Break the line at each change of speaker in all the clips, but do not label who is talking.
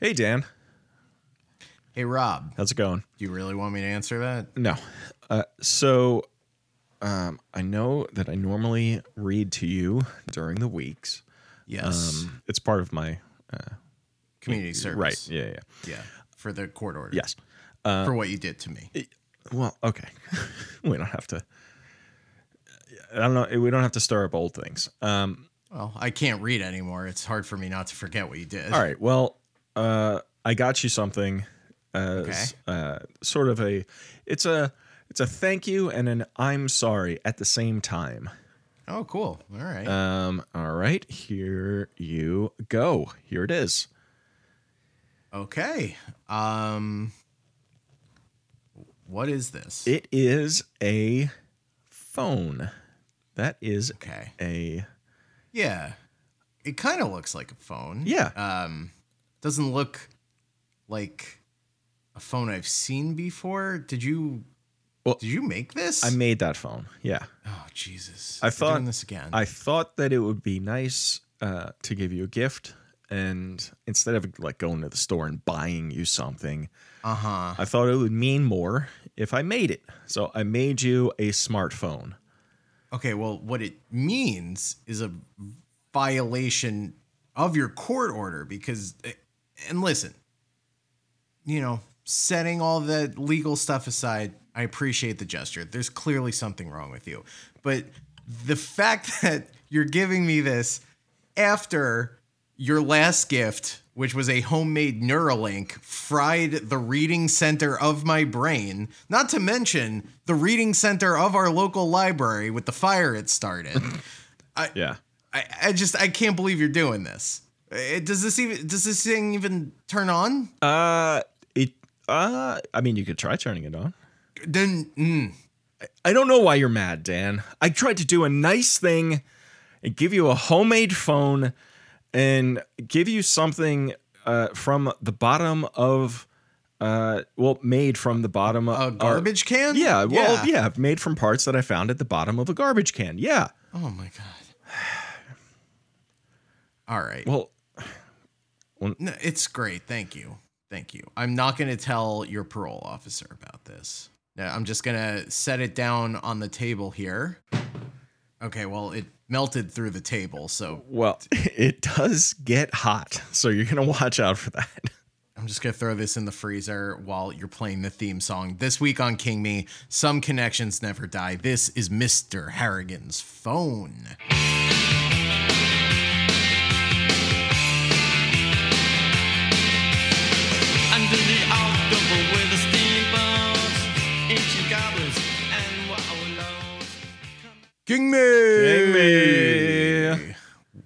Hey, Dan.
Hey, Rob,
How's it going?
do you really want me to answer that?
No. Uh, so, um, I know that I normally read to you during the weeks.
Yes.
Um, it's part of my
Community service.
right. Yeah, yeah. uh,
Yeah. For the court order.
Yes.
for what you did to me.
Well, okay. we don't have to. I don't know. We don't have to stir up old things. Um,
Well, I can't read anymore. It's hard for me not to forget what you did.
All right. Well, uh, I got you something. Uh,
Okay.
s- uh, sort of a, it's a, it's a thank you and an I'm sorry at the same time.
Oh, cool. All right.
Um. All right. Here you go. Here it is.
okay. Um, what is this?
It is a phone. That is
okay.
a
Yeah. It kind of looks like a phone.
yeah.
Um, doesn't look like a phone I've seen before. Did you?
Well,
did you make this?
I made that phone. Yeah.
Oh Jesus!
I
You're
thought-
doing this again.
I thought that it would be nice uh, to give you a gift, and instead of like going to the store and buying you something,
uh huh.
I thought it would mean more if I made it. So I made you a smartphone.
Okay, well, what it means is a violation of your court order because, eh, and listen, you know, setting all the legal stuff aside, I appreciate the gesture. There's clearly something wrong with you. But the fact that you're giving me this after your last gift, which was a homemade Neuralink, fried the reading center of my brain, not to mention the reading center of our local library with the fire it started.
Yeah.
I, I just I can't believe you're doing this. Eh, does this even does this thing even turn on?
Uh, it. Uh, I mean, you could try turning it on.
Then mm,
I don't know why you're mad, Dan. I tried to do a nice thing and give you a homemade phone and give you something uh, from the bottom of, uh, well, made from the bottom
a
of or-
garbage can?
Uh, yeah, well, yeah, made from parts that I found at the bottom of a garbage can. Yeah.
Oh my god. All right.
Well,
No, it's great. Thank you. Thank you. I'm not going to tell your parole officer about this. No, I'm just going to set it down on the table here. Okay, well, it melted through the table, so
Well, it does get hot, so you're gonna watch out for that.
I'm just gonna throw this in the freezer while you're playing the theme song. This week on King Me, some connections never die. This is Mr. Harrigan's phone.
Under the October with the steamboats, ancient goblins, and wallows.
King Me! King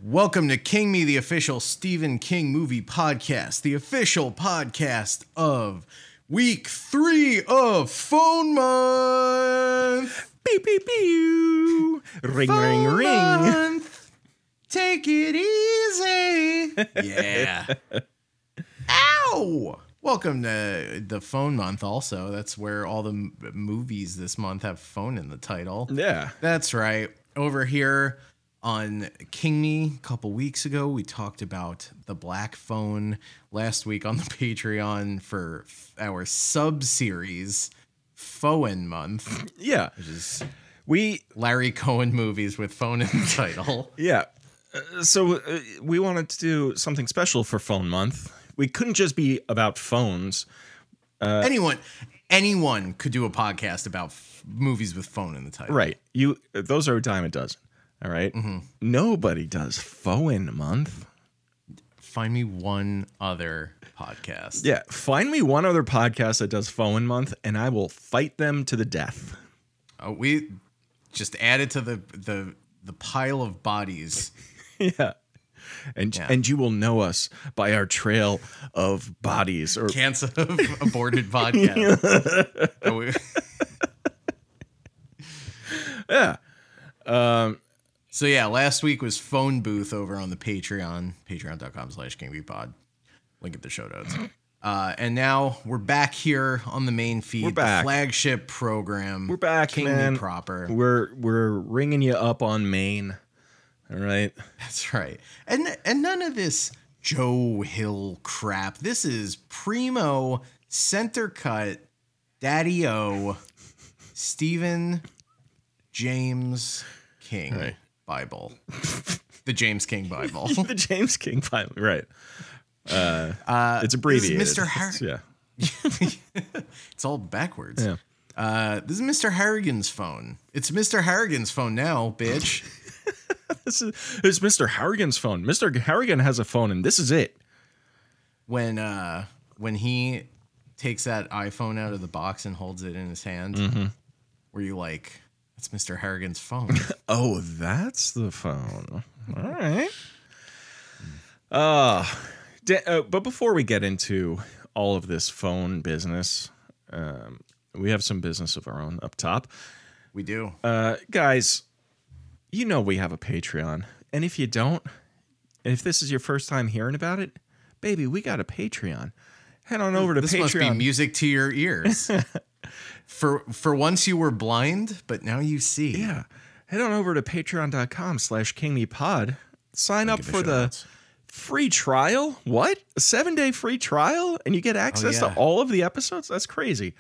Welcome to King Me, the official Stephen King movie podcast, the official podcast of week three of Phone Month.
Beep beep beep. Ring ring
Phone
ring.
Month. Take it easy. yeah. Ow! Welcome to the Phone Month, also. That's where all the m- movies this month have phone in the title.
Yeah.
That's right. Over here on King Me a couple weeks ago, we talked about the black phone. Last week on the Patreon for f- our sub series, Phone Month,
Yeah.
is
We
Larry Cohen movies with phone in the title.
yeah. Uh, So uh, we wanted to do something special for Phone Month. We couldn't just be about phones. Uh,
anyone, anyone could do a podcast about f- movies with phone in the title.
Right. Mm-hmm. You uh, those are a dime a dozen. All right? Nobody does Phone Month.
Find me one other podcast.
Yeah. Find me one other podcast that does Phone Month, and I will fight them to the death.
Uh, we just added to the the the pile of bodies.
Yeah. And and you will know us by our trail of bodies or
Cancer of aborted podcast. Oh, we-
yeah. Um,
so yeah, last week was phone booth over on the Patreon, patreon.com slash kingbeatpod. Link at the show notes. Uh, and now we're back here on the main feed,
We're back.
the flagship program.
We're back,
King
man.
Me proper.
We're we're ringing you up on Maine. All right.
That's right. And and none of this Joe Hill crap. This is primo center cut Daddy O Stephen James King
Right.
Bible. the James King Bible.
the James King Bible, right? Uh, it's
this is
abbreviated.
Mr. Har-
yeah.
It's all backwards.
Yeah.
Uh, this is Mr. Harrigan's phone. It's Mr. Harrigan's phone now, bitch.
This is, this is Mr. Harrigan's phone. Mr. Harrigan has a phone, and this is it.
when uh when he takes that iPhone out of the box and holds it in his hand,
Mm-hmm.
were you like, "That's Mr. Harrigan's phone"?
Oh, that's the phone. All right. Uh, da- uh, but before we get into all of this phone business, um, we have some business of our own up top.
we do.
Uh, guys, you know we have a Patreon. And if you don't, and if this is your first time hearing about it, baby, we got a Patreon. Head on over to
this
Patreon.
must be music to your ears. for for once, you were blind, but now you see.
Yeah. Head on over to patreon.com slash kingmepod. Sign up
the
for the
shout-outs.
free trial. What? A seven day free trial? And you get access
Oh, yeah.
to all of the episodes? That's crazy.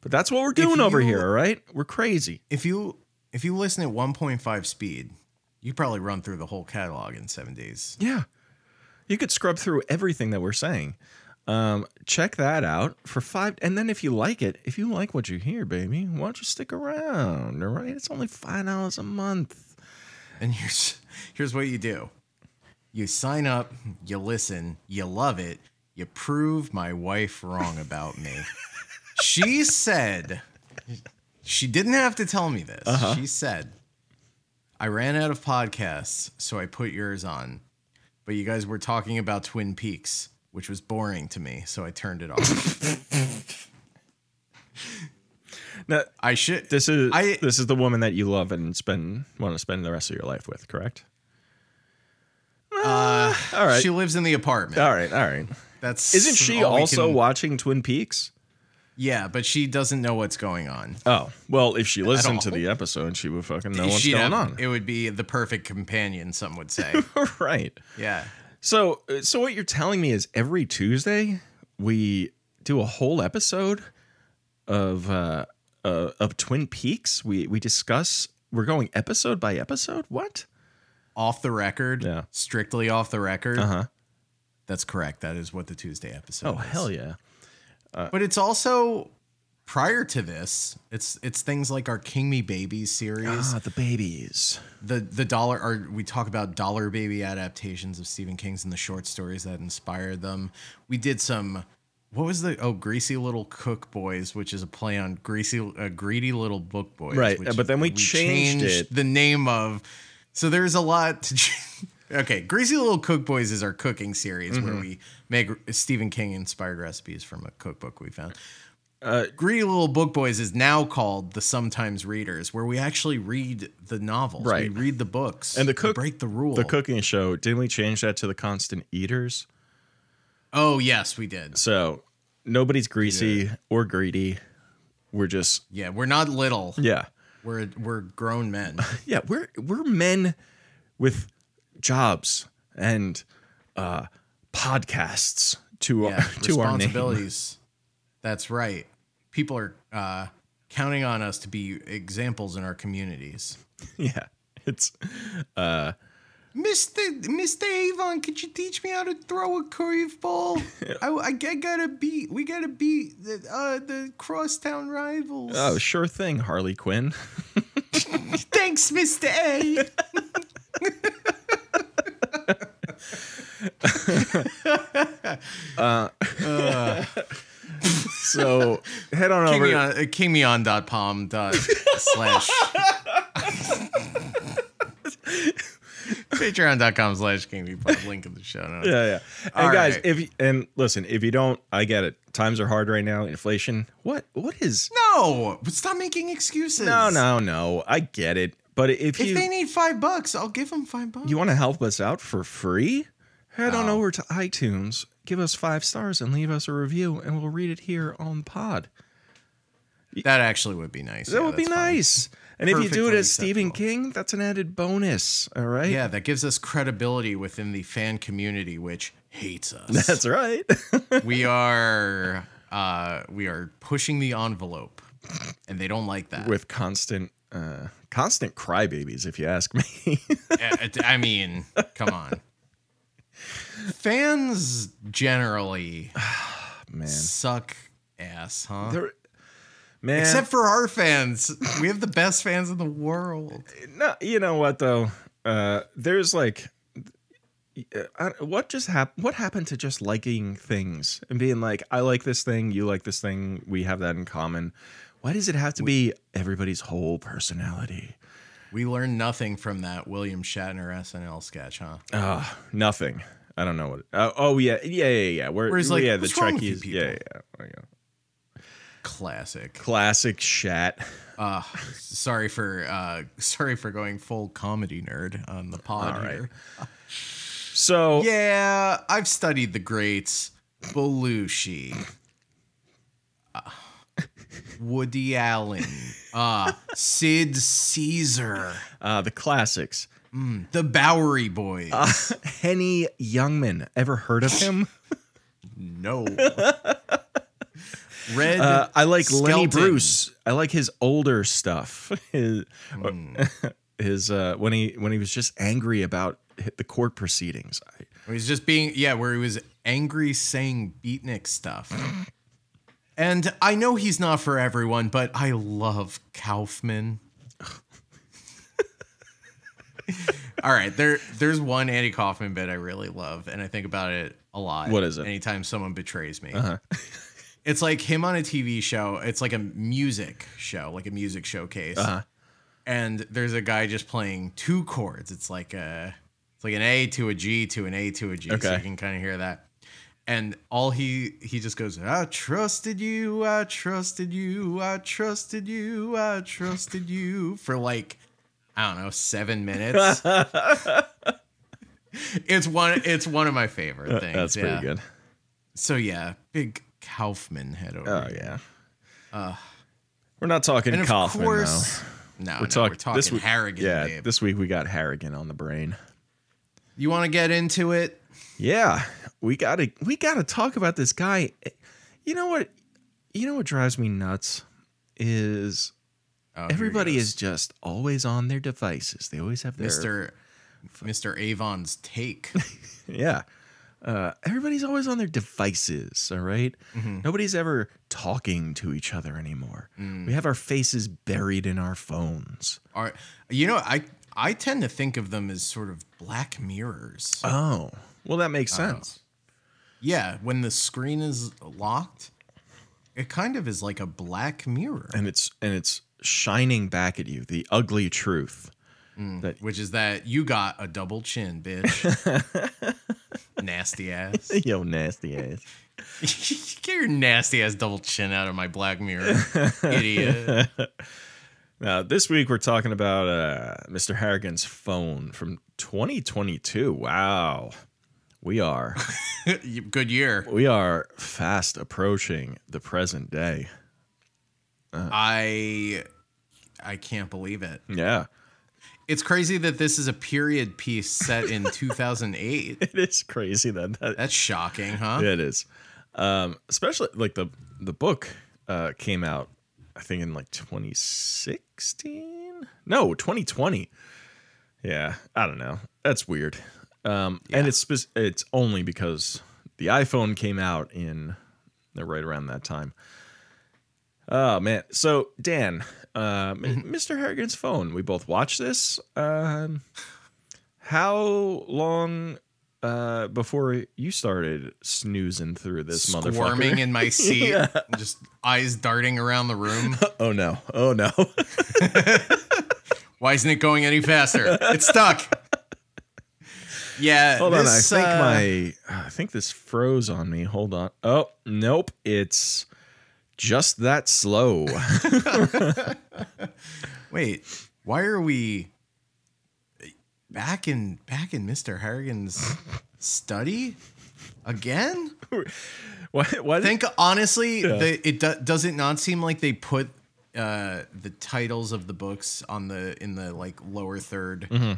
But that's what we're doing over
you-
here, all right? We're crazy.
If you if you listen at 1.5 speed, you probably run through the whole catalog in seven days.
Yeah. You could scrub through everything that we're saying. Um, check that out for five. And then if you like it, if you like what you hear, baby, why don't you stick around? All right. It's only $5 a month.
And here's here's what you do. You sign up, you listen, you love it, you prove my wife wrong about me. she said she didn't have to tell me this.
Uh-huh.
She said I ran out of podcasts, so I put yours on. But you guys were talking about Twin Peaks, which was boring to me, so I turned it off.
Now,
I should
This is
I-
this is the woman that you love and spend want to spend the rest of your life with, correct? Uh, all right,
She lives in the apartment.
all right, all right.
That's
Isn't she
all we
also
can-
watching Twin Peaks?
Yeah, but she doesn't know what's going on.
Oh, well, if she listened to
all.
the episode, she would fucking know what's
She'd
going
have-
on.
It would be the perfect companion, some would say.
right.
yeah.
So, uh, so what you're telling me is every Tuesday we do a whole episode of uh, uh of Twin Peaks. We we discuss. We're going episode by episode. What?
Off the record.
Yeah.
Strictly off the record.
Uh huh.
That's correct. That is what the Tuesday episode
Oh
is.
hell yeah.
But it's also prior to this, it's it's things like our King Me Babies series.
Ah, the babies.
the the dollar or we talk about dollar baby adaptations of Stephen King's and the short stories that inspired them. We did some what was the oh greasy little cook boys which is a play on greasy uh, greedy little book boys
Right,
which
but then we changed it.
the name of so there's a lot to ch- okay greasy little cook boys is our cooking series
Mm-hmm.
where we make stephen king inspired recipes from a cookbook we found Greedy Little Book Boys is now called the Sometimes Readers, where we actually read the novels.
Right.
We read the books.
And the
We
cook-
break the rule.
The cooking show, didn't we change that to the constant eaters?
Oh yes, we did.
So nobody's greasy or greedy. We're just
Yeah, we're not little.
yeah.
We're we're grown men.
Yeah, we're we're men with jobs and uh podcasts to
Yeah,
to our name.
responsibilities. That's right. People are uh, counting on us to be examples in our communities.
Yeah. It's uh,
Mr. Mr. Avon, could you teach me how to throw a curveball? I, I, I gotta beat. We gotta beat the uh, the crosstown rivals.
oh, sure thing, Harley Quinn.
Thanks, Mr. A.
So head on over
Kingeon, uh, kingeon.pom dot slash patreon.com slash kingeon. Link in the show notes.
Yeah, yeah. And
All
guys,
right.
if you, and listen, if you don't, I get it. Times are hard right now. Inflation. What what is
No, but stop making excuses.
No, no, no. I get it. But if,
If
you
they need five bucks, I'll give them five bucks.
you want to help us out for free, head on
Oh.
over to iTunes, give us five stars, and leave us a review, and we'll read it here on the pod.
that actually would be nice.
That would be nice. And if you do it
perfectly
as Stephen
acceptable.
King, that's an added bonus. All right.
Yeah, that gives us credibility within the fan community, which hates us.
That's right.
we are uh, we are pushing the envelope, and they don't like that.
With constant, uh, constant crybabies, if you ask me.
I Uh, I mean, come on. Fans generally
man.
suck ass, huh?
There, man.
Except for our fans. We have the best fans in the world.
no, you know what though? Uh, there's like, I, what just happened? What happened to just liking things and being like, I like this thing, you like this thing, we have that in common. Why does it have to be everybody's whole personality?
We learned nothing from that William Shatner SNL sketch, huh?
Uh, nothing. I don't know what. Uh, oh yeah, yeah, yeah, yeah. We're,
Where he's like,
yeah, the
"What's wrong with you
Trekkies.
people?"
Yeah, yeah, yeah. Oh, yeah.
Classic.
Classic shat.
Uh, sorry for uh, sorry for going full comedy nerd on the pod
All right.
here.
So
Yeah, I've studied the greats. Belushi. Uh, Woody Allen. Uh, Sid Caesar. Hmm,
uh, the classics.
The Bowery Boys.
Uh, Henny Youngman. Ever heard of him?
no. Red.
Uh, I like Lenny
Skelton.
Bruce. I like his older stuff. His, his uh, when he when he was just angry about the court proceedings. I,
He was just being, yeah, where he was angry saying beatnik stuff. and I know he's not for everyone, but I love Kaufman. All right, there, there's one Andy Kaufman bit I really love, and I think about it a lot.
What is it? Uh-huh.
Anytime someone betrays me, it's like him on a TV show. It's like a music show, like a music showcase
Uh-huh.
and there's a guy just playing two chords. It's like a it's like an A to a G to an A to a G. So
Okay.
you can kind of hear that. And all he he just goes, I trusted you, I trusted you, I trusted you, I trusted you for like I don't know seven minutes. it's one it's one of my favorite things.
that's
yeah.
pretty good.
So yeah, big Kaufman head over.
Oh
here.
yeah. we're not talking
And of
Kaufman
course,
though.
no, no,
We're,
we're,
talk-
talking
this week,
Harrigan.
Yeah,
babe.
this week we got Harrigan on the brain.
you want to get into it?
Yeah, we gotta we gotta talk about this guy. You know what? You know what drives me nuts is
Oh, here he
everybody
goes.
is just always on their devices. They always have their
Mr. Mr. Avon's take.
yeah. Uh, everybody's always on their devices. All right? nobody's ever talking to each other anymore. We have our faces buried in our phones.
Are you know I I tend to think of them as sort of black mirrors.
Oh, well, that makes sense.
yeah, when the screen is locked, it kind of is like a black mirror,
And it's and it's shining back at you the ugly truth.
which is that you got a double chin, bitch. nasty ass.
Yo, nasty ass.
Get your nasty ass double chin out of my black mirror, idiot.
Now, Uh, this week we're talking about uh, Mr. Harrigan's phone from 2022. Wow. We are
Good year.
we are fast approaching the present day.
Uh. I I can't believe it.
Yeah.
It's crazy that this is a period piece set in 2008.
It is crazy that that
That's shocking, huh?
it is. Um especially like the the book uh came out I think in like 2016? No, 2020. Yeah, I don't know. That's weird. Um and it's spec- it's only because the iPhone came out in right around that time. Oh man. So Dan, uh, m- Mr. Harrigan's phone. We both watched this. Um, how long uh, before you started snoozing through this
Squirming
motherfucker?
in my seat, just eyes darting around the room.
oh no! Oh no!
Why isn't it going any faster? It's stuck. Yeah.
Hold on. I
this,
think
uh,
my I think this froze on me. Hold on. Oh nope. It's just that slow.
Wait. Why are we back in back in Mr. Harrigan's study again?
why? Why?
I think honestly, they, it do, does it not seem like they put uh, the titles of the books on the in the like lower 3rd
Mm-hmm.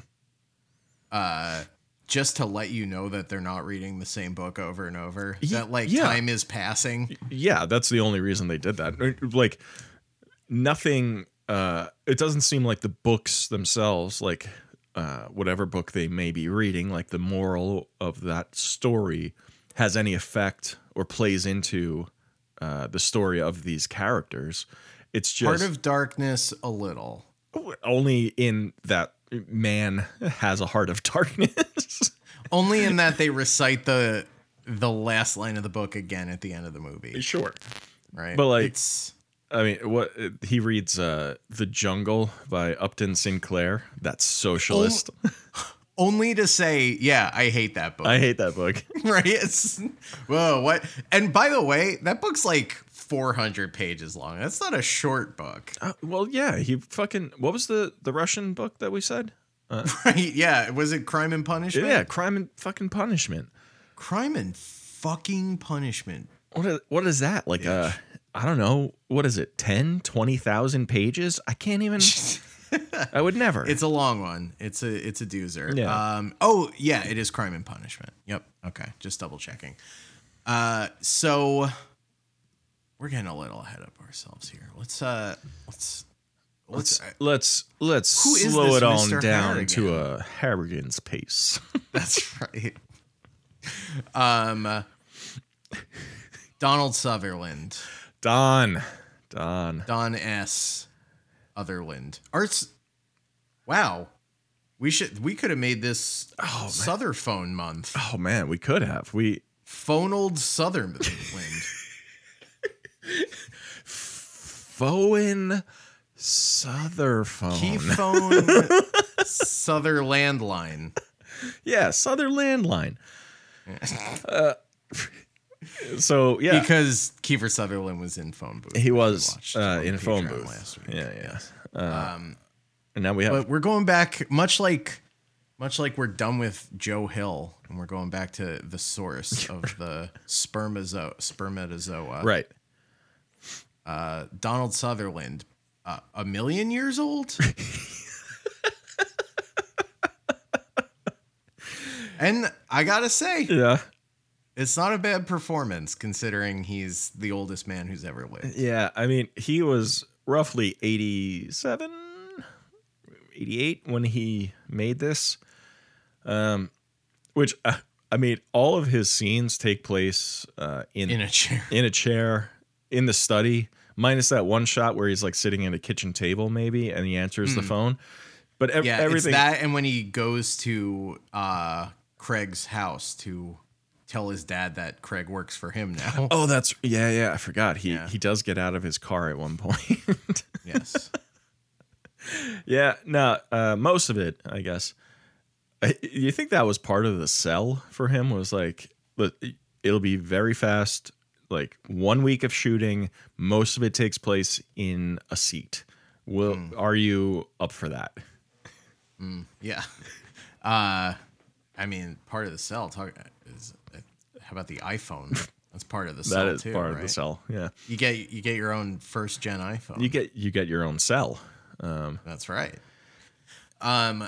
uh, just to let you know that they're not reading the same book over and over. that like
yeah.
time is passing.
yeah that's the only reason they did that like nothing uh it doesn't seem like the books themselves like uh whatever book they may be reading like the moral of that story has any effect or plays into uh the story of these characters it's
Part
just
of darkness, a little.
only in that man has a heart of darkness
Only in that they recite the the last line of the book again at the end of the movie,
sure
right?
But, like,
it's
I mean, what he reads, uh, "The Jungle" by Upton Sinclair. That's socialist.
only to say, yeah, I hate that book.
I hate that book.
right? It's whoa, what? And by the way, that book's like 400 pages long. That's not a short book,
Uh, well, yeah, he fucking. What was the the Russian book that we said?
right? Yeah, was it Crime and Punishment?
Yeah, Crime and Fucking Punishment.
Crime and fucking Punishment.
What is, what is that like? Uh, I don't know. What is it? 10, 20,000 pages? I can't even. I would never.
It's a long one. It's a it's a doozer.
Yeah.
Um oh yeah, it is Crime and Punishment. Yep. Okay, just double checking. Uh so we're getting a little ahead of ourselves here. Let's uh let's let's,
let's let's let's
Who is
slow
this
it on
Mr.
down to a Harrigan's pace.
That's right. Um, Donald Sutherland,
Don, Don.
Don S. Otherland. Arts. Wow, we should we could have made this Sutherphone month.
Oh man, we could have we.
Phoned Sutherland.
Oh, Foen Sutherphone.
He phoned Sutherland line.
yeah, Southern Landline. uh, so yeah,
because Kiefer Sutherland was in phone booth.
he
which we
was
watched
uh,
on
in a phone
Patreon
booth
last week. Um,
Yeah, yeah. Uh, and now we have
but we're going back much like much like we're done with Joe Hill and we're going back to the source of the spermazo- spermatozoa.
right.
Uh, Donald Sutherland, uh, a million years old? and I got to say,
Yeah,
it's not a bad performance considering he's the oldest man who's ever lived.
yeah. I mean, he was roughly 87, 88 when he made this. Um, which uh, I mean, all of his scenes take place uh, in
In a chair.
in a chair in the study, minus that one shot where he's like sitting at a kitchen table, maybe, and he answers the phone. But ev-
Hmm. Yeah,
everything,
it's that, and when he goes to uh, Craig's house to tell his dad that Craig works for him now.
oh, that's yeah, yeah. I forgot he
Yeah.
he does get out of his car at one point.
Yes,
yeah, no, uh, most of it, I guess. I, you think that was part of the sell for him? Was like, look, it'll be very fast. Like one week of shooting, most of it takes place in a seat. Will
Hmm.
are you up for that?
yeah. Uh, I mean, part of the cell talk is uh, how about the iPhone? That's part of the cell
that is
too,
part
right?
of the sell. Yeah.
You get you get your own first gen iPhone.
You get you get your own cell.
That's right. Um,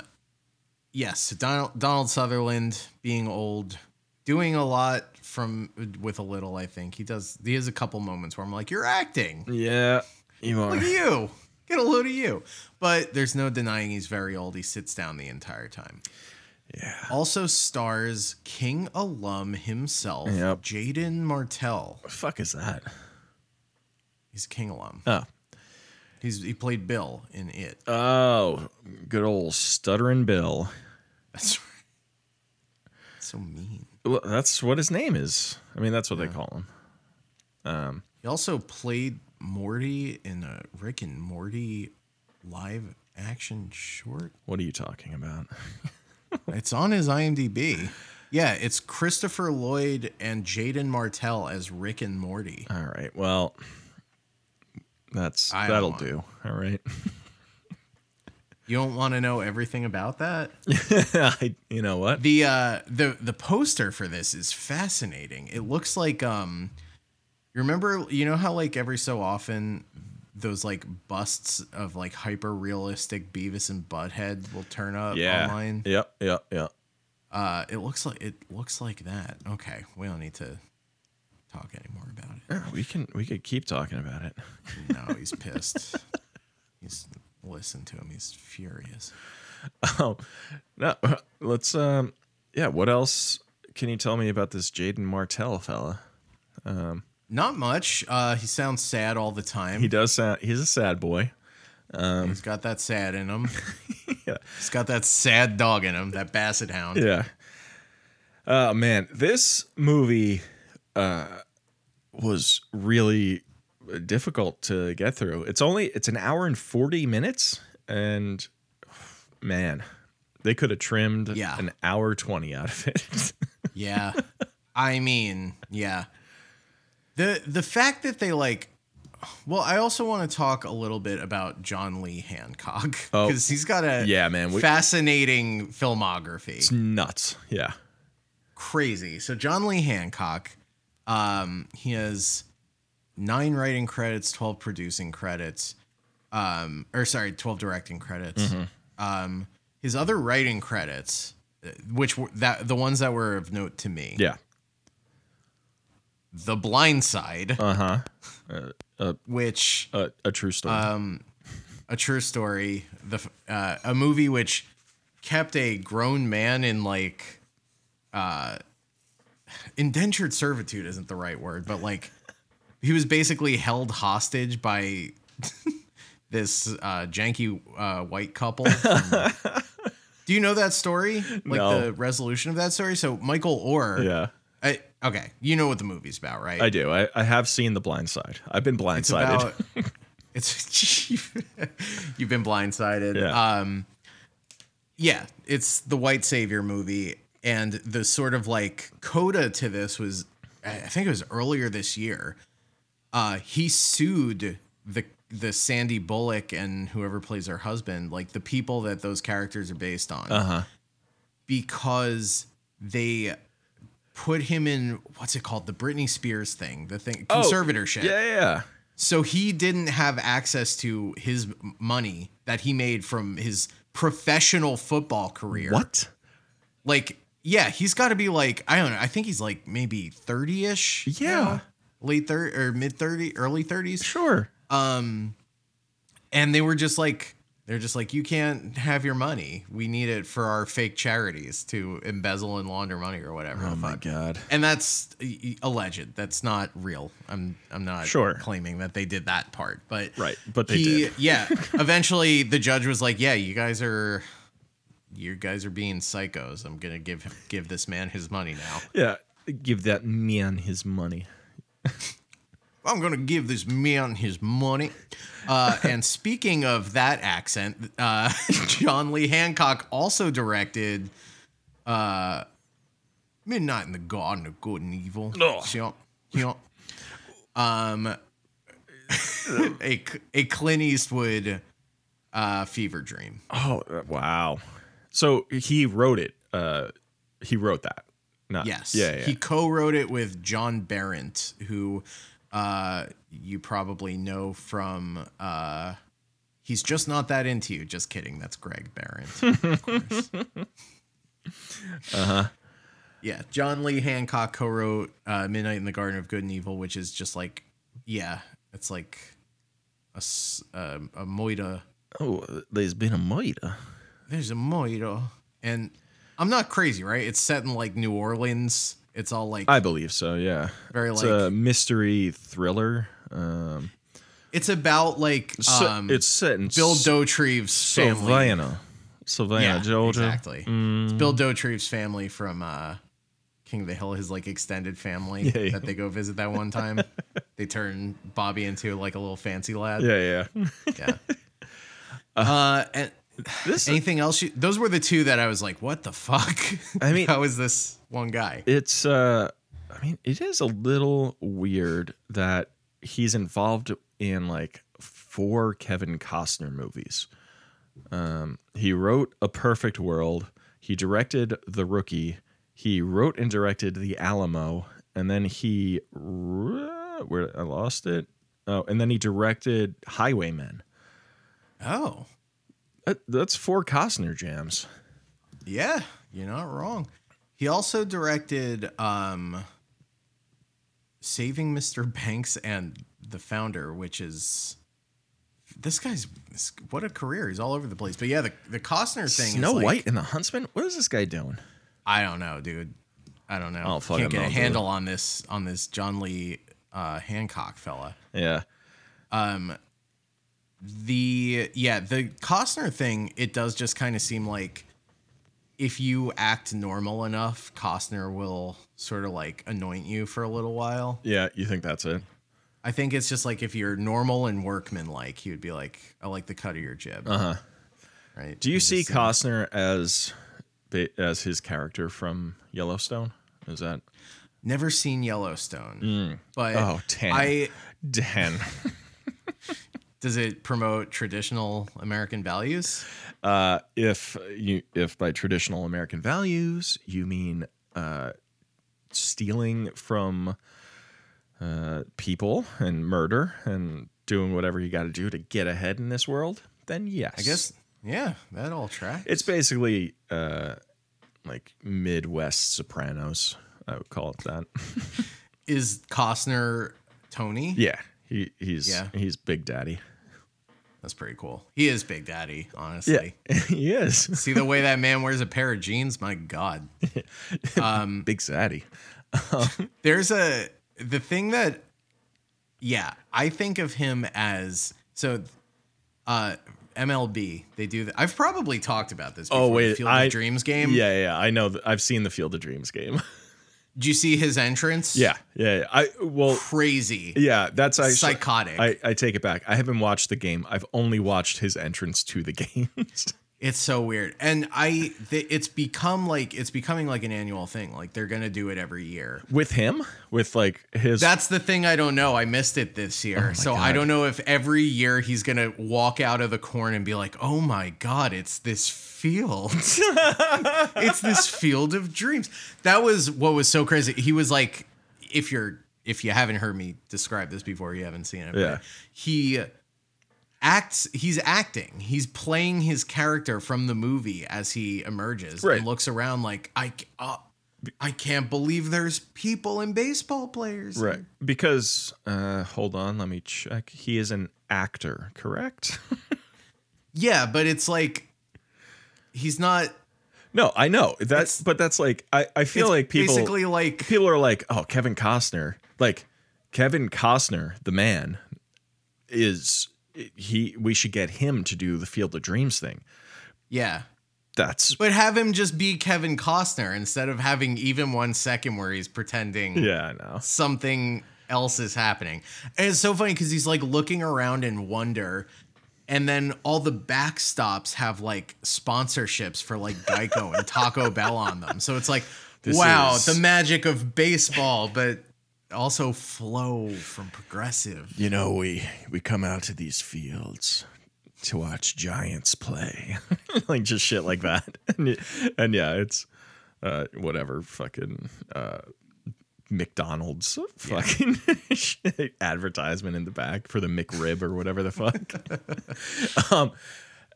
yes, Donald Donald Sutherland being old, doing a lot from with a little. I think he does. He has a couple moments where I'm like, "You're acting.
Yeah, you are.
Look at you. Get a load of you." But there's no denying he's very old. He sits down the entire time. Yeah. Also stars King alum himself,
Yep.
Jaden Martell.
The fuck is that?
He's a King alum.
Oh,
He's he played Bill in it.
oh, good old stuttering Bill.
That's right. So mean.
Well, That's what his name is. I mean, that's what they call him.
He also played Morty in a Rick and Morty live action short.
What are you talking about?
It's on his IMDb. Yeah, it's Christopher Lloyd and Jaden Martell as Rick and Morty.
All right. Well, that's
I don't
that'll
want-
do. All right.
You don't want to know everything about that?
I, you know what?
The uh the the poster for this is fascinating. It looks like um you remember you know how like every so often those like busts of like hyper realistic Beavis and Butthead will turn up
yeah.
online.
Yep. Yep. Yep.
Uh, it looks like it looks like that. Okay, we don't need to talk anymore about it.
Yeah, we can we could keep talking about it.
No, he's pissed. he's listen to him. He's furious.
Oh, no. Let's um. Yeah. What else can you tell me about this Jaden Martell fella?
Not much. Uh, he sounds sad all the time.
He does sound. He's a sad boy.
He's got that sad in him.
Yeah.
He's got that sad dog in him. That basset hound.
Yeah. Oh man, this movie uh, was really difficult to get through. It's only it's an hour and forty minutes, and man, they could have trimmed
Yeah.
an hour twenty out of it.
Yeah. I mean, yeah. The the fact that they like well, I also want to talk a little bit about John Lee Hancock because
Oh.
he's got a
Yeah, man, we-
fascinating filmography.
it's nuts. Yeah.
crazy. So John Lee Hancock, um, he has nine writing credits, twelve producing credits, um, or sorry, twelve directing credits. Um, his other writing credits, uh, which were that the ones that were of note to me,
Yeah.
The Blind Side,
Uh-huh.
which
A, a true story.
a true story, the f- uh, a movie which kept a grown man in like uh indentured servitude isn't the right word, but like he was basically held hostage by this uh janky uh white couple. from- Do you know that story? Like
No.
the resolution of that story? So Michael Orr
yeah.
I, okay, you know what the movie's about, right?
I do. I, I have seen The Blind Side. I've been blindsided.
it's about it's you've been blindsided
Yeah.
um yeah it's the white savior movie and the sort of like coda to this was i I think it was earlier this year uh he sued the the sandy bullock and whoever plays her husband like the people that those characters are based on
uh-huh.
because they put him in what's it called the britney spears thing the thing
Oh,
conservatorship
Yeah, yeah, yeah.
so he didn't have access to his m- money that he made from his professional football career.
What?
Like, yeah, he's got to be like, I don't know. I think he's like maybe 30 ish.
Yeah.
Late 30 or mid 30, early 30s.
Sure.
Um, and they were just like, they're just like, you can't have your money. We need it for our fake charities to embezzle and launder money or whatever.
Oh
the
my
fuck.
god.
And that's y- y- alleged. That's not real. I'm I'm not
Sure.
claiming that they did that part, but
Right, but they
he,
did.
yeah. Eventually, the judge was like, "Yeah, you guys are, you guys are being psychos. I'm gonna give him, give this man his money now.
Yeah. Give that man his money.
I'm gonna give this man his money." Uh, and speaking of that accent, uh, John Lee Hancock also directed uh, "Midnight in the Garden of Good and Evil."
Ugh.
Yup, yup. Um, a a Clint Eastwood uh, fever dream.
Oh uh, wow! So he wrote it. Uh, he wrote that. Not
Yes.
Yeah. yeah,
He co-wrote it with John Barrent, who uh, you probably know from. Uh, He's just not that into you. Just kidding. That's Greg Barrent. Of course. uh huh.
Uh-huh.
Yeah, John Lee Hancock co-wrote uh, "Midnight in the Garden of Good and Evil," which is just like, yeah, it's like a s- um, a moita.
Oh, there's been a murder.
There's a moita, and I'm not crazy, right? It's set in like New Orleans. It's all like
I believe so. Yeah.
Very
it's
like-
a mystery thriller. Um,
It's about like
so-
um,
it's set in
Bill
S-
Dotrieve's family.
Savannah, Savannah,
Yeah,
Georgia.
exactly. It's
Mm.
Bill Dotrieve's family from uh, King of the Hill, his like extended family
Yeah, yeah.
that they go visit that one time. they turn Bobby into like a little fancy lad.
Yeah, yeah.
Yeah. Uh, and
This
anything else? You, those were the two that I was like, "What the fuck?"
I mean-
how is this one guy?
it's. Uh, I mean, it is a little weird that he's involved in like four Kevin Costner movies. Um, He wrote A Perfect World. He directed The Rookie. He wrote and directed The Alamo. And then he. wr- Where I lost it. Oh, and then he directed Highwaymen.
Oh,
That, that's four Costner jams.
yeah, you're not wrong. He also directed um, Saving Mr. Banks and The Founder, which is this guy's this, what a career. He's all over the place. But yeah, the, the Costner thing.
Snow
is like-
White and the Huntsman. What is this guy doing?
I don't know, dude. I don't know.
Oh, fuck,
Can't
I'm
get a
not, dude.
handle on this on this John Lee uh, Hancock fella.
Yeah,
The yeah, the Costner thing. It does just kind of seem like if you act normal enough, Costner will sort of like anoint you for a little while.
yeah. You think that's it?
I think it's just like if you're normal and workmanlike, he would be like, "I like the cut of your jib." Uh huh. Right.
Uh-huh. Do you
He
see
just-
Costner as ba- as his character from Yellowstone? Is that
Never seen Yellowstone, but
oh Dan?
I
Dan.
does it promote traditional American values?
Uh, if you if by traditional American values you mean uh, stealing from uh, people and murder and doing whatever you got to do to get ahead in this world, then yes,
I guess. Yeah, that all tracks.
it's basically uh, like Midwest Sopranos. I would call it that.
Is Costner Tony?
yeah, he he's
Yeah.
he's Big Daddy.
That's pretty cool. He is Big Daddy, honestly.
he is
See the way that man wears a pair of jeans? My God.
Big Zaddy.
There's a the thing that yeah, I think of him as so uh MLB, they do that. I've probably talked about this before.
Oh
the
wait,
Field
I
of Dreams game.
Yeah, yeah, I know. Th- I've seen the Field of Dreams game.
Did you see his entrance?
Yeah, yeah. yeah. I well,
Crazy.
yeah. That's I
Psychotic.
I, I take it back. I haven't watched the game. I've only watched his entrance to the games.
It's so weird. And I th- it's become like it's becoming like an annual thing. Like they're going to do it every year.
with him, with like his.
That's the thing I don't know. I missed it this year. so
Oh
I
God.
don't know if every year he's going to walk out of the corn and be like, oh my God, it's this field. it's this field of dreams. That was what was so crazy. He was like, if you're. If you haven't heard me describe this before, you haven't seen it. but
Yeah.
He acts, he's acting. He's playing his character from the movie as he emerges
Right.
and looks around like, I, c- uh, I can't believe there's people and baseball players.
right because uh, hold on, let me check. He is an actor, correct?
Yeah, but it's like he's not.
no, I know that's
It's-
but that's like I I feel
it's
like people
basically like
people are like oh Kevin Costner like Kevin Costner the man is he we should get him to do the Field of Dreams thing.
yeah,
That's
but have him just be Kevin Costner instead of having even one second where he's pretending
yeah, I know.
something else is happening. And it's so funny because he's like looking around in wonder. And then all the backstops have like sponsorships for like Geico and Taco Bell on them. So it's like,
This
wow,
is-
the magic of baseball, but also flow from progressive.
You know, we we come out to these fields to watch giants play, like just shit like that. And, y- and yeah, it's uh, whatever fucking uh, McDonald's fucking shit advertisement in the back for the McRib or whatever the fuck. um,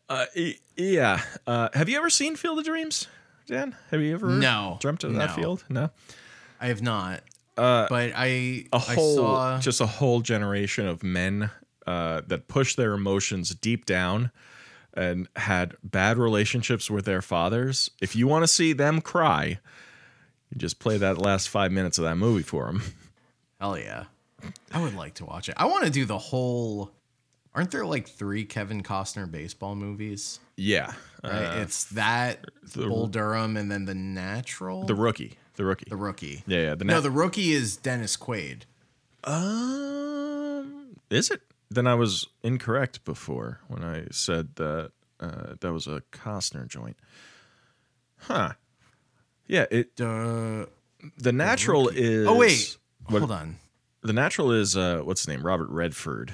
uh, e- yeah. Uh, have you ever seen Field of Dreams, Dan? Have you ever
No.
dreamt of
No.
that field? No.
I have not.
Uh,
but I
a whole
I saw
just a whole generation of men uh, that pushed their emotions deep down and had bad relationships with their fathers. If you want to see them cry, you just play that last five minutes of that movie for them.
hell yeah. I would like to watch it. I want to do the whole. Aren't there like three Kevin Costner baseball movies?
Yeah,
Right?
Uh,
it's that
the-
Bull Durham and then the Natural,
the rookie, the rookie.
The rookie.
yeah, yeah. The
No,
na-
the rookie is Dennis Quaid.
um, is it? Then I was incorrect before when I said that uh, that was a Costner joint. Huh? Yeah, it
Duh.
The natural is.
Oh wait,
What-
hold on.
The natural is uh, what's his name? Robert Redford.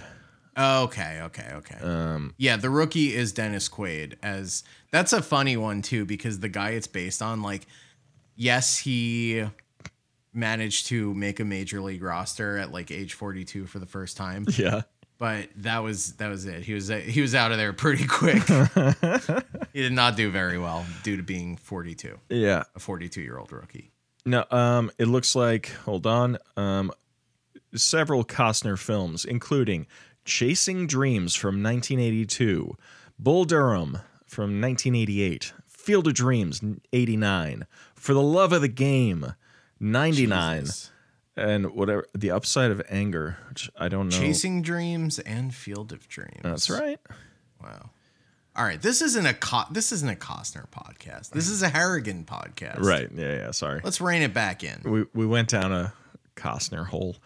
Oh, Okay, okay, okay.
Um,
Yeah, the rookie is Dennis Quaid as that's a funny one too because the guy it's based on like yes, he managed to make a major league roster at like age 42 for the first time.
Yeah.
But that was that was it. He was he was out of there pretty quick. he did not do very well due to being 42,
Yeah.
a 42 year old rookie.
No, um, it looks like, hold on, um, several Costner films, including Chasing Dreams from 1982, Bull Durham from 1988, Field of Dreams, 89, For the Love of the Game, 99,
Jesus.
and whatever, The Upside of Anger, which I don't know.
Chasing Dreams and Field of Dreams.
Oh. That's right.
Wow. All right, this isn't a Co- this isn't a Costner podcast. This is a Harrigan podcast.
Right. Yeah, yeah, sorry.
Let's rein it back in.
We, we went down a Costner hole.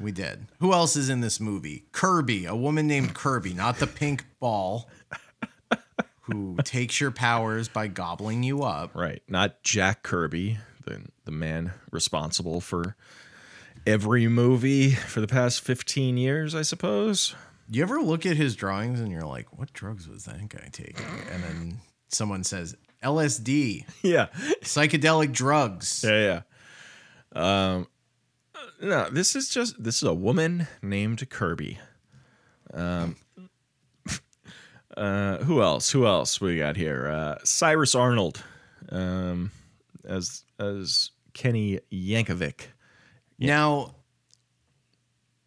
We did. Who else is in this movie? Kirby, a woman named Kirby, not the pink ball, who takes your powers by gobbling you up.
Right. Not Jack Kirby, the, the man responsible for every movie for the past 15 years, I suppose.
You ever look at his drawings and you're like, what drugs was that guy taking? And then someone says, LSD,
Yeah.
psychedelic drugs.
Yeah. Yeah. Um, no, this is just, this is a woman named Kirby. Um, uh, who else? Who else we got here? Uh, Cyrus Arnold, um, as, as Kenny Yankovic.
Now,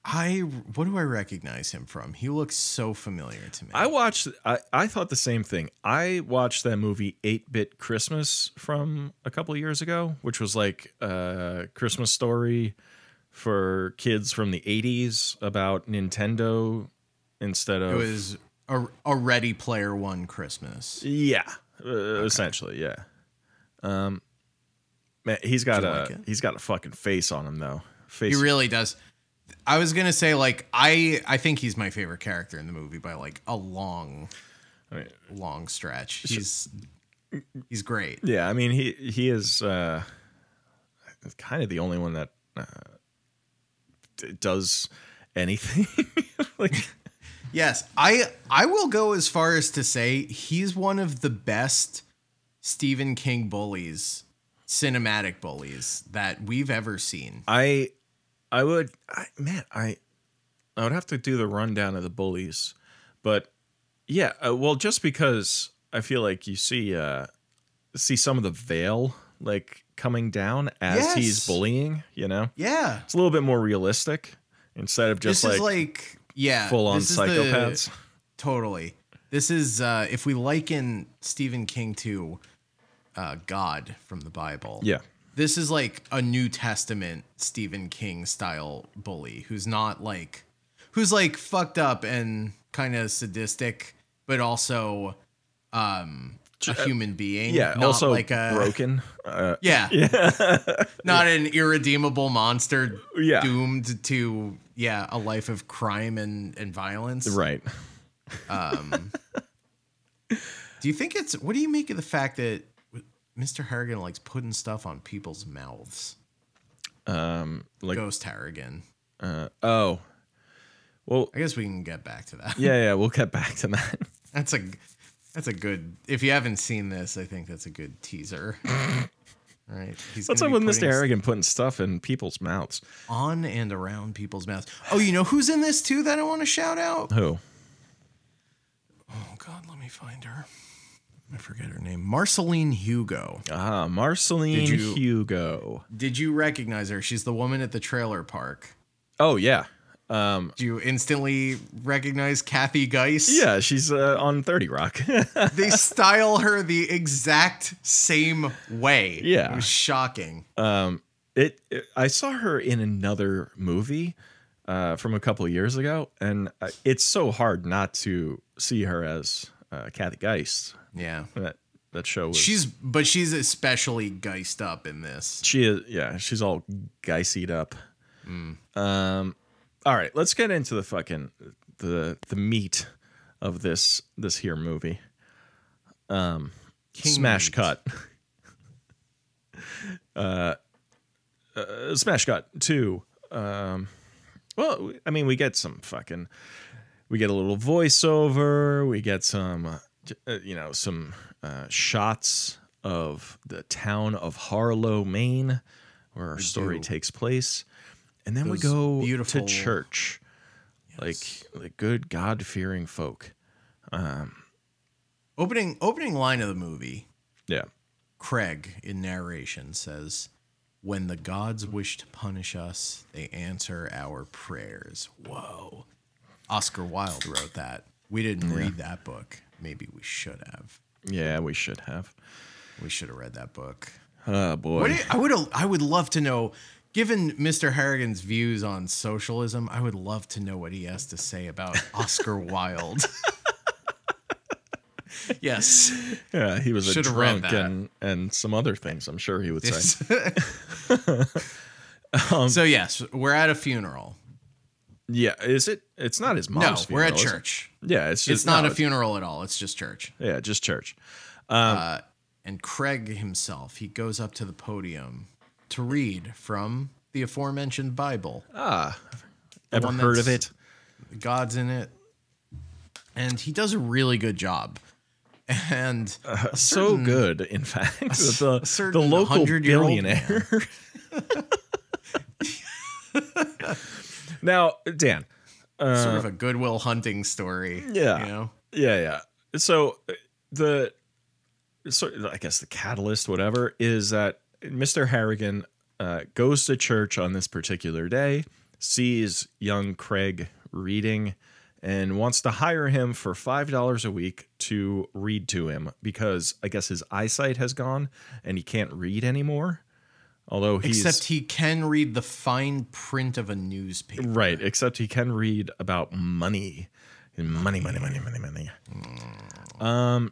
I what do I recognize him from? He looks so familiar to me.
I watched. I, I thought the same thing. I watched that movie Eight Bit Christmas from a couple of years ago, which was like a Christmas story for kids from the '80s about Nintendo instead of
it was a, a Ready Player One Christmas.
yeah, uh, essentially yeah. Um, man, he's got
Did you
a
like it?
he's got a fucking face on him though. Face
He really does. I was gonna say like I I think he's my favorite character in the movie by like a long,
I mean,
long stretch. He's he's great.
Yeah, I mean he he is uh, kind of the only one that uh, d- does anything. like
Yes, I I will go as far as to say he's one of the best Stephen King bullies, cinematic bullies that we've ever seen.
I I would I, man I I would have to do the rundown of the bullies, but yeah, uh, well just because I feel like you see uh, see some of the veil like coming down as he's
Yes.
bullying. You know,
Yeah,
it's a little bit more realistic instead of just like,
this is like yeah
full on
this is the-
psychopaths.
totally this is uh if we liken stephen king to uh god from the bible
Yeah.
this is like a new testament stephen king style bully who's not like who's like fucked up and kind of sadistic but also um a human being
uh, Yeah,
not
also
like a
broken. Uh,
yeah, not an irredeemable monster
Yeah.
doomed to yeah a life of crime and and violence
right.
Do you think it's what do you make of the fact that Mr. Harrigan likes putting stuff on people's mouths?
Um, like
Ghost Harrigan.
uh, oh, well,
I guess we can get back to that.
yeah, yeah. We'll get back to that.
That's a that's a good if you haven't seen this, I think that's a good teaser. right. He's
What's up
gonna
with
be
Mr.
putting
Harrigan putting stuff in people's mouths?
stuff On and around people's mouths. Oh, you know who's in this too that I want to shout out?
Who?
Oh god, let me find her. I forget her name. Marceline Hugo.
Ah, Marceline
Did you-
Hugo.
Did you recognize her? She's the woman at the trailer park.
Oh yeah, um,
Do you instantly recognize Kathy Geist?
yeah. She's uh, on Thirty Rock.
they style her the exact same way.
Yeah.
It was shocking.
um, it, it. I saw her in another movie. Uh, from a couple of years ago, and uh, it's so hard not to see her as uh, Kathy Geist.
Yeah.
That that show was
She's but she's especially geist up in this.
She is, yeah, she's all geisied up. Um, all right, let's get into the fucking the the meat of this this here movie. Um,
King
smash
meat.
cut. uh, uh, smash cut two. Um, well, I mean, we get some fucking, we get a little voiceover, we get some, uh, j- uh, you know, some uh, shots of the town of Harlow, Maine, where our story
do.
takes place, and then
Those
we go
beautiful-
to church, like the good God fearing folk.
Opening opening line of the movie,
Yeah,
Craig in narration says, "When the gods wish to punish us, they answer our prayers." Whoa. Oscar Wilde wrote that. We didn't read that book. Maybe we should have.
yeah, we should have.
We should have read that book.
Oh boy,
What do you- I would I would love to know, given Mr. Harrigan's views on socialism, I would love to know what he has to say about Oscar Wilde. yes,
yeah, he was a
Should've
drunk
read that.
and and some other things. I'm sure he would say. Um,
so yes, we're at a funeral.
yeah, is it? It's not his
No,
mom's.
we're
funeral,
at
is it?
church.
Yeah, it's just
It's not
no,
a funeral at all. It's just church.
Yeah, just church.
And Craig himself, he goes up to the podium to read from the aforementioned Bible.
Ever
one
heard of
that's-
it?
God's in it. And he does a really good job. And
so good, in fact, that the, the
certain
local
100-year-old
billionaire. now, Dan.
sort of a goodwill hunting story.
Uh, Yeah.
You know?
Yeah, yeah. So uh, the so I guess the catalyst, whatever, is that Mr. Harrigan uh, goes to church on this particular day, sees young Craig reading, and wants to hire him for five dollars a week to read to him because I guess his eyesight has gone and he can't read anymore. Although he's
Except he can read the fine print of a newspaper.
Right, except he can read about money. Money, money, money, money, money.
What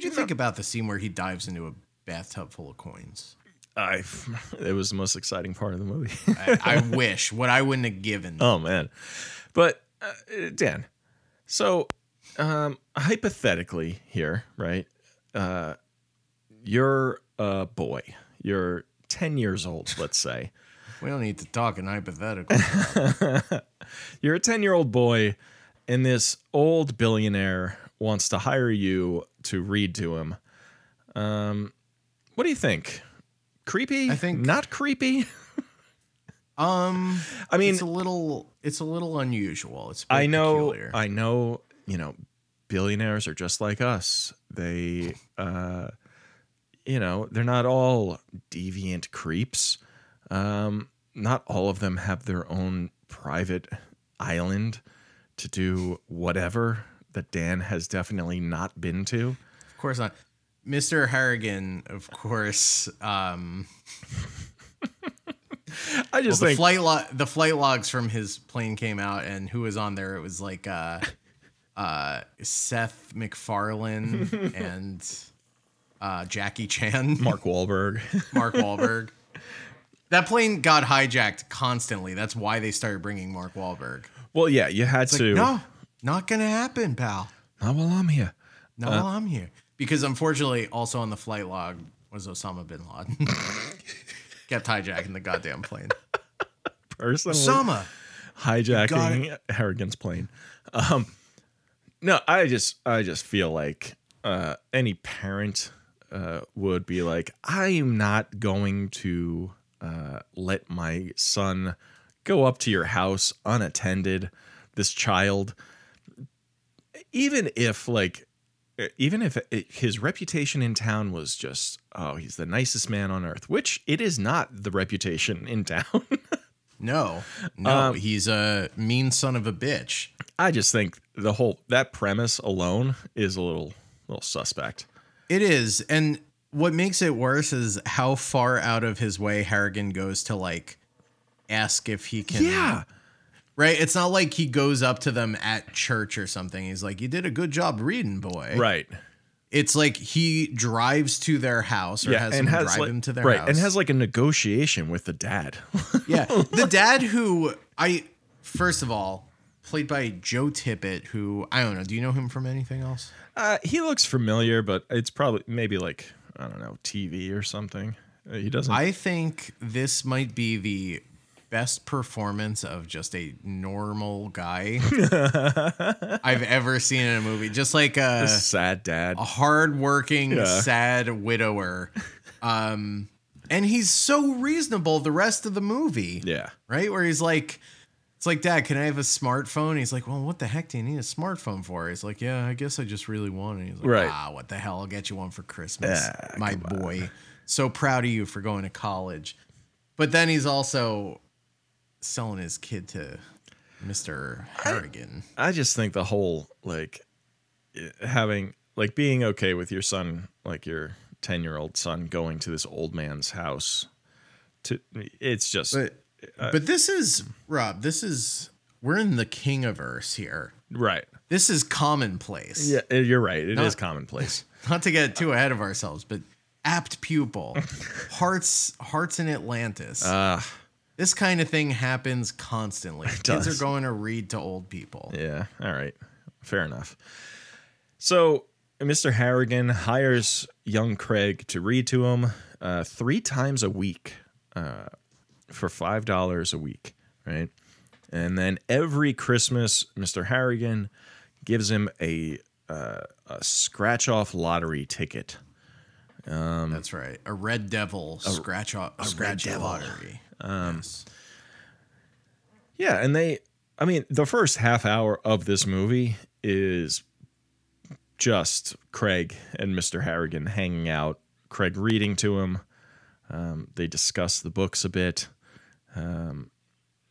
do you think about the scene where he dives into a bathtub full of coins?
I it was the most exciting part of the movie.
I, I wish what I wouldn't have given.
oh man. But uh, Dan. So um hypothetically here, right? Uh you're a boy. You're 10 years old, let's say.
We don't need to talk in hypothetical.
You're a 10 year old boy, and this old billionaire wants to hire you to read to him. Um, what do you think? Creepy?
I think-
not creepy.
Um,
I mean,
it's a little, it's a little unusual. It's a bit
I know,
peculiar.
I know, you know, billionaires are just like us. They, uh, you know, they're not all deviant creeps. Um, not all of them have their own private island to do whatever that Dan has definitely not been to.
Of course not. Mr. Harrigan, of course. Um,
I
well,
just
the
think,
flight lo- the flight logs from his plane came out, and who was on there? It was like uh, uh, Seth MacFarlane and uh, Jackie Chan,
Mark Wahlberg.
Mark Wahlberg. That plane got hijacked constantly. That's why they started bringing Mark Wahlberg.
well, yeah, you had
It's like,
to.
no, not gonna happen, pal.
Not while I'm here.
No, I'm here. Because unfortunately, also on the flight log was Osama bin Laden. Kept hijacking the goddamn plane.
Personally,
Osama.
hijacking Harrigan's plane. Um, no, I just I just feel like uh, any parent uh, would be like, I am not going to uh, let my son go up to your house unattended. This child, even if like, even if it, his reputation in town was just, oh, he's the nicest man on earth, which it is not the reputation in town.
No, no,
Um,
he's a mean son of a bitch.
I just think the whole that premise alone is a little little suspect.
It is. And what makes it worse is how far out of his way Harrigan goes to like ask if he can. Right? It's not like he goes up to them at church or something. He's like, You did a good job reading, boy.
Right.
It's like he drives to their house or
Yeah,
has
and
them
has
drive
like,
him to their
right,
house.
and has like a negotiation with the dad.
yeah. The dad who I, first of all, played by Joe Tippett, who I don't know. Do you know him from anything else?
uh, he looks familiar, but it's probably maybe like I don't know TV or something. Uh, He doesn't.
I think this might be the best performance of just a normal guy I've ever seen in a movie. Just like uh, a,
sad dad.
a hardworking,
Yeah.
sad widower. Um, And he's so reasonable the rest of the movie.
Yeah.
Right? Where he's like, it's like, Dad, can I have a smartphone? He's like, Well, what the heck do you need a smartphone for? He's like, Yeah, I guess I just really want it. He's like,
Right.
Ah, what the hell? I'll get you one for Christmas.
Ah,
my boy. So proud of you for going to college. But then he's also selling his kid to Mr. Harrigan.
I just think the whole like eh, having like being okay with your son, like your ten year old son, going to this old man's house. To it's just
But
uh,
but this is Rob. This is we're in the king of verse here.
right.
This is commonplace.
Yeah, eh, you're right. It is
Not-
commonplace.
Not to get too ahead of ourselves, but apt pupil, hearts hearts in Atlantis.
Uh,
this kind of thing happens constantly. Kids
does.
are going to read to old people.
Yeah. All right. Fair enough. So Mr. Harrigan hires young Craig to read to him uh, three times a week uh, for five dollars a week, right? And then every Christmas, Mr. Harrigan gives him a uh, a scratch off lottery ticket.
That's right. A red devil scratch off a scratch
devil. Um,
lottery. Yes.
Yeah, and they I mean, the first half hour of this movie is just Craig and Mr. Harrigan hanging out, Craig reading to him. Um, they discuss the books a bit.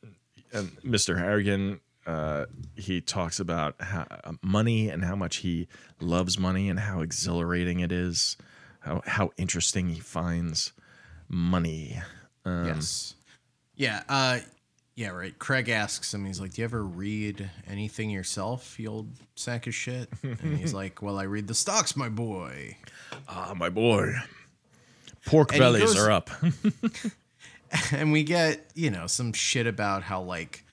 Um, and Mr. Harrigan, uh, he talks about how, uh, money and how much he loves money and how exhilarating it is, how, how interesting he finds money. um.
yes. Yeah. Uh, yeah. Right. Craig asks him. He's like, "Do you ever read anything yourself, you old sack of shit?" And he's like, "Well, I read the stocks, my boy."
Ah, my boy. Pork
And he
bellies
goes-
are up.
and we get you know some shit about how like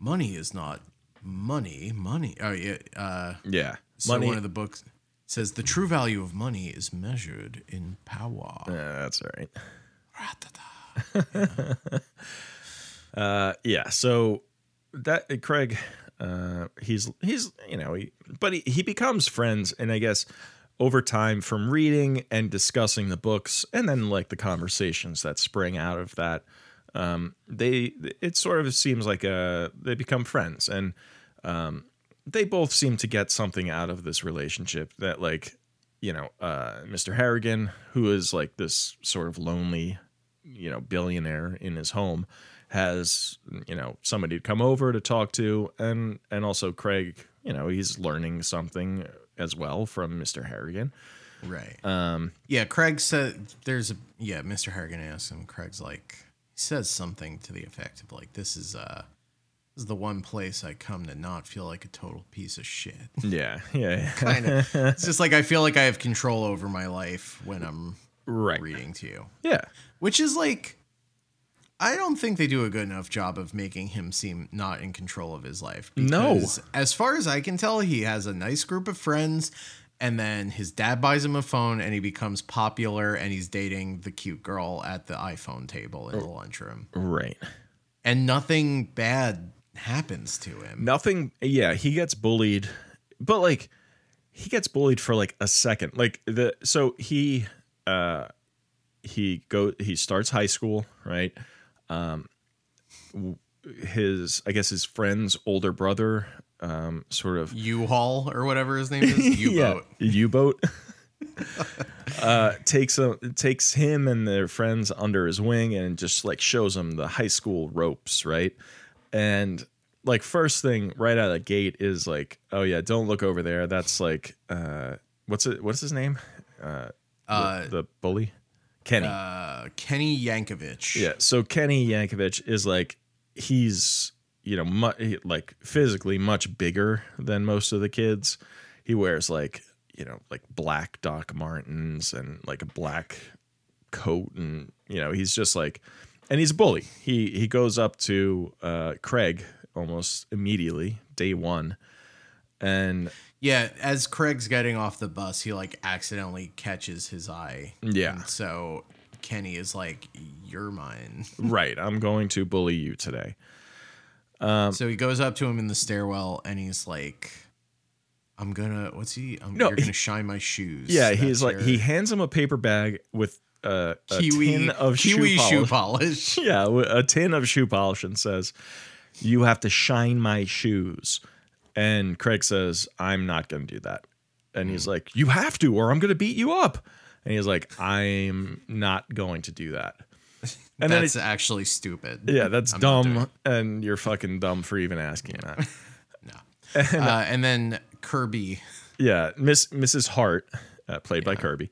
money is not money money oh yeah uh
Yeah.
so one of the books says the true value of money is measured in power
Yeah, that's all right.
Ra-ta-ta.
Uh, yeah. So that uh, Craig, uh, he's he's you know he but he, he becomes friends and I guess over time from reading and discussing the books and then like the conversations that spring out of that um, they it sort of seems like uh they become friends and um, they both seem to get something out of this relationship that like you know uh, Mr. Harrigan who is like this sort of lonely you know billionaire in his home has you know somebody to come over to talk to and and also Craig you know he's learning something as well from Mr. Harrigan
right Um, yeah craig said there's a yeah mr harrigan asks him craig's like he says something to the effect of like this is uh this is the one place i come to not feel like a total piece of shit
yeah yeah, yeah.
kind of it's just like i feel like i have control over my life when i'm
right
reading to you
yeah
which is like I don't think they do a good enough job of making him seem not in control of his life.
No.
because As far as I can tell, he has a nice group of friends and then his dad buys him a phone and he becomes popular and he's dating the cute girl at the iPhone table
Oh.
in the lunchroom.
right
And nothing bad happens to him.
nothing yeah he gets bullied but like he gets bullied for like a second like the so he uh he go he starts high school right um w- his i guess his friend's older brother um sort of
U-Haul or whatever his name is. U-boat.
yeah, U-boat. uh, takes a, takes him and their friends under his wing and just like shows them the high school ropes, right? And like first thing right out of the gate is like, oh yeah, don't look over there. That's like, uh, what's it? What's his name?
Uh,
the bully, Kenny.
uh, Kenny Yankovich.
Yeah. So Kenny Yankovic is like he's you know mu- he- like physically much bigger than most of the kids. He wears like you know like black Doc Martens and like a black coat and you know he's just like and he's a bully. He he goes up to uh, Craig almost immediately day one and
Yeah, as Craig's getting off the bus, he like accidentally catches his eye.
Yeah.
And so Kenny is like, "You're mine."
right I'm going to bully you today. Um,
so he goes up to him in the stairwell and he's like, "I'm gonna what's he? I'm
No,
you're gonna
he-
shine my shoes."
Yeah,
That's
he's like
your-
he hands him a paper bag with uh, a, a
Kiwi
tin of
Kiwi
shoe
shoe
polish.
polish.
yeah, w- a tin of shoe polish and says, "You have to shine my shoes." And Craig says, "I'm not going to do that." And
Hmm.
he's like, "You have to, or I'm going to beat you up." And he's like, "I'm not going to do that." And then
That's
it's
actually stupid.
yeah, that's
I'm not doing
dumb, and you're fucking dumb for even asking that.
it. Uh, and then Kirby,
Yeah, Miss Mrs. Hart, uh, played by Kirby,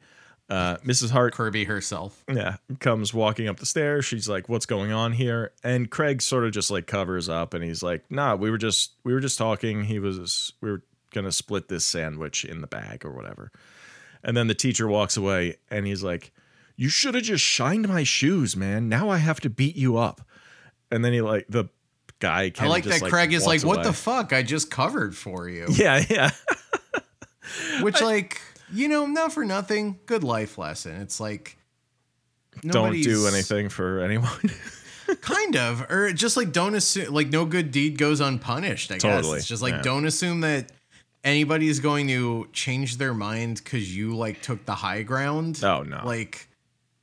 uh, Mrs. Hart
Kirby herself.
yeah comes walking up the stairs she's like what's going on here and craig sort of just like covers up and he's like nah we were just we were just talking he was we were gonna split this sandwich in the bag or whatever and then the teacher walks away and he's like you should have just shined my shoes man now i have to beat you up and then he like the guy
I
kinda
like
just,
that Craig is
walks
like, "What
away."
the fuck? I just covered for you."
yeah yeah
Which, like, you know, not for nothing. Good life lesson. It's like
don't do
nobody's-
anything for anyone
kind of, or just like don't assume. Like, no good deed goes unpunished. I
Totally,
guess it's just like
yeah.
don't assume that anybody's going to change their mind because you like took the high ground.
oh no
like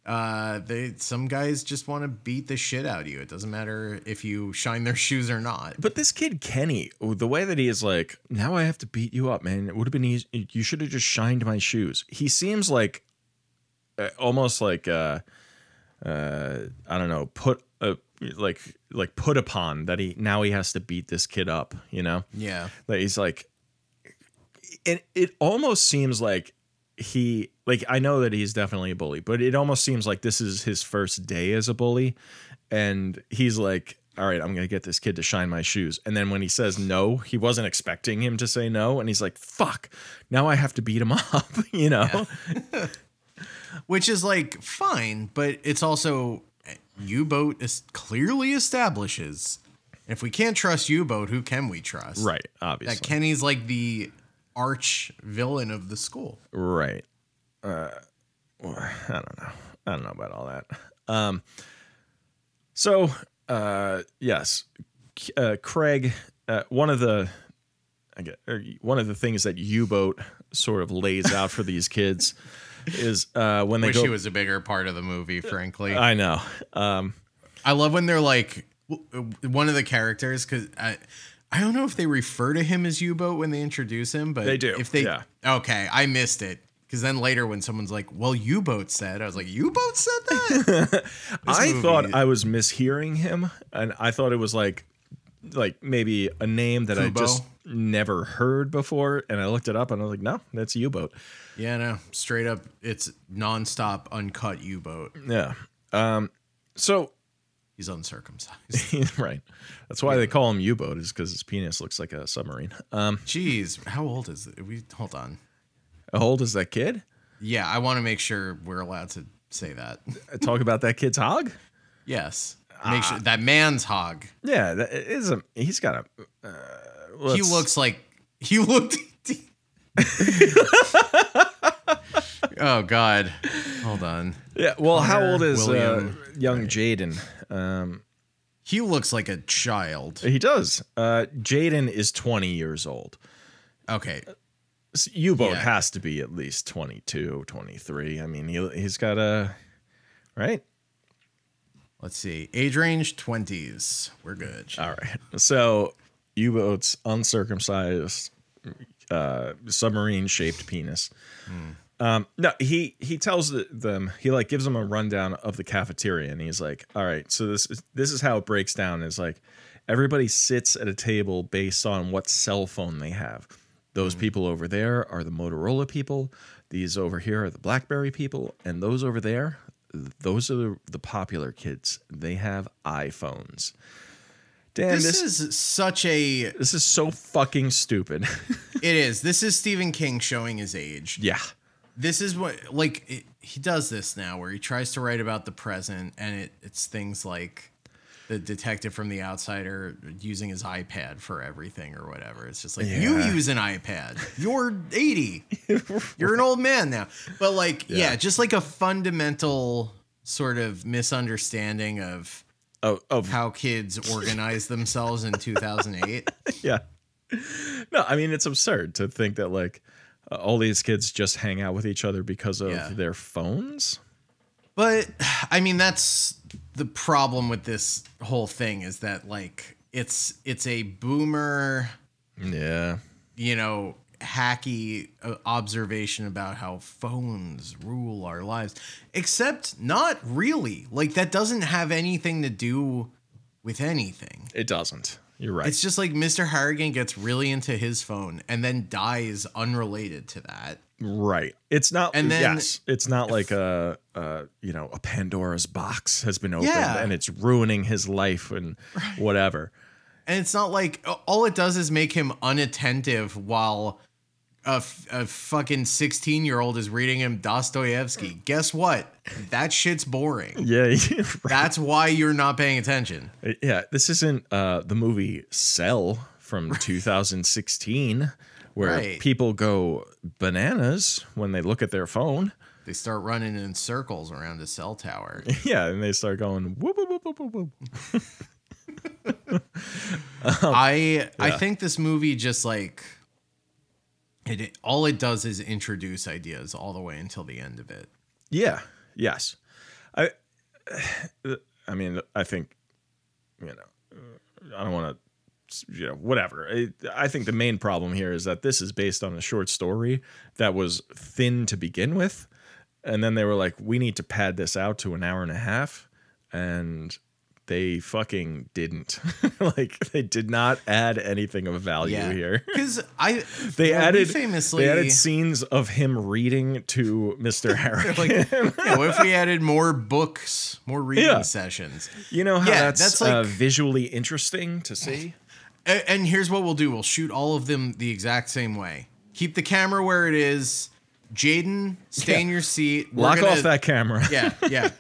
uh they some guys just want to beat the shit out of you it doesn't matter if you shine their shoes or not
But this kid Kenny, the way that he is like, now I have to beat you up, man. It would have been easy. You should have just shined my shoes. He seems like uh, almost like uh, uh, I don't know, put uh, like like put upon that he now he has to beat this kid up. You know,
yeah
that he's like, and it almost seems like he like I know that he's definitely a bully, but it almost seems like this is his first day as a bully, and he's like, "All right, I'm gonna get this kid to shine my shoes." And then when he says no, he wasn't expecting him to say no, and he's like, "Fuck, now I have to beat him up," you know?
which is like fine but it's also u-boat is clearly establishes if we can't trust u-boat who can we trust
Right, obviously.
that kenny's like the arch villain of the school
Right. Uh, or- I don't know. I don't know about all that. Um, so, uh, yes, C- uh, Craig, uh, one of the, I guess, or one of the things that U-boat sort of lays out for these kids is uh, when they
wish
go. Uh,
he was a bigger part of the movie frankly
I know. Um,
I love when they're like w- w- one of the characters because I, I don't know if they refer to him as U boat when they introduce him, but
They do,
If they
yeah.
okay, I missed it because then later when someone's like, "Well, U boat said," I was like, "U boat said that."
I
movie-
thought I was mishearing him, and I thought it was like, like maybe a name that I
Fubo?
just never heard before, and I looked it up, and I was like, no, that's U-boat.
yeah, no, straight up, it's nonstop uncut U boat.
Yeah. Um, so
He's uncircumcised.
right. That's why they call him U-boat is because his penis looks like a submarine. Um,
Jeez, how old is it? We hold on.
how old is that kid?
Yeah, I want to make sure we're allowed to say that.
Uh, Talk about that kid's hog.
Yes, make
Ah.
sure that man's hog.
Yeah, that is a. He's got a. Uh,
he
let's-
looks like he looked. oh God! Hold on.
Yeah. Well, how
Connor
old is uh,
William-
young Jaden? Um,
He looks like a child.
he does. Uh, Jaden is twenty years old.
Okay,
S- U-boat
Yeah.
has to be at least 22, 23. I mean, he he's got a. Right.
let's see. Age range twenties. We're good.
All right. So U boats, uncircumcised, uh, submarine shaped penis.
Hmm.
Um, no, he he tells th- them he like gives them a rundown of the cafeteria, and he's like, "All right, so this is this is how it breaks down. Is like everybody sits at a table based on what cell phone they have.
Hmm.
Those people over there are the Motorola people. These over here are the BlackBerry people, and those over there, those are the, the popular kids. They have iPhones. Dan,
This,
this, this,
is such a. It
is so fucking stupid.
is. This is Stephen King showing his age.
yeah,
This is what like it, he does this now, where he tries to write about the present, and it, it's things like the detective from The Outsider using his iPad for everything or whatever. It's just like you
Yeah.
use an iPad. You're 80. You're an old man now. But like, yeah. just like a fundamental sort of misunderstanding of
oh, oh
how kids organize themselves in 2008.
yeah. No, I mean it's absurd to think that like uh, all these kids just hang out with each other because of
Yeah.
their phones.
But I mean, that's the problem with this whole thing is that like it's it's a boomer,
Yeah.
you know, hacky uh, observation about how phones rule our lives. Except not really. Like that doesn't have anything to do with anything.
It doesn't. You're right.
It's just like Mr. Harrigan gets really into his phone and then dies unrelated to that.
right. It's not.
And then-
yes. It's not like a, a you know a Pandora's box has been opened
Yeah.
and it's ruining his life and whatever.
And it's not like all it does is make him unattentive while a, f- a fucking 16 year old is reading him Dostoevsky. Guess what? That shit's boring.
Yeah. you're right.
That's why you're not paying attention.
Yeah. This isn't uh, the movie Cell from 2016 where
Right.
people go bananas when they look at their phone.
They start running in circles around a cell tower.
Yeah, and they start going whoop whoop whoop whoop whoop. whoop. Oh,
I I think this movie just like it all it does is introduce ideas all the way until the end of it.
Yeah. Yes. I. I mean, I think, you know, I don't want to, you know, whatever. I, I think the main problem here is that this is based on a short story that was thin to begin with, and then they were like, we need to pad this out to an hour and a half, and they fucking didn't. like, they did not add anything of value
Yeah.
here.
Cuz I
They
well, we
added
famously
They added scenes of him reading to Mr. Harrigan.
like, yeah, what if we added more books, more reading
Yeah.
sessions?
You know how
Yeah,
that's,
that's
uh,
like-
visually interesting to see?
A- And here's what we'll do: we'll shoot all of them the exact same way. Keep the camera where it is. Jaden, stay in your seat. We're
Lock
gonna-
off that camera.
Yeah, yeah.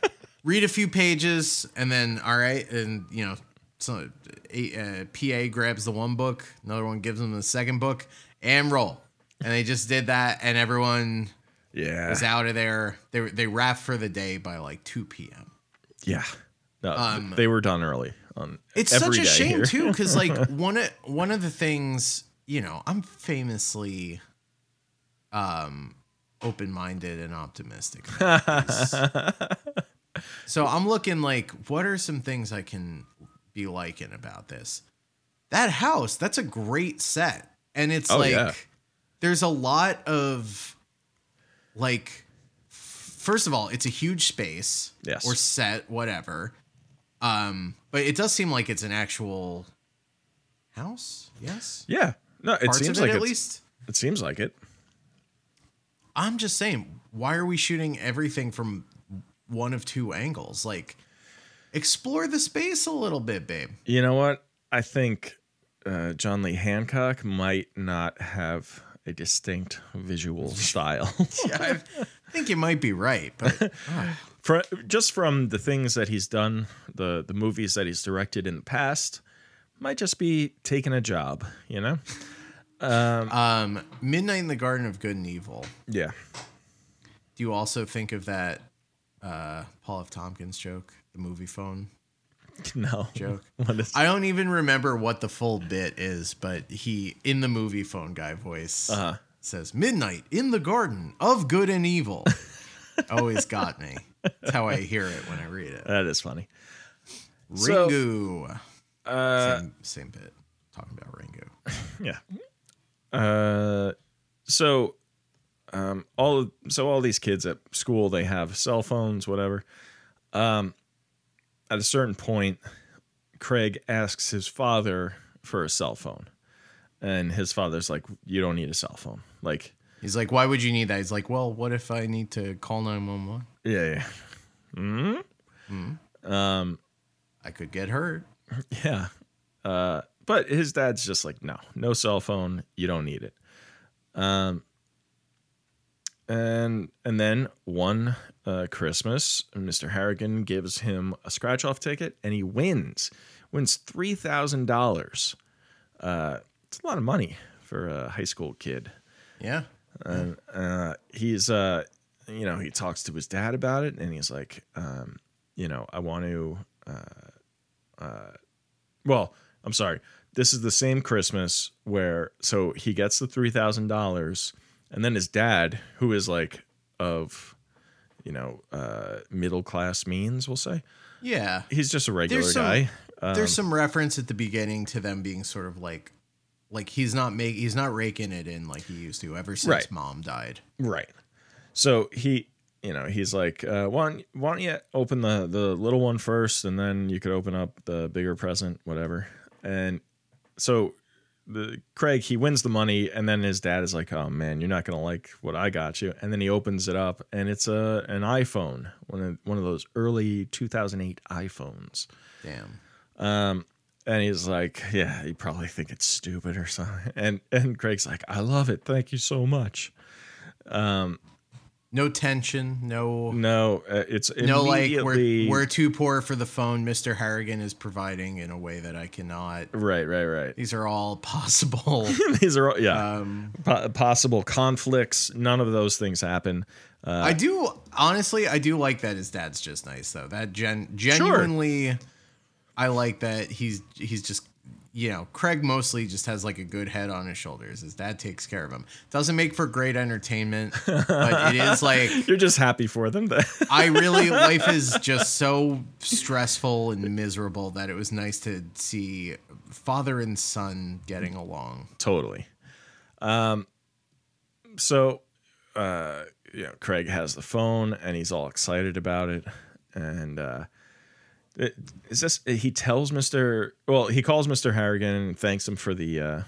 Read a few pages, and then all right, and you know, so a, uh, PA grabs the one book, another one gives them the second book, and roll. And they just did that, and everyone
Yeah.
was out of there. They were- they wrapped for the day by like two p.m.
yeah. No, th- they were done early. On
Um, It's
every
such a
day
shame
here.
too, because like one of one of the things you know, I'm famously um open minded and optimistic. about these. so I'm looking like, what are some things I can be liking about this? That house, that's a great set, and it's
Oh,
like
yeah.
there's a lot of like. First of all, it's a huge space
Yes.
or set, whatever. Um, but it does seem like it's an actual house. Yes,
Yeah. No, it
parts
seems
of it
like
at
it's-
least.
It seems like it.
I'm just saying, why are we shooting everything from one of two angles? Like, explore the space a little bit, babe.
You know what? I think uh, John Lee Hancock might not have a distinct visual style.
I think you might be right, but
Fr just from the things that he's done, the the movies that he's directed in the past, might just be taking a job, you know?
um, Midnight in the Garden of Good and Evil.
Yeah.
Do you also think of that uh, Paul F. Tompkins joke, the movie phone?
No.
Joke.
What is-
I don't even remember what the full bit is, but he in the movie phone guy voice
Uh-huh.
says midnight in the garden of good and evil. Always got me. That's how I hear it when I read it.
that is funny. So-
Ringu.
Uh,
same, same bit. Talking about Ringu.
yeah. Uh, so, um, all of- so all these kids at school they have cell phones, whatever. Um, at a certain point, Craig asks his father for a cell phone, and his father's like, "You don't need a cell phone." Like,
He's like, why would you need that? He's like, well, what if I need to call 911?
yeah, yeah,
I could get hurt.
Yeah. Uh, but his dad's just like, no, no cell phone. You don't need it. Um, and and then one uh, Christmas, Mr. Harrigan gives him a scratch off ticket, and he wins. Wins three thousand dollars. Uh, It's a lot of money for a high school kid
Yeah.
uh, he's uh you know he talks to his dad about it and he's like um you know i want to uh, uh well i'm sorry this is the same christmas where so he gets the $3000 and then his dad who is like of you know uh, middle class means. We'll say
Yeah.
he's just a regular
some-
guy.
There's
Um,
some reference at the beginning to them being sort of like like he's not make he's not raking it in like he used to ever since
Right.
mom died.
Right. So he, you know, he's like, uh, why, don't, why don't you open the, the little one first and then you could open up the bigger present, whatever. And so the Craig, he wins the money and then his dad is like, oh man, you're not going to like what I got you. And then he opens it up and it's a, an iPhone, one of, one of those early 2008 iPhones.
Damn.
And he's like, yeah, you probably think it's stupid or something. And, and Craig's like, I love it. Thank you so much.
No tension, no
No, uh, it's
no like we're
immediately-
we're too poor for the phone Mr. Harrigan is providing in a way that I cannot.
Right, right, right.
These are all possible.
These are all, yeah
um
po- possible conflicts. None of those things happen.
I do honestly, I do like that his dad's just nice though. That gen genuinely, I like that he's he's just you know Craig mostly just has like a good head on his shoulders. His dad takes care of him. Doesn't make for great entertainment, but it is like
You're just happy for them. That
I really life is just so stressful and miserable that it was nice to see father and son getting along.
totally. Um, so, uh, you know, Craig has the phone and he's all excited about it. And uh, it- is this? He tells Mister. Well, he calls Mister Harrigan and thanks him for the uh,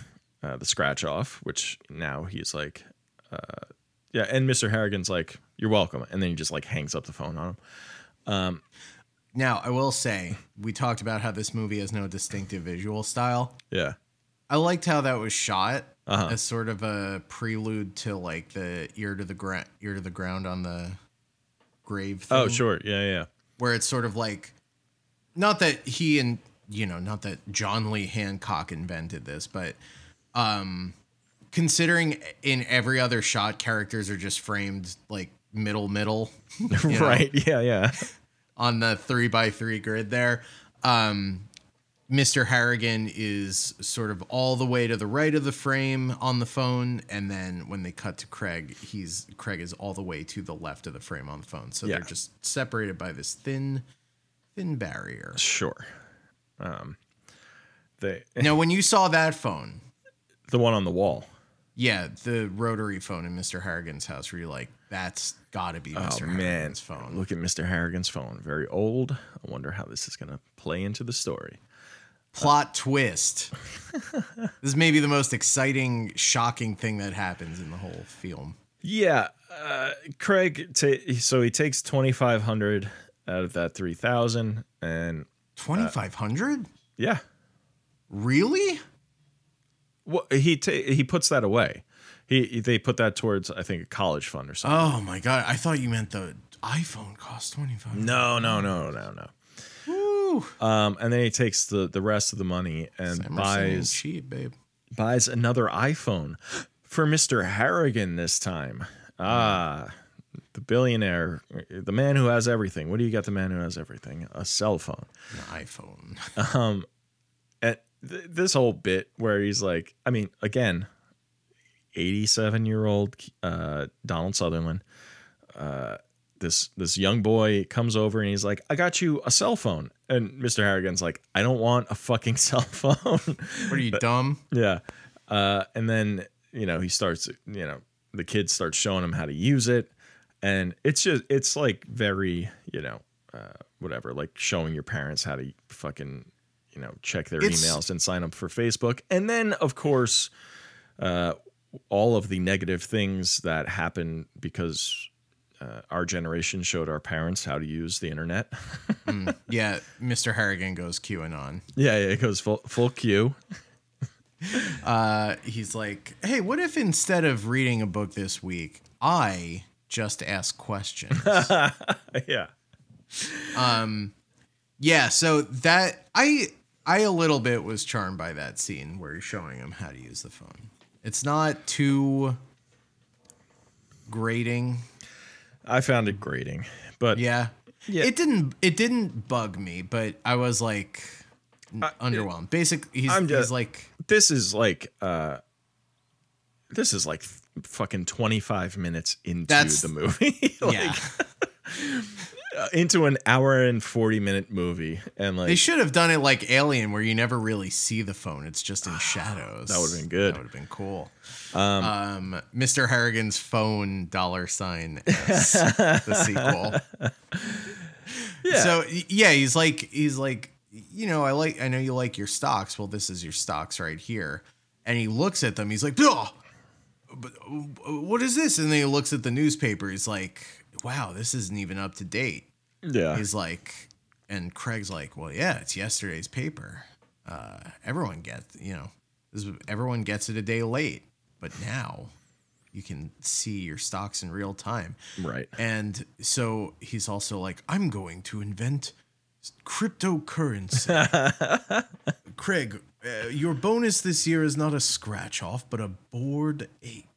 uh, the scratch off, which now he's like, uh, yeah. And Mister Harrigan's like, "You're welcome," and then he just like hangs up the phone on him.
Now, I will say, we talked about how this movie has no distinctive visual style.
Yeah.
I liked how that was shot as sort of a prelude to like the ear to the ground, ear to the ground on the grave. Thing,
Oh, sure. Yeah, yeah.
Where it's sort of like, not that he and you know, not that John Lee Hancock invented this, but um, considering in every other shot characters are just framed like middle middle, you know?
Right. Yeah, yeah.
on the three by three grid there. Um, Mr. Harrigan is sort of all the way to the right of the frame on the phone, and then when they cut to Craig, he's Craig is all the way to the left of the frame on the phone. So
Yeah.
they're just separated by this thin, thin barrier.
Sure. Um the
now, when you saw that phone,
the one on the wall.
yeah, the rotary phone in Mr. Harrigan's house, where you're like, that's got to be Mr. Harrigan's phone.
Oh, Look at Mr. Harrigan's phone. Very old. I wonder how this is going to play into the story.
plot twist. this is maybe the most exciting, shocking thing that happens in the whole film.
Yeah, uh, Craig ta- so he takes 2500 out of that 3000 and
2500?
yeah.
really?
Well, he ta- he puts that away. He they put that towards I think a college fund or something.
Oh my god, I thought you meant the iPhone cost 25.
Oh, No, no, no, no, no.
Woo.
Um, and then he takes the the rest of the money and
Summer saying
buys
cheap, babe.
buys another iPhone for Mr. Harrigan this time. Ah, the billionaire, the man who has everything. What do you got? The man who has everything, a cell phone.
An iPhone.
And th- this whole bit where he's like, I mean, again, 87 year old uh, Donald Sutherland. Uh, this this young boy comes over and he's like, I got you a cell phone. And Mr. Harrigan's like, I don't want a fucking cell phone.
What are you dumb?
Yeah. Uh, and then, you know, he starts, you know, the kid starts showing him how to use it. And it's just, it's like very, you know, uh, whatever, like showing your parents how to fucking, you know, check their
It's-
emails and sign up for Facebook. And then, of course, uh, all of the negative things that happen because uh, our generation showed our parents how to use the internet.
Yeah, Mr. Harrigan goes QAnon.
yeah, yeah, it goes full full queue.
Uh, he's like, "Hey, what if instead of reading a book this week, I just ask questions?"
yeah,
Yeah, so that I I a little bit was charmed by that scene where you're showing him how to use the phone. It's not too grating.
I found it grating, but
Yeah.
Yeah.
It didn't it didn't bug me, but I was like underwhelmed. Basically he's,
I'm just-
he's like
this is like uh this is like f- fucking 25 minutes into
That's-
the movie Like, uh,
yeah.
into an hour and 40 minute movie and like
They should have done it like Alien, where you never really see the phone. It's just in shadows.
That would've been good.
That would have been cool. Um, Mr. Harrigan's phone dollar sign is the sequel.
Yeah.
So y- yeah, he's like he's like you know I like I know you like your stocks. Well, this is your stocks right here, and he looks at them. He's like, oh, but uh, what is this? And then he looks at the newspaper. He's like, wow, this isn't even up to date.
yeah
He's like, and Craig's like, well, yeah, it's yesterday's paper. Uh, everyone gets, you know, this is, everyone gets it a day late, but now you can see your stocks in real time.
right
And so he's also like, I'm going to invent s- cryptocurrency. Craig, uh, your bonus this year is not a scratch off, but a bored ape.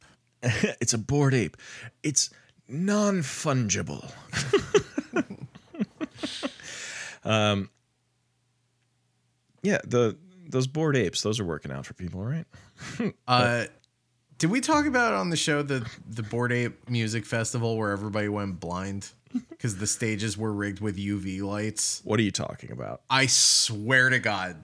it's a bored ape it's non-fungible um Um, yeah the those bored apes those are working out for people right
Uh, did we talk about on the show the the Board Ape Music Festival where everybody went blind because the stages were rigged with UV lights?
what are you talking about
I swear to God,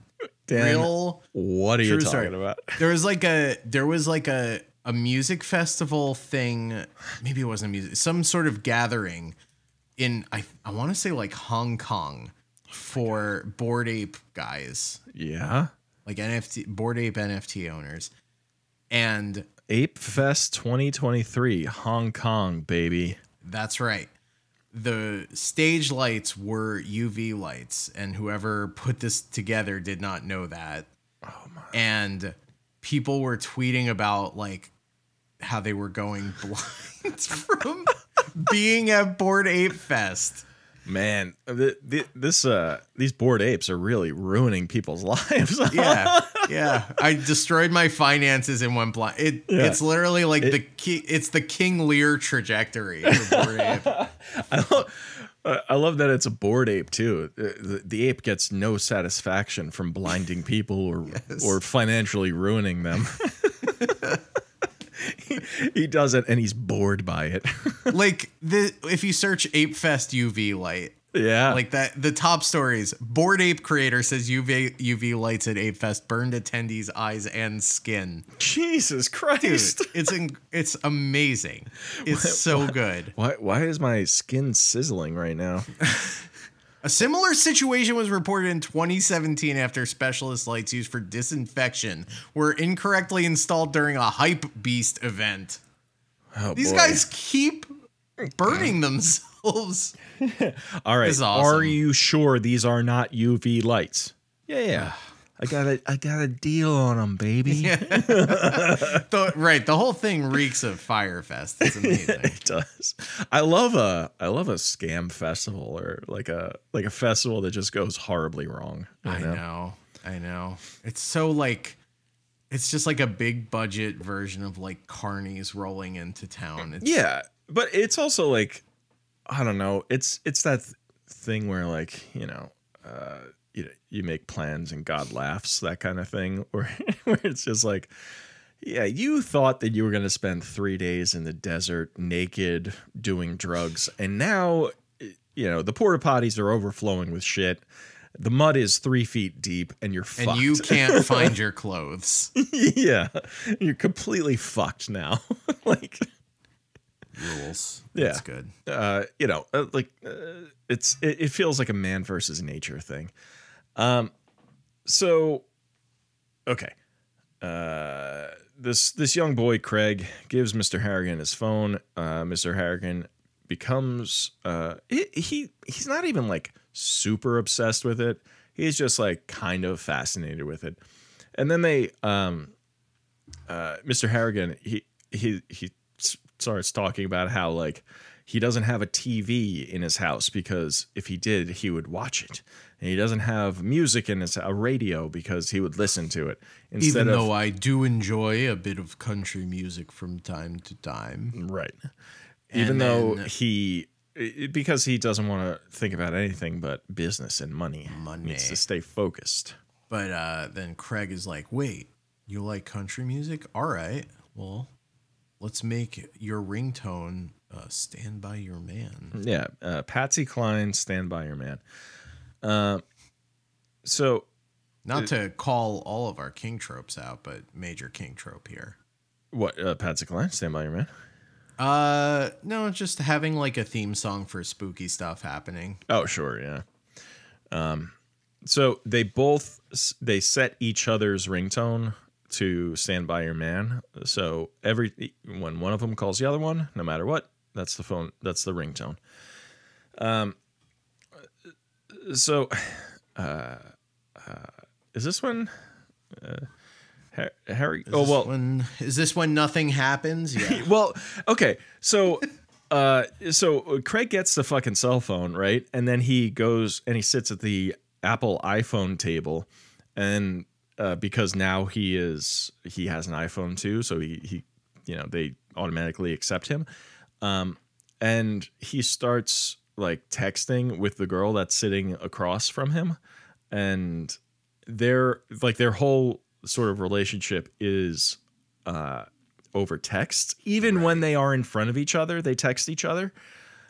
Dan,
real.
what are you
True
talking
story.
about
There was like a there was like a a music festival thing. Maybe it wasn't a music, some sort of gathering in I I want to say like Hong Kong for Board Ape guys,
yeah
like NFT Board Ape NFT owners, and
ape fest 2023 hong kong baby
That's right. The stage lights were UV lights, and whoever put this together did not know that.
oh my
And people were tweeting about like how they were going blind from being at Board Ape Fest.
Man, th- th- this uh, these bored apes are really ruining people's lives.
Yeah, yeah. I destroyed my finances and went blind. It,
Yeah.
It's literally like
It-
the ki- it's the King Lear trajectory. For Bored Ape.
I, lo- uh, I love that it's a bored ape too. Uh, The, the ape gets no satisfaction from blinding people or
Yes.
or financially ruining them. he, he does it, and he's bored by it.
like the if you search Ape Fest UV light,
yeah,
like that the top stories bored ape creator says uv uv lights at ape fest burned attendees eyes and skin
Jesus
Dude,
Christ.
it's in, it's amazing it's so good
Why, why is my skin sizzling right now?
a similar situation was reported in 2017 after specialist lights used for disinfection were incorrectly installed during a hype beast event
Oh,
these
boy.
guys keep burning themselves
All right.
is awesome.
Are you sure these are not UV lights? Yeah, yeah. I got a I got a deal on them, baby.
the, right the whole thing reeks of firefest. it's amazing
It does. I love a I love a scam festival or like a like a festival that just goes horribly wrong. you
I know. I know. It's so like it's just like a big budget version of like carnies rolling into town. It's,
Yeah, but it's also like I don't know. It's it's that th- thing where like you know. Uh, you, you make plans and God laughs, that kind of thing, where, where it's just like, yeah, you thought that you were going to spend three days in the desert naked doing drugs. And now, you know, the porta potties are overflowing with shit. The mud is three feet deep and you're
and
fucked.
you can't find your clothes.
yeah. You're completely fucked now. like,
Rules.
Yeah.
That's good.
uh, you know, uh, like uh, it's it, it feels like a man versus nature thing. Um, so okay, uh, this this young boy Craig gives Mister Harrigan his phone. Uh, Mister Harrigan becomes uh, he, he he's not even like super obsessed with it. He's just like kind of fascinated with it. And then they um, uh, Mr. Harrigan, he he he s- starts talking about how like he doesn't have a TV in his house because if he did, he would watch it, and he doesn't have music in his a radio because he would listen to it instead
Even
of
though I do enjoy a bit of country music from time to time.
right. Even though
then-
he i- because he doesn't want to think about anything but business and money,
Money.
needs to stay focused.
But uh then Craig is like, "Wait, you like country music? All right. Well, let's make your ringtone uh, "Stand by Your Man."
Yeah, uh, Patsy Cline, Stand By Your Man. Uh, so
Not to call all of our king tropes out, but major king trope here.
what? Uh, Patsy Cline, Stand By Your Man.
Uh, no, just having like a theme song for spooky stuff happening.
Oh, sure, yeah. Um, so they both they set each other's ringtone to "Stand by Your Man." So every when one of them calls the other one, no matter what, that's the phone. That's the ringtone. Um, so uh, uh, is this one? Uh, Har- Harry. oh
Is this
well, Uh,
when, is this when nothing happens? Yeah.
well, okay. So uh so Craig gets the fucking cell phone, right? And then he goes and he sits at the Apple iPhone table and uh because now he is he has an iPhone too, so he he you know, they automatically accept him. Um and he starts like texting with the girl that's sitting across from him and their like their whole sort of relationship is uh over text even when they are in front of each other they text each other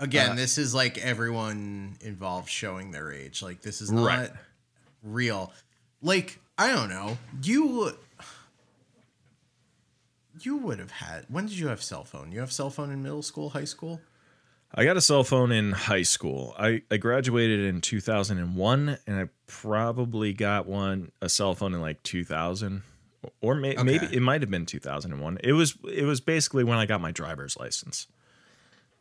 Again, this is like everyone involved showing their age. Like this is not
Right.
real. Like I don't know. You you would have had. When did you have cell phone? You have cell phone in middle school, high school.
i got a cell phone in high school i, I graduated in 2001 and i probably got one a cell phone in like 2000 or may, maybe it might have been 2001 it was it was basically when i got my driver's license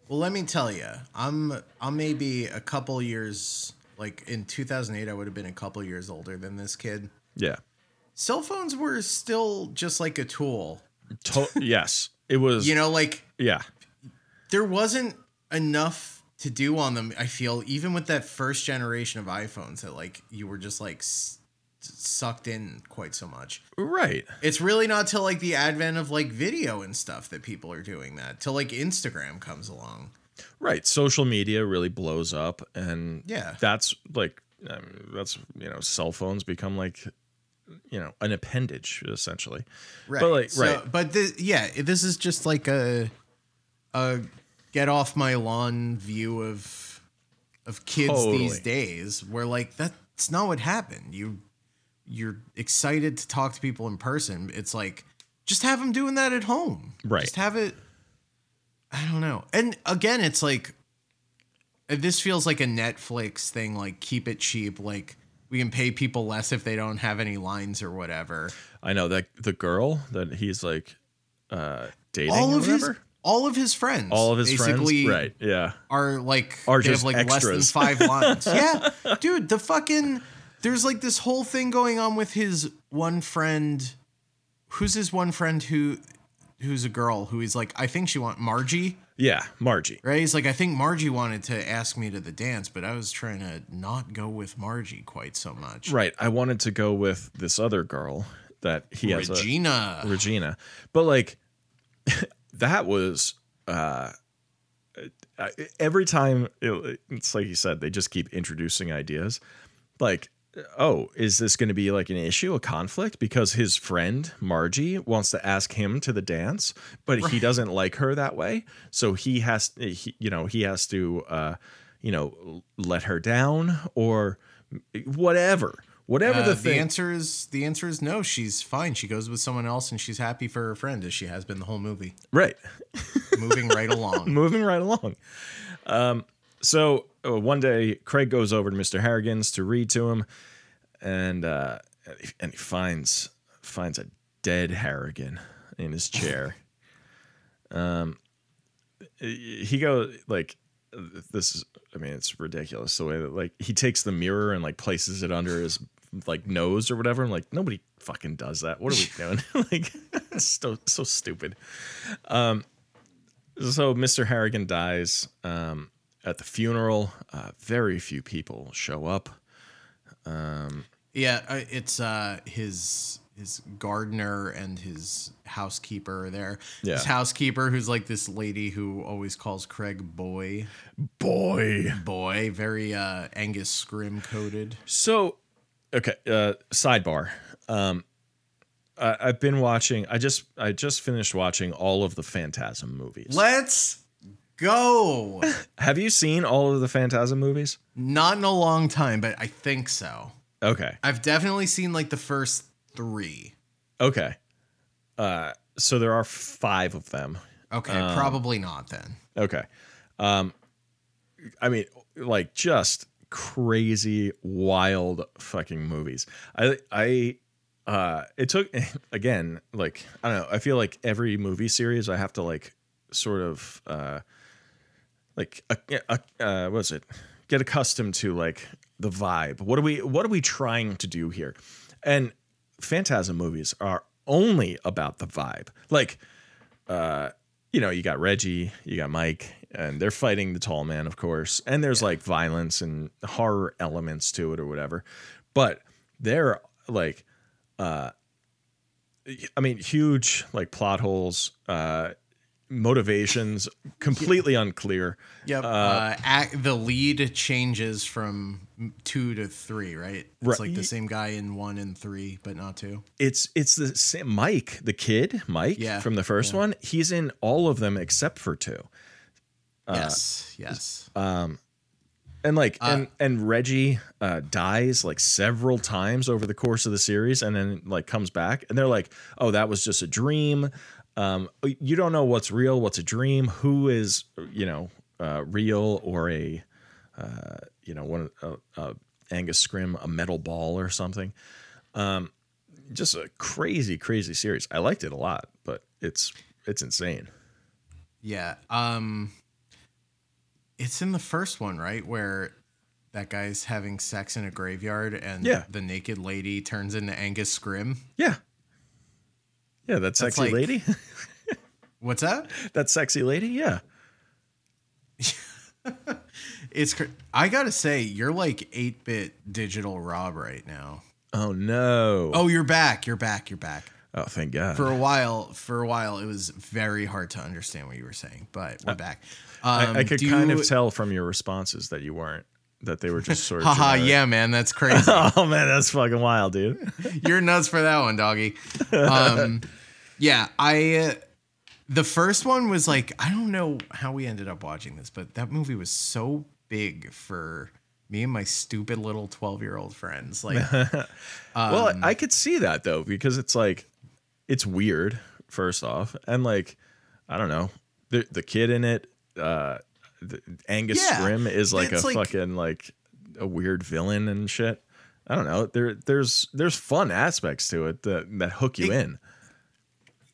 Well, let me tell you, I'm I'm maybe a couple years like in 2008, I would have been a couple years older than this kid.
yeah
Cell phones were still just like a tool,
to- yes it was
you know. Like
yeah
there wasn't enough to do on them. I feel even with that first generation of iPhones, that like you were just like s- sucked in quite so much.
right
It's really not till like the advent of like video and stuff that people are doing that. Till like Instagram comes along.
Right. Social media really blows up, and
Yeah.
that's like I mean, that's you know cell phones become like you know an appendage essentially.
right
But like
So-
right.
but this, yeah this is just like a a get off my lawn view of of kids
Totally.
these days where like that's not what happened you you're excited to talk to people in person it's like just have them doing that at home
Right.
just have it i don't know and again it's like uh, this feels like a netflix thing like keep it cheap like we can pay people less if they don't have any lines or whatever
I know that the girl that he's like uh dating
all
or
of his
whatever.
all of his friends
all of his
basically
friends. Right. Yeah.
are like
Are
they have
just
like
extras.
less than five lines yeah dude the fucking there's like this whole thing going on with his one friend who's his one friend who who's a girl who he's like i think she want margie
Yeah. Margie.
right he's like i think margie wanted to ask me to the dance but i was trying to not go with margie quite so much
Right. I wanted to go with this other girl that he has. a-
regina
Regina. But like that was uh I- every time it, it's like you said they just keep introducing ideas. Like oh, is this going to be like an issue, a conflict because his friend Margie wants to ask him to the dance, but he doesn't like her that way. So he has he, you know, he has to uh you know, let her down or whatever. Whatever
Uh,
the thing
answer is the answer is no. She's fine. She goes with someone else, and she's happy for her friend, as she has been the whole movie.
right.
Moving right along.
moving right along. Um, so uh, one day, Craig goes over to Mister Harrigan's to read to him, and uh, and he finds finds a dead Harrigan in his chair. um, he goes like this is. I mean, it's ridiculous the way that like he takes the mirror and like places it under his like nose or whatever. I'm like, nobody fucking does that. What are we doing? like, so so stupid so Mr. Harrigan dies um, at the funeral. Uh, very few people show up.
Yeah, uh, it's uh, his his gardener and his housekeeper are there.
Yeah.
His housekeeper, who's like this lady who always calls Craig boy,
Boy.
boy, very uh, Angus Scrim coded.
So, okay. Uh, sidebar. Um, I, I've been watching. I just I just finished watching all of the Phantasm movies.
Let's go.
Have you seen all of the Phantasm movies?
Not in a long time, but I think so.
Okay.
I've definitely seen like the first three.
Okay. Uh, so there are five of them.
Okay, probably not then.
Okay. Um, I mean, like just crazy, wild fucking movies. I, I, uh, it took again, like, I don't know. I feel like every movie series I have to like sort of, uh, like, uh, uh, uh, what is it? Get accustomed to like the vibe. What are we, what are we trying to do here? And Phantasm movies are only about the vibe. Like, you know, you got Reggie, you got Mike, and they're fighting the tall man, of course. And there's like violence and horror elements to it or whatever. But they're like, uh, I mean, huge like plot holes, uh, motivations completely unclear.
Yep. Uh, ac- the lead changes from two to three, right? It's
Right.
like the same guy in one and three, but not two.
It's it's the same Mike, the kid, Mike
Yeah,
from the first one. He's in all of them except for two. Uh,
yes. Yes.
and like and and Reggie uh, dies like several times over the course of the series, and then like comes back, and they're like, "Oh, that was just a dream." Um, you don't know what's real, what's a dream, who is you know uh, real or a uh, you know one uh, uh, Angus Scrim, a metal ball or something. Um, just a crazy, crazy series. I liked it a lot, but it's it's insane.
yeah. Um, it's in the first one, right, where that guy's having sex in a graveyard, and
Yeah.
the naked lady turns into Angus Scrim.
Yeah, yeah, that sexy
like-
lady,
What's that?
that sexy lady, yeah.
It's. cr- I gotta say, you're like eight bit digital Rob right now.
Oh no!
Oh, you're back. You're back. You're back.
Oh, thank God.
for a while for a while it was very hard to understand what you were saying but we're back um,
I, I could
do
kind
you-
of tell from your responses that you weren't that they were just sort of.
haha
generic.
yeah man that's crazy
Oh man, that's fucking wild, dude.
you're nuts for that one doggy um, yeah i uh, the first one was like i don't know how we ended up watching this but that movie was so big for me and my stupid little 12 year old friends like
well,
Um,
I could see that though because it's like, it's weird first off, and like, I don't know, the the kid in it, uh, the, Angus
Yeah,
Scrim is like a
it's like-
fucking like a weird villain and shit. I don't know. There there's there's fun aspects to it that that hook you in.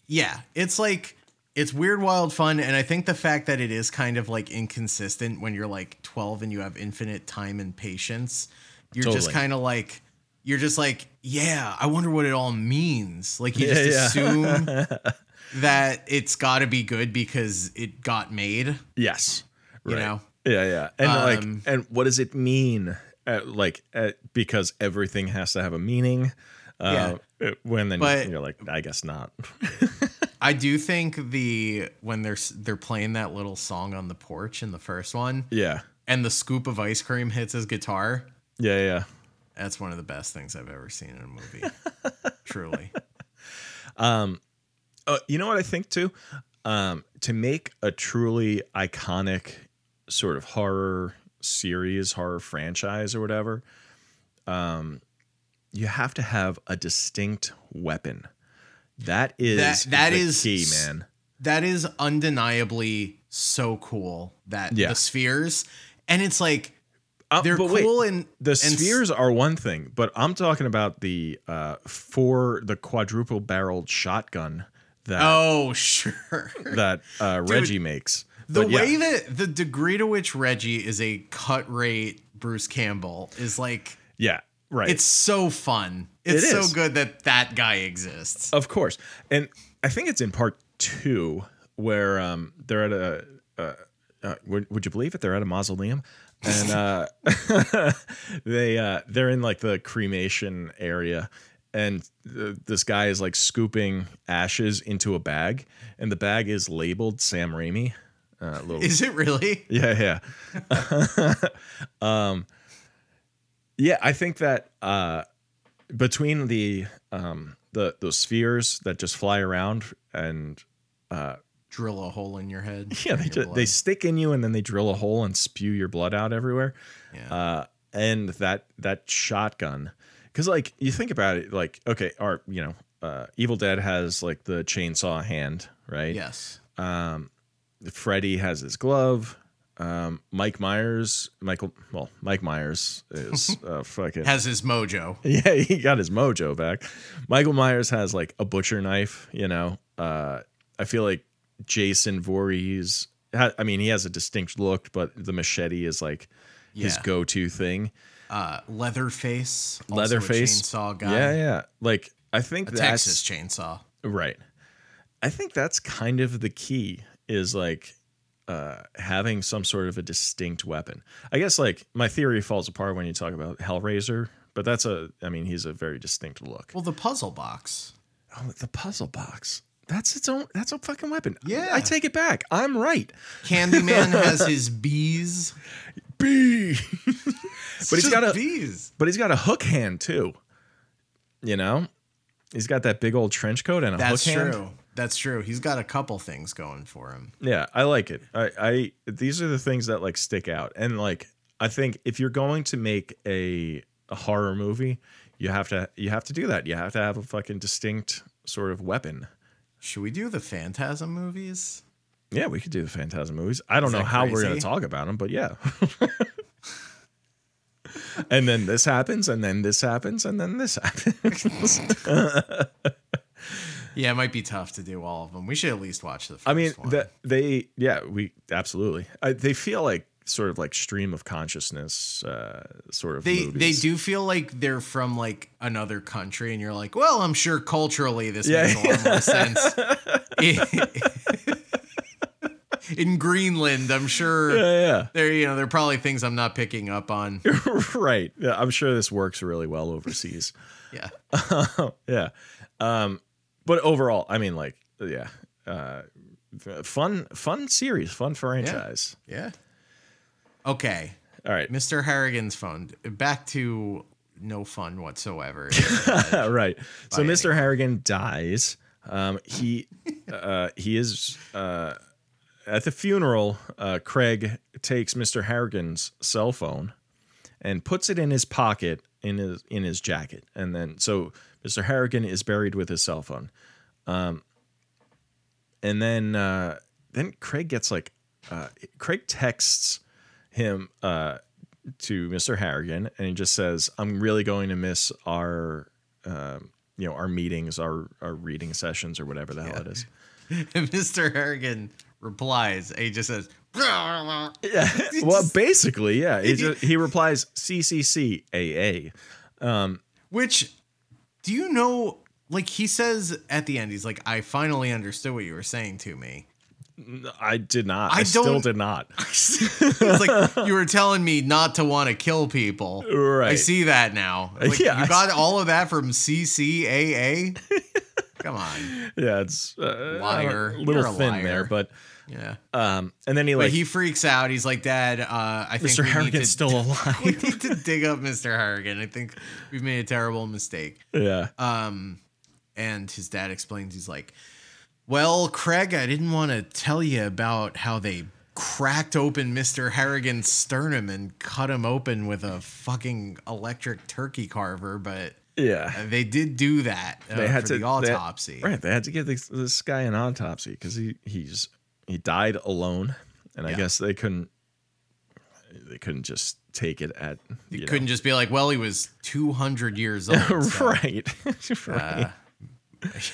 yeah, it's like it's weird, wild fun, and I think the fact that it is kind of like inconsistent when you're like 12 and you have infinite time and patience, you're just
Totally.
kind of like you're just like, yeah, I wonder what it all means. Like you
Yeah,
just
yeah.
assume that it's got to be good because it got made.
Yes.
You know?
Yeah, yeah. And
Um,
like and what does it mean? Uh, like uh, because everything has to have a meaning. Uh, when then
But-
you're like, I guess not.
I do think the when they're s- they're playing that little song on the porch in the first one
yeah.
and the scoop of ice cream hits his guitar,
Yeah, yeah.
That's one of the best things I've ever seen in a movie. Truly.
Uh, you know what I think too? Um, to make a truly iconic sort of horror series, horror franchise or whatever, um, you have to have a distinct weapon. That is
that
the
is
key,
s-
man.
That is undeniably so cool that
Yeah.
the spheres and it's like
Uh,
they're
but wait.
cool and
the
and s-
spheres are one thing, but I'm talking about the uh four the quadruple barreled shotgun that
Oh, sure.
that uh Reggie makes.
The
But yeah,
way that the degree to which Reggie is a cut rate Bruce Campbell is like
yeah, right.
it's so fun. It's
It
so
is.
good that that guy exists.
of course, and I think it's in part two where um they're at a uh, uh would, would you believe it? They're at a mausoleum. And uh, they uh, they're in like the cremation area, and th- this guy is like scooping ashes into a bag, and the bag is labeled Sam Raimi. Uh, little
Is it really?
Yeah, yeah. um, yeah, I think that uh, between the um, the those spheres that just fly around and uh,
Drill a hole in your head.
yeah, they
and
ju-
your
they
blood.
stick in you and then they drill a hole and spew your blood out everywhere.
Yeah.
Uh, and that that shotgun, because like you think about it, like okay, or you know, uh, Evil Dead has like the chainsaw hand, right?
yes.
Um, Freddy has his glove. Um, Mike Myers, Michael, well, Mike Myers is uh, fucking
Has his mojo.
yeah, he got his mojo back. Michael Myers has like a butcher knife, you know. Uh, I feel like Jason Voorhees. ha- I mean, he has a distinct look, but the machete is like his
Yeah.
go-to thing.
Uh, Leatherface. also a
Leatherface,
chainsaw guy.
Yeah, yeah. Like I think
A
that's
Texas chainsaw.
right. I think that's kind of the key is like uh, having some sort of a distinct weapon. I guess like my theory falls apart when you talk about Hellraiser, but that's a. I mean, he's a very distinct look.
Well, the puzzle box.
Oh, the puzzle box. That's its own. That's a fucking weapon.
Yeah.
I take it back. I'm right.
Candyman has his bees.
B.
It's
But he's
just
got a- Oh,
bees.
but he's got a hook hand too. You know, he's got that big old trench coat and a
That's
hook hand.
true. That's true. He's got a couple things going for him.
Yeah, I like it. I, I these are the things that like stick out, and like I think if you're going to make a, a horror movie, you have to you have to do that. You have to have a fucking distinct sort of weapon.
Should we do the Phantasm movies?
Yeah, we could do the Phantasm movies. I don't know
that
how we're going to
crazy?
talk about them, but yeah. and then this happens, and then this happens, and then this happens.
Yeah, it might be tough to do all of them. We should at least watch the first
I mean,
one.
that they, yeah, we absolutely. I, they feel like sort of like stream of consciousness, uh, sort of.
they they
movies.
do feel like they're from like another country, and you're like, well, I'm sure culturally this
Yeah.
makes a lot more sense. In Greenland, I'm sure
Yeah,
there you know there are probably things I'm not picking up on.
yeah. right. Yeah, I'm sure this works really well overseas.
Yeah,
yeah. Um, but overall, I mean, like, yeah, uh, f- fun, fun series, fun franchise.
yeah. Okay,
All right.
Mr. Harrigan's phone. Back to no fun whatsoever.
right. So
By
Mr. Harrigan dies. Um, he uh, he is uh, at the funeral. Uh, Craig takes Mr. Harrigan's cell phone and puts it in his pocket in his in his jacket, and then so Mr. Harrigan is buried with his cell phone. Um, and then uh, then Craig gets like uh, Craig texts him uh, to Mr. Harrigan and he just says, "I'm really going to miss our, um, you know, our meetings, our our reading sessions, or whatever the hell it is."
Mr. Harrigan replies. He just says,
Yeah. well, basically, yeah. He, just, he replies, "CCCAA."
Which, do you know? Like he says at the end, he's like, "I finally understood what you were saying to me."
I did not. I,
I
still
don't-
did not.
it's like you were telling me not to want to kill people. I
Right.
see that now. Like,
Yeah, I
you got all of that from CCAA. Come on,
Yeah, it's uh,
Liar.
a little
You're a
thin
liar.
there, but
yeah.
um, and then he
But
like
he freaks out. He's like, "Dad, uh, I think
Mr.
we need
Harrigan's
to-
still
we
alive.
need to dig up Mr. Harrigan. I think we've made a terrible mistake."
yeah.
Um, and his dad explains, he's like, Well, Craig, I didn't want to tell you about how they cracked open Mr. Harrigan's sternum and cut him open with a fucking electric turkey carver, but
yeah.
they did do that uh,
they had
for
to
the
they-
autopsy.
right, they had to give this, this guy an autopsy because he he's he died alone, and I
Yeah.
guess they couldn't they couldn't just take it at you know.
Couldn't just be like, Well, he was 200 years old. so,
right. right.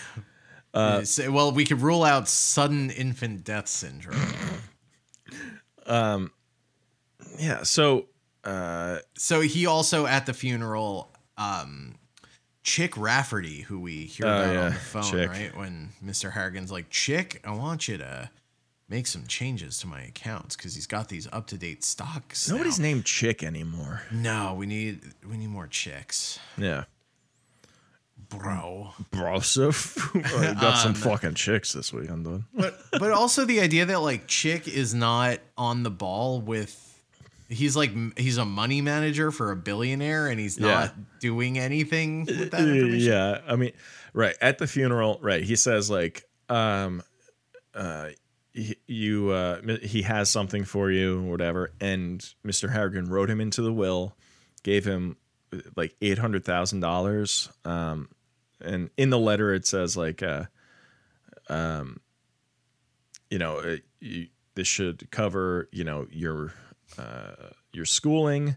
uh, so- well, we could rule out sudden infant death syndrome.
yeah. So uh,
So he also at the funeral, um, Chick Rafferty, who we hear
Oh,
about
yeah,
on the phone,
Chick.
right? When Mr. Harrigan's like, Chick, I want you to make some changes to my accounts because he's got these up to date stocks.
nobody's
now.
named Chick anymore.
No, we need we need more chicks,
Yeah.
bro.
Bro, so I got some fucking chicks this week. I'm done.
But but also the idea that like Chick is not on the ball with. He's like m- he's a money manager for a billionaire, and he's
Yeah.
not doing anything with that information.
Yeah, I mean, Right at the funeral, right? He says like, um, uh, y- you, uh, m- he has something for you, or whatever. And Mr. Harrigan wrote him into the will, gave him uh, like eight hundred thousand dollars. Um, and in the letter it says like, uh, um, you know, uh, you, this should cover you know your uh, your schooling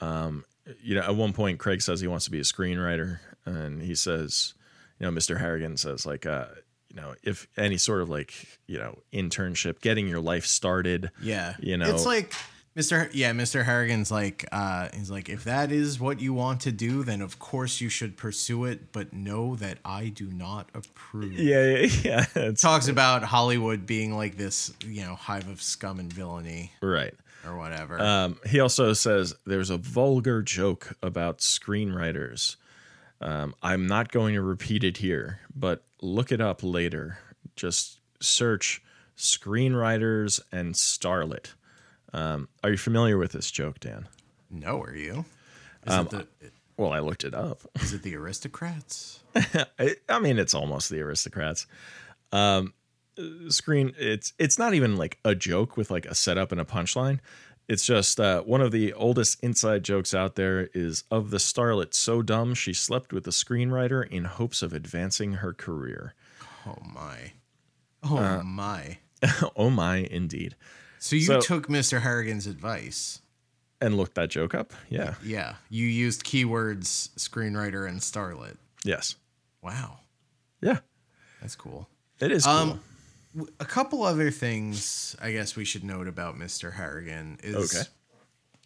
you know, at one point, Craig says he wants to be a screenwriter, and he says, you know, Mr. Harrigan says, like, uh, you know, if any sort of like, you know, internship, getting your life started,
Yeah.
You know.
it's like Mr. Har- Yeah, Mr. Harrigan's like, uh, he's like, if that is what you want to do, then of course you should pursue it, but know that I do not approve.
yeah, yeah, yeah, it's
Talks about Hollywood being like this, you know, hive of scum and villainy
right.
or whatever.
Um, he also says there's a vulgar joke about screenwriters. Um, I'm not going to repeat it here, but look it up later. Just search screenwriters and starlet. Um, are you familiar with this joke, Dan?
no, are you? Is,
um,
it the,
Well, I looked it up.
is it the aristocrats?
I, I mean, it's almost the aristocrats. Um, uh, screen. It's it's not even like a joke with like a setup and a punchline. It's just uh, one of the oldest inside jokes out there is of the starlet so dumb she slept with the screenwriter in hopes of advancing her career.
Oh my. Oh my.
oh my, indeed.
So you
Uh, so-
took Mr. Harrigan's advice.
And looked that joke up. Yeah.
Yeah. You used keywords screenwriter and starlet.
Yes.
Wow.
Yeah.
That's cool.
It is.
Um,
Um.
w- a couple other things I guess we should note about Mr. Harrigan is
Okay.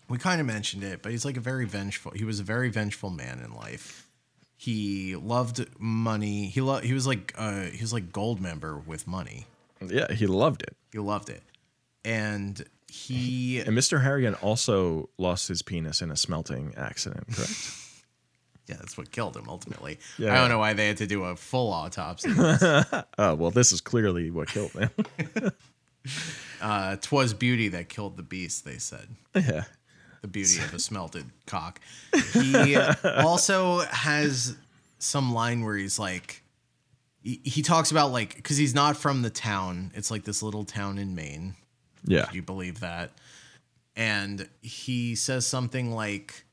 we kind of mentioned it, but he's like a very vengeful. He was a very vengeful man in life. He loved money. He lo- he was like uh, he was like gold member with money.
Yeah. He loved it.
He loved it, and he
And Mr. Harrigan also lost his penis in a smelting accident. Correct.
yeah that's what killed him ultimately.
Yeah.
I don't know why they had to do a full autopsy.
oh well, this is clearly what killed him.
uh, Twas beauty that killed the beast. They said.
yeah.
the beauty of a smelted cock. He also has some line where he's like, he, he talks about like, because he's not from the town. It's like this little town in Maine.
Yeah.
Do you believe that? And he says something like,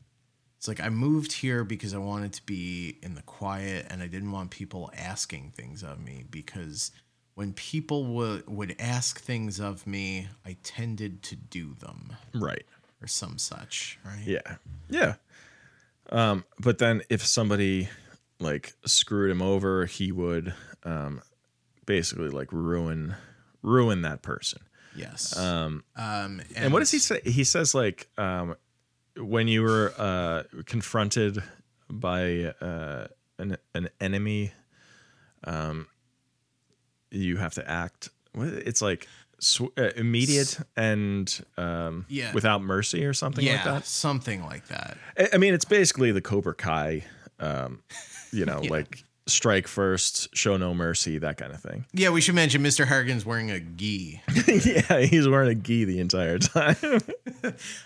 it's like, I moved here because I wanted to be in the quiet and I didn't want people asking things of me because when people would would ask things of me, I tended to do them
Right.
or some such, right?
Yeah. Yeah. Um, but then if somebody like screwed him over, he would um basically like ruin ruin that person.
Yes. Um,
And what does he say? He says like um when you were uh confronted by uh an an enemy, um you have to act. What- It's like sw- uh, immediate and um
Yeah.
without mercy or something
Yeah,
like that.
something like that.
I- I mean, it's basically the Cobra Kai, um, you know, like strike first, show no mercy, that kind of thing.
Yeah, we should mention Mr. Harrigan's wearing a gi.
yeah, he's wearing a gi the entire time.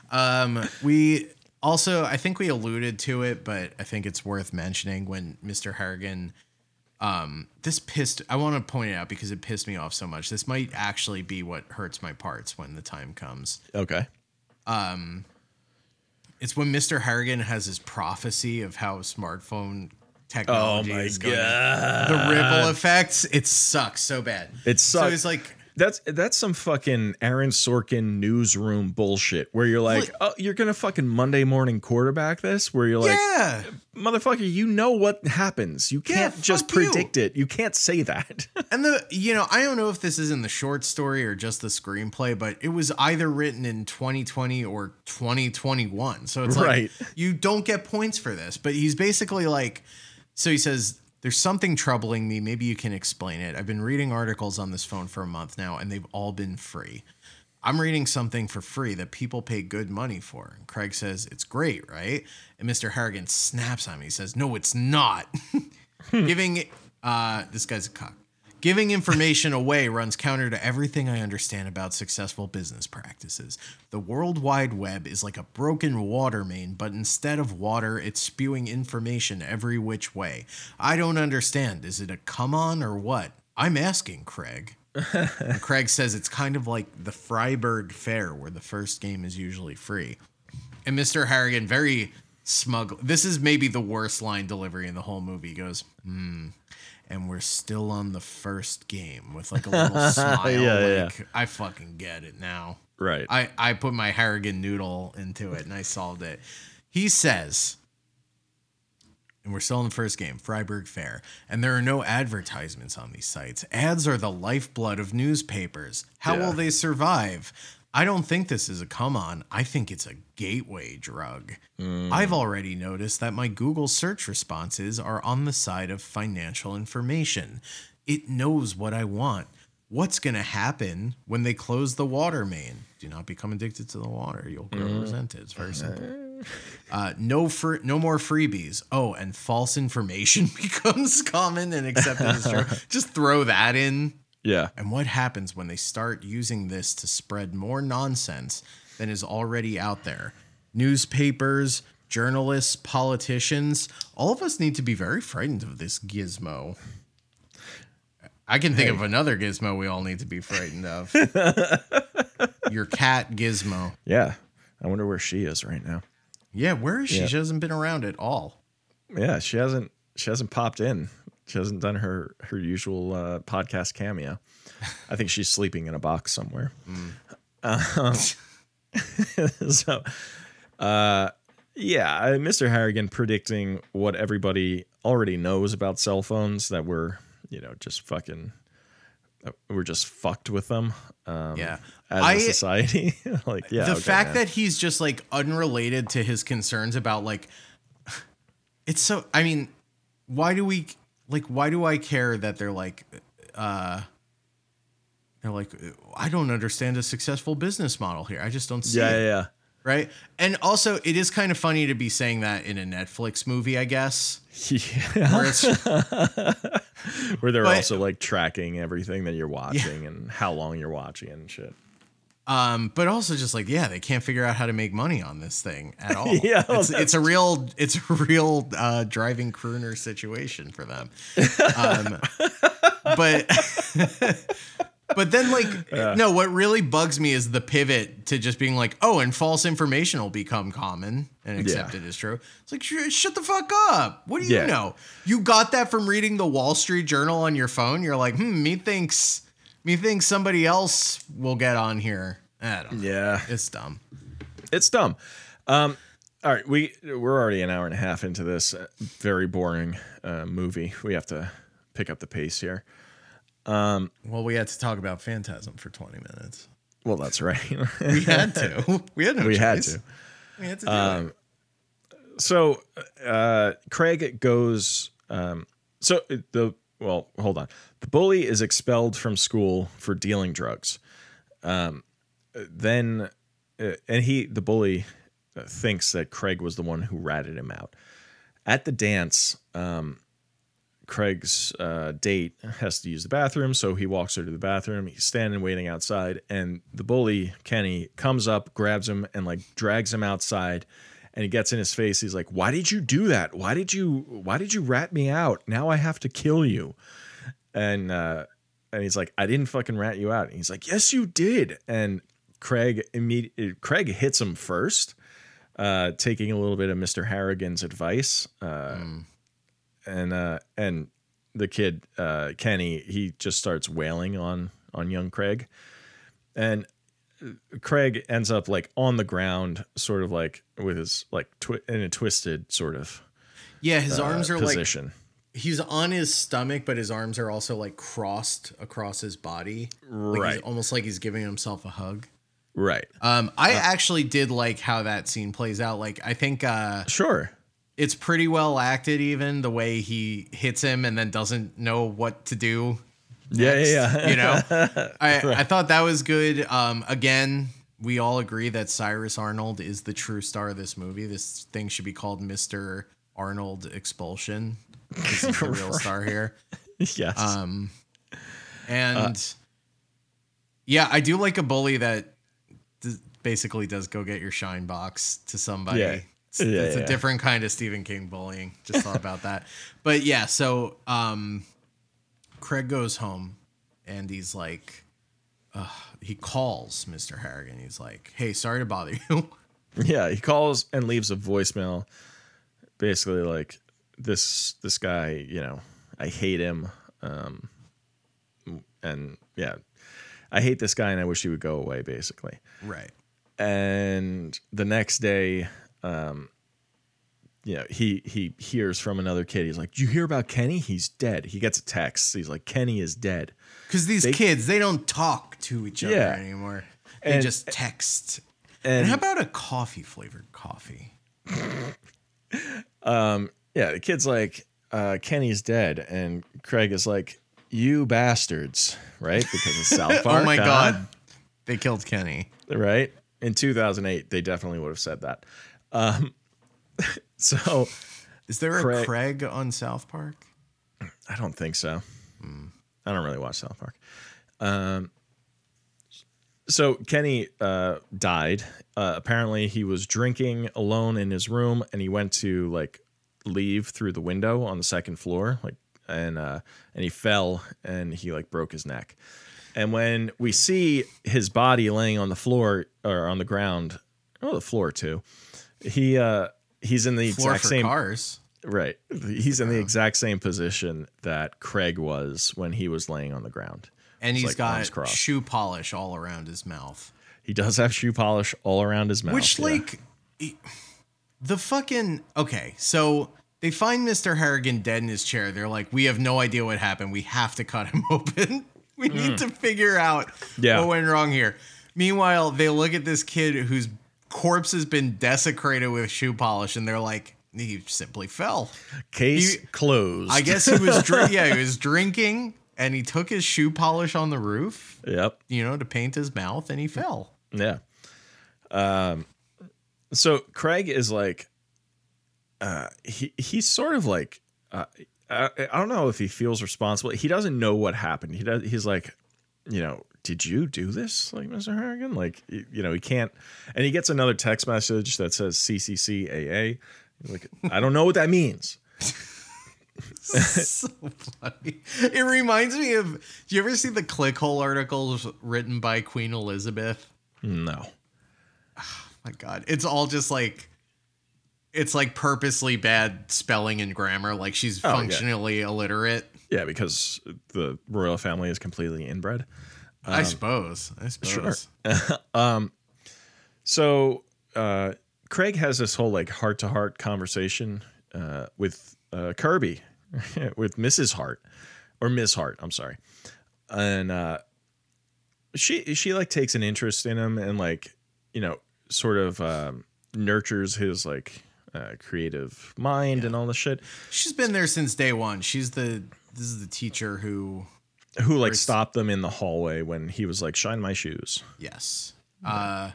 Um, we also, I think we alluded to it, but I think it's worth mentioning when Mr. Harrigan. Um, this pissed. I want to point it out because it pissed me off so much. This might actually be what hurts my parts when the time comes.
okay.
It's when Mr. Harrigan has his prophecy of how smartphone
Oh
technology is going. to The ripple effects. It sucks so bad.
It
So
sucks.
it's like
That's that's some fucking Aaron Sorkin newsroom bullshit where you're like,
Like-
oh, you're gonna fucking Monday morning quarterback this, where you're like,
yeah.
motherfucker, you know what happens. You can't
fuck
just
you.
predict it. You can't say that.
And the you know, I don't know if this is in the short story or just the screenplay, but it was either written in 2020 or 2021. So it's
Right.
like you don't get points for this, but he's basically like so he says there's something troubling me. Maybe you can explain it. I've been reading articles on this phone for a month now and they've all been free. I'm reading something for free that people pay good money for. And Craig says, It's great, right? And Mr. Harrigan snaps on me. He says, No, it's not. Giving uh, this guy's a cock. Giving information away runs counter to everything I understand about successful business practices. The World Wide Web is like a broken water main, but instead of water, it's spewing information every which way. I don't understand. Is it a come on or what? I'm asking, Craig. And Craig says it's kind of like the Freiburg Fair, where the first game is usually free. And Mr. Harrigan, very smug. This is maybe the worst line delivery in the whole movie. He goes, hmm. And we're still on the first game with like a little smile.
Yeah,
like, I fucking get it now.
Right.
I, I put my Harrigan noodle into it and I solved it. He says, and we're still in the first game, Freiburg Fair, and there are no advertisements on these sites. Ads are the lifeblood of newspapers. How
Yeah.
will they survive? I don't think this is a come on. I think it's a gateway drug. I've already noticed that my Google search responses are on the side of financial information. It knows what I want. What's going to happen when they close the water main? Do not become addicted to the water. You'll grow resentment. It's very simple. Uh, no fr- no more freebies. Oh, and false information becomes common and accepted as true. Just throw that in.
yeah.
And what happens when they start using this to spread more nonsense than is already out there? Newspapers, journalists, politicians, all of us need to be very frightened of this gizmo. I can think of another gizmo we all need to be frightened of. Your cat gizmo.
Yeah. I wonder where she is right now.
Yeah, where is she?
Yeah.
She hasn't been around at all.
Yeah, she hasn't she hasn't popped in. She hasn't done her her usual uh, podcast cameo. I think she's sleeping in a box somewhere.
Mm.
Um, so, uh, yeah, I- Mr. Harrigan predicting what everybody already knows about cell phones that we're you know just fucking uh, we're just fucked with them um,
Yeah.
as
I-
a society. like yeah,
the
okay,
fact
man.
that he's just like unrelated to his concerns about like it's so i mean why do we like why do i care that they're like uh they're like i don't understand a successful business model here i just don't see
yeah
it
yeah, yeah.
right and also it is kind of funny to be saying that in a netflix movie i guess
Yeah.
where it's
Where they're
But-
also like tracking everything that you're watching and how long you're watching and shit.
Um, but also just like, yeah, they can't figure out how to make money on this thing at all.
Yeah, well,
it's, it's a real, it's a real uh, driving crooner situation for them. Um, but, but then like, no, what really bugs me is the pivot to just being like, oh, and false information will become common and accepted as true. It's like, sh- shut the fuck up. What do you
Yeah.
know? You got that from reading the Wall Street Journal on your phone. You're like, hmm, me thinks me thinks somebody else will get on here. I don't know.
Yeah,
It's dumb.
it's dumb. Um, all right, we we're already an hour and a half into this uh, very boring uh, movie. We have to pick up the pace here.
Well, we had to talk about Phantasm for 20 minutes.
Well, that's right.
We had to. We had no
we had
choice.
to. Um,
We had to do it.
So uh, Craig goes. Um, so the well, hold on. The bully is expelled from school for dealing drugs. Um, then, uh, and he the bully uh, thinks that Craig was the one who ratted him out. At the dance, um, Craig's uh, date has to use the bathroom, so he walks her to the bathroom. He's standing waiting outside, and the bully Kenny comes up, grabs him, and like drags him outside. And he gets in his face. He's like, "Why did you do that? Why did you? Why did you rat me out? Now I have to kill you." And uh, and he's like, "I didn't fucking rat you out." And he's like, "Yes, you did." And Craig immediate Craig hits him first, uh, taking a little bit of Mister Harrigan's advice. Uh, and uh and the kid uh Kenny he just starts wailing on on young Craig and uh, Craig ends up like on the ground sort of like with his like twi- in a twisted sort of
Yeah, his
uh,
arms are
position
like he's on his stomach, but his arms are also like crossed across his body. Like he's
Right.
almost like he's giving himself a hug.
right
Um, I
Uh.
actually did like how that scene plays out. Like, I think uh,
sure
it's pretty well acted, even the way he hits him and then doesn't know what to do.
yeah yeah yeah
you know I, I thought that was good um again we all agree that cyrus arnold is the true star of this movie this thing should be called mr arnold expulsion this is the real star here
yes
um
Uh,
And yeah, I do like a bully that d- basically does go get your shine box to somebody.
Yeah.
It's,
Yeah,
it's
yeah.
a different kind of Stephen King bullying. Just thought about that. But yeah, so um, Craig goes home and he's like, uh, he calls Mr. Harrigan. He's like, hey, sorry to bother you.
Yeah, he calls and leaves a voicemail, basically like this this guy, you know, I hate him, um, and yeah, I hate this guy and I wish he would go away, basically.
right.
And the next day, um, you know, he he hears from another kid. He's like, "Do you hear about Kenny? He's dead." He gets a text. He's like, "Kenny is dead."
Because these kids, they don't talk to each other
Yeah.
anymore. They
And-
just text.
And
And how about a coffee flavored coffee?
yeah, the kid's like, uh, Kenny's dead, and Craig is like, you bastards, right? Because it's South Park.
oh my
huh?
god, they killed Kenny.
Right? In 2008, they definitely would have said that. Um, so
Is there
Craig-
a Craig on South Park?
I don't think so.
Hmm.
I don't really watch South Park. Um, so Kenny uh, died. Uh, apparently, he was drinking alone in his room, and he went to like leave through the window on the second floor, like and uh, and he fell and he like broke his neck. And when we see his body laying on the floor or on the ground, oh, the floor too. He uh, he's in the
Floor
exact
for
same
cars.
Right. He's in the
oh.
exact same position that Craig was when he was laying on the ground.
And
It's
he's
like arms
got
crossed.
shoe polish all around his mouth.
He does have shoe polish all around his mouth.
Which,
yeah.
like, e- the fucking. Okay, so they find Mr. Harrigan dead in his chair. They're like, we have no idea what happened. We have to cut him open. We need to figure out
Yeah.
what went wrong here. Meanwhile, they look at this kid whose corpse has been desecrated with shoe polish and they're like, he simply fell.
case
you-
closed.
I guess he was drink. yeah, he was drinking, and he took his shoe polish on the roof,
Yep.
you know, to paint his mouth, and he fell.
Yeah. Um so Craig is like uh he he's sort of like uh, I, I don't know if he feels responsible. He doesn't know what happened. He does he's like you know, did you do this, like Mr. Harrigan? Like, y- you know, he can't. And he gets another text message that says CCCAA. Like, I don't know what that means.
so funny. It reminds me of. Do you ever see the clickhole articles written by Queen Elizabeth?
No.
My God, it's all just like. It's like purposely bad spelling and grammar. Like she's
Oh, yeah.
functionally illiterate.
Yeah, because the royal family is completely inbred. Um,
I suppose. I suppose.
So uh, Craig has this whole like heart to heart conversation uh, with uh, Kirby, with Mrs. Hart or Miss Hart. I'm sorry, and uh, she she like takes an interest in him and like you know sort of um, nurtures his like uh, creative mind and all this shit.
She's been there since day one. She's the. This is the teacher who
Who like stopped them in the hallway when he was like, "Shine my shoes."
Yes. Uh,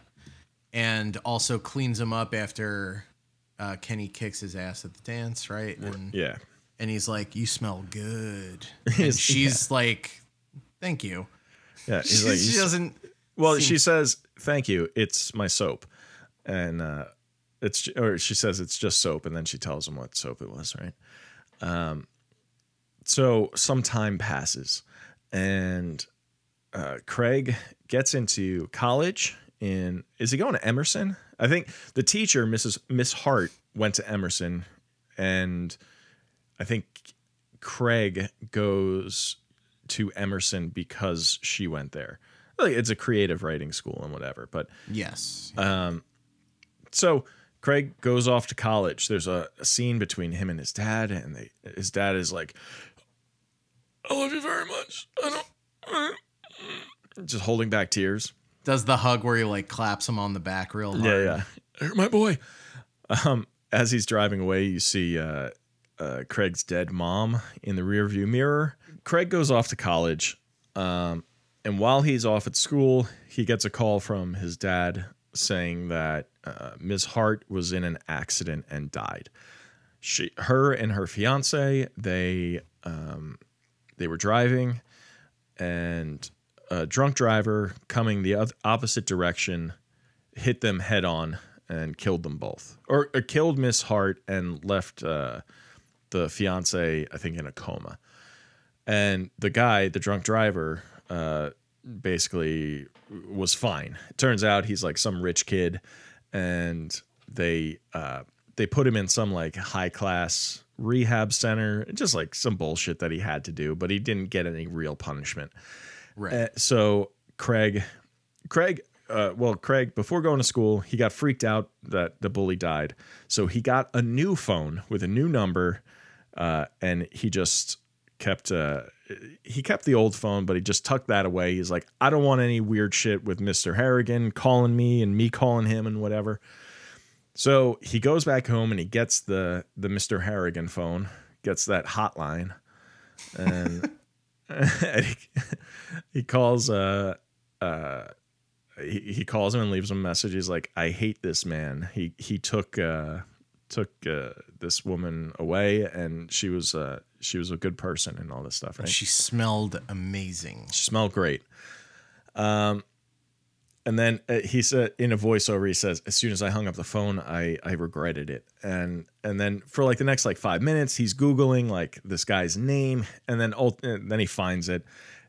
and also cleans him up after uh, Kenny kicks his ass at the dance, right? And,
Yeah,
and he's like, You smell good. And she's like, Thank you.
yeah. He's
She,
like,
she
"You
doesn't.
Well,
seems-
she says, "Thank you. It's my soap," and uh, it's or she says it's just soap, and then she tells him what soap it was, right? Um, so some time passes, and uh, Craig gets into college. In is he going to Emerson? I think the teacher, Mrs. Miss Hart, went to Emerson, and I think Craig goes to Emerson because she went there. Like, it's a creative writing school and whatever. But
Yes.
Uh. so Craig goes off to college. There's a, a scene between him and his dad, and they, his dad is like, "I love you very much." I don't. Just holding back tears.
Does the hug where he like claps him on the back real hard.
yeah. You're my boy. Um, as he's driving away, you see uh, uh, Craig's dead mom in the rearview mirror. Craig goes off to college, um, and while he's off at school, he gets a call from his dad saying that uh, Ms. Hart was in an accident and died. She, her, and her fiance they um, they were driving and a drunk driver coming the oth- opposite direction hit them head on and killed them both, or, or killed Miss Hart and left uh, the fiance, I think, in a coma. And the guy, the drunk driver, uh, basically was fine. It turns out he's like some rich kid, and they uh, they put him in some like high class rehab center, just like some bullshit that he had to do, but he didn't get any real punishment.
Right.
Uh, so Craig, Craig, uh, well, Craig, before going to school, he got freaked out that the bully died. So he got a new phone with a new number, uh, and he just kept uh, he kept the old phone, but he just tucked that away. He's like, I don't want any weird shit with Mister Harrigan calling me and me calling him and whatever. So he goes back home and he gets the the Mister Harrigan phone, gets that hotline, and. and he, he calls uh uh he, he calls him and leaves him a message he's like i hate this man he he took uh took uh this woman away and she was uh she was a good person and all this stuff right
She smelled amazing.
she smelled great. Um, and then uh, he said in a voiceover, he says, "As soon as I hung up the phone, I I regretted it." And and then for like the next like five minutes, he's googling like this guy's name, and then ult- uh, then he finds it,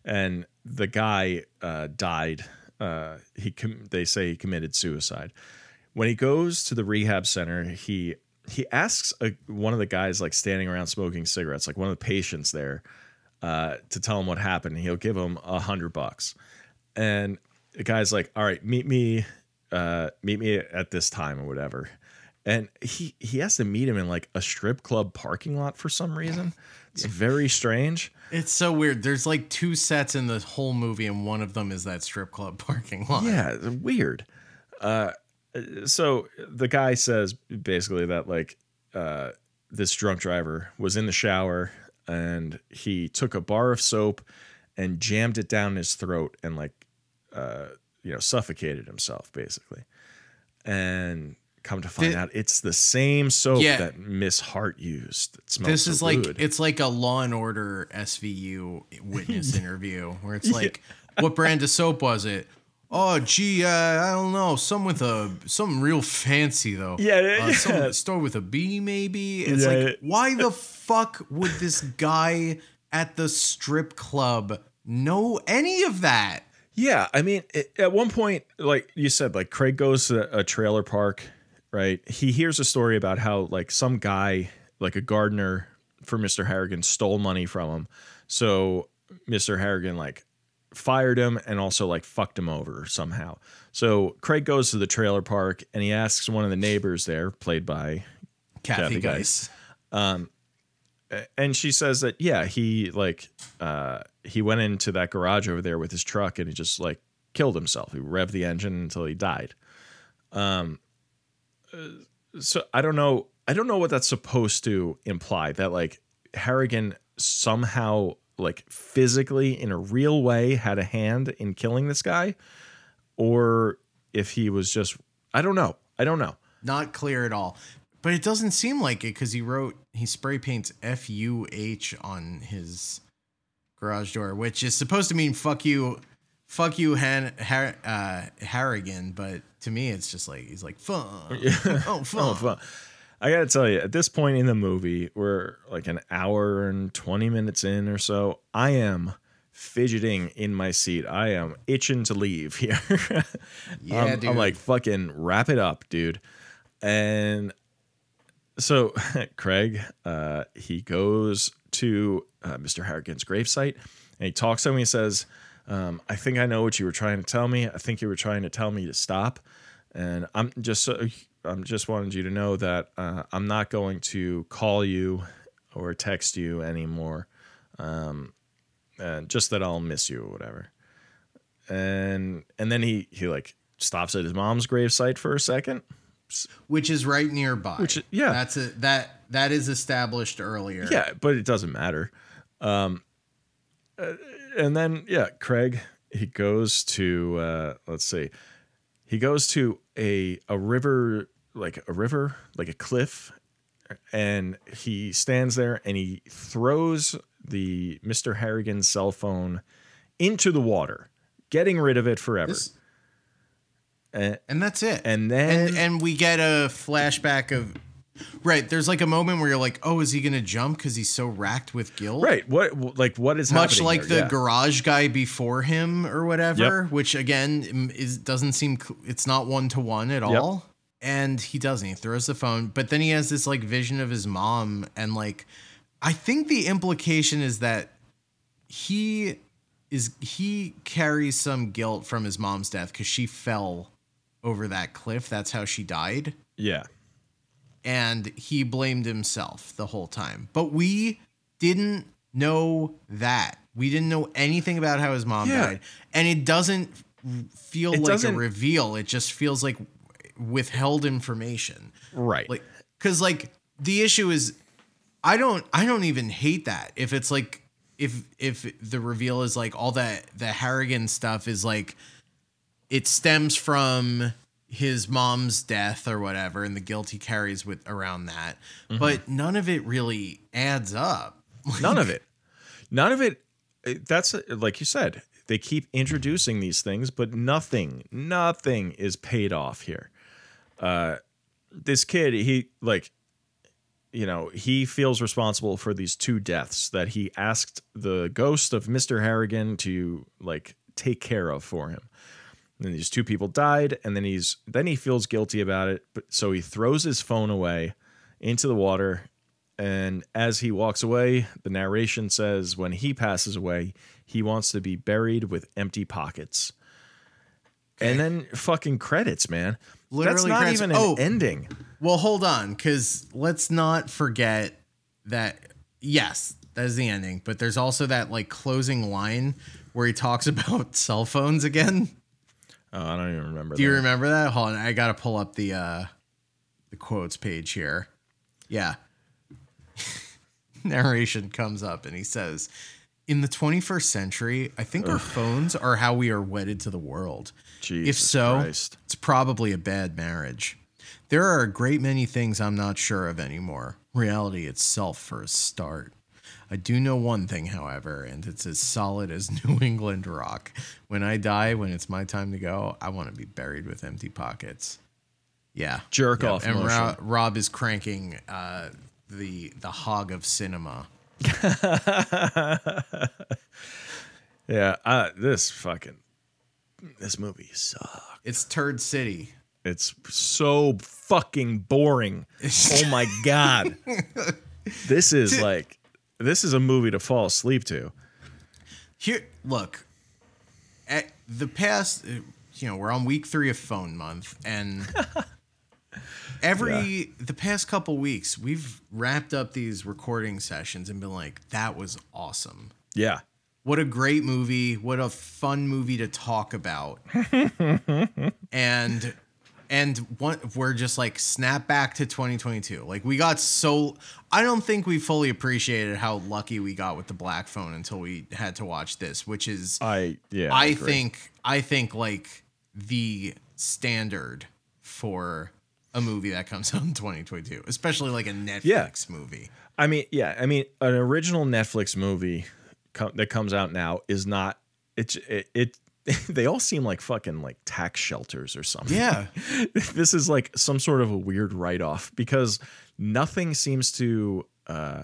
and the guy uh, died. Uh, he com- they say he committed suicide. When he goes to the rehab center, he he asks a, one of the guys like standing around smoking cigarettes, like one of the patients there, uh, to tell him what happened. He'll give him a hundred bucks, and the guy's like, "All right, meet me, uh, meet me at this time or whatever." And he he has to meet him in like a strip club parking lot for some reason. It's very strange.
It's so weird. There's like two sets in the whole movie, and one of them is that strip club parking lot.
Yeah, it's weird. Uh, so the guy says basically that like uh, this drunk driver was in the shower and he took a bar of soap and jammed it down his throat and like uh, you know suffocated himself basically. And come to find
Thi-
out, it's the same soap
Yeah.
that Miss Hart used. That smells
This
so
is like
good.
it's like a Law and Order SVU witness interview where it's like, what brand of soap was it? Oh, gee, uh, I don't know. Some with a some real fancy though.
Yeah, yeah,
uh, some
yeah.
store with a B maybe. It's
Yeah,
like,
yeah.
why the fuck would this guy at the strip club know any of that?
Yeah, I mean, it, at one point, like you said, like Craig goes to a trailer park, right? He hears a story about how like some guy, like a gardener for Mr. Harrigan, stole money from him. So Mr. Harrigan like fired him and also like fucked him over somehow. So Craig goes to the trailer park and he asks one of the neighbors there, played by
Kathy,
Kathy
Geist.
Geist. and she says that yeah he like uh he went into that garage over there with his truck and he just like killed himself he revved the engine until he died um uh, so i don't know i don't know what that's supposed to imply that like harrigan somehow like physically in a real way had a hand in killing this guy or if he was just i don't know i don't know
Not clear at all. But it doesn't seem like it because he wrote he spray paints F U H on his garage door, which is supposed to mean fuck you, fuck you, Han, Har, uh, Harrigan. But to me, it's just like he's like fuck, oh fuck.
Oh, fuck. I gotta tell you, at this point in the movie, we're like an hour and 20 minutes in or so. I am fidgeting in my seat. I am itching to leave here.
Yeah,
I'm,
dude.
I'm like, fucking wrap it up, dude. And so Craig, uh, he goes to uh, Mr. Harrigan's gravesite and he talks to him. He says, um, I think I know what you were trying to tell me. I think you were trying to tell me to stop. And I'm just so, I'm just wanted you to know that uh, I'm not going to call you or text you anymore. Um, and just that I'll miss you or whatever. And and then he he like stops at his mom's gravesite for a second.
which is right nearby. Which
yeah.
that's a that that is established earlier.
Yeah, but it doesn't matter. Um, uh, and then yeah, Craig he goes to uh, let's see, he goes to a a river like a river like a cliff, and he stands there and he throws the Mister Harrigan's cell phone into the water, getting rid of it forever.
This-
Eh,
and that's it.
And then-
and, and we get a flashback of right. There's like a moment where you're like, oh, is he gonna jump because he's so racked with guilt?
right. What like what is
Much
happening
like
there?
the
Yeah.
garage guy before him or whatever, which again m- is doesn't seem cl- it's not one to one at
Yep.
all. And he doesn't. He throws the phone, but then he has this like vision of his mom, and like I think the implication is that he is he carries some guilt from his mom's death because she fell over that cliff. That's how she died
yeah.
and he blamed himself the whole time. But we didn't know that. We didn't know anything about how his mom
Yeah.
died. And it doesn't feel
It
like
doesn't-
a reveal. It just feels like withheld information.
Right.
Like cuz like the issue is I don't I don't even hate that. If it's like if if the reveal is like all that the Harrigan stuff is like it stems from his mom's death or whatever and the guilt he carries with around that but none of it really adds up
Mm-hmm. None of it. None of it. it- That's uh, like you said. They keep introducing these things, but nothing, nothing is paid off here. Uh, this kid, he like, you know, he feels responsible for these two deaths that he asked the ghost of Mister Harrigan to like take care of for him. And these two people died, and then he's then he feels guilty about it, but so he throws his phone away into the water and as he walks away, the narration says when he passes away, he wants to be buried with empty pockets. And then fucking credits, man. That's
Literally
not
credits.
even an
Oh.
ending.
well hold on because let's not forget that yes that is the ending but there's also that like closing line where he talks about cell phones again
Oh, I don't even remember.
Do you
that.
remember that? Hold on, I gotta pull up the uh the quotes page here. Yeah. Narration comes up and he says, In the 21st century, I think our phones are how we are wedded to the world.
Jesus
if so,
Christ.
it's probably a bad marriage. There are a great many things I'm not sure of anymore. Reality itself for a start. I do know one thing, however, and it's as solid as New England rock. When I die, when it's my time to go, I want to be buried with empty pockets. Yeah.
Jerk
Yep.
off
And
motion.
Ro- Rob is cranking uh, the the hog of cinema.
Yeah, uh, this fucking this movie sucks.
It's Turd City.
It's so fucking boring. oh my god. This is like this is a movie to fall asleep to.
here look at the past uh, you know we're on week three of phone month and every the past couple weeks we've wrapped up these recording sessions and been like that was awesome
Yeah.
what a great movie what a fun movie to talk about and and one, we're just like snap back to 2022 like we got so i don't think we fully appreciated how lucky we got with the black phone until we had to watch this which is
I Oh, yeah.
I
agree.
think I think like the standard for a movie that comes out in 2022, especially like a Netflix movie.
I mean, yeah, I mean, an original Netflix movie com- that comes out now is not. It's it. it they all seem like fucking like tax shelters or something.
Yeah.
this is like some sort of a weird write off because nothing seems to uh,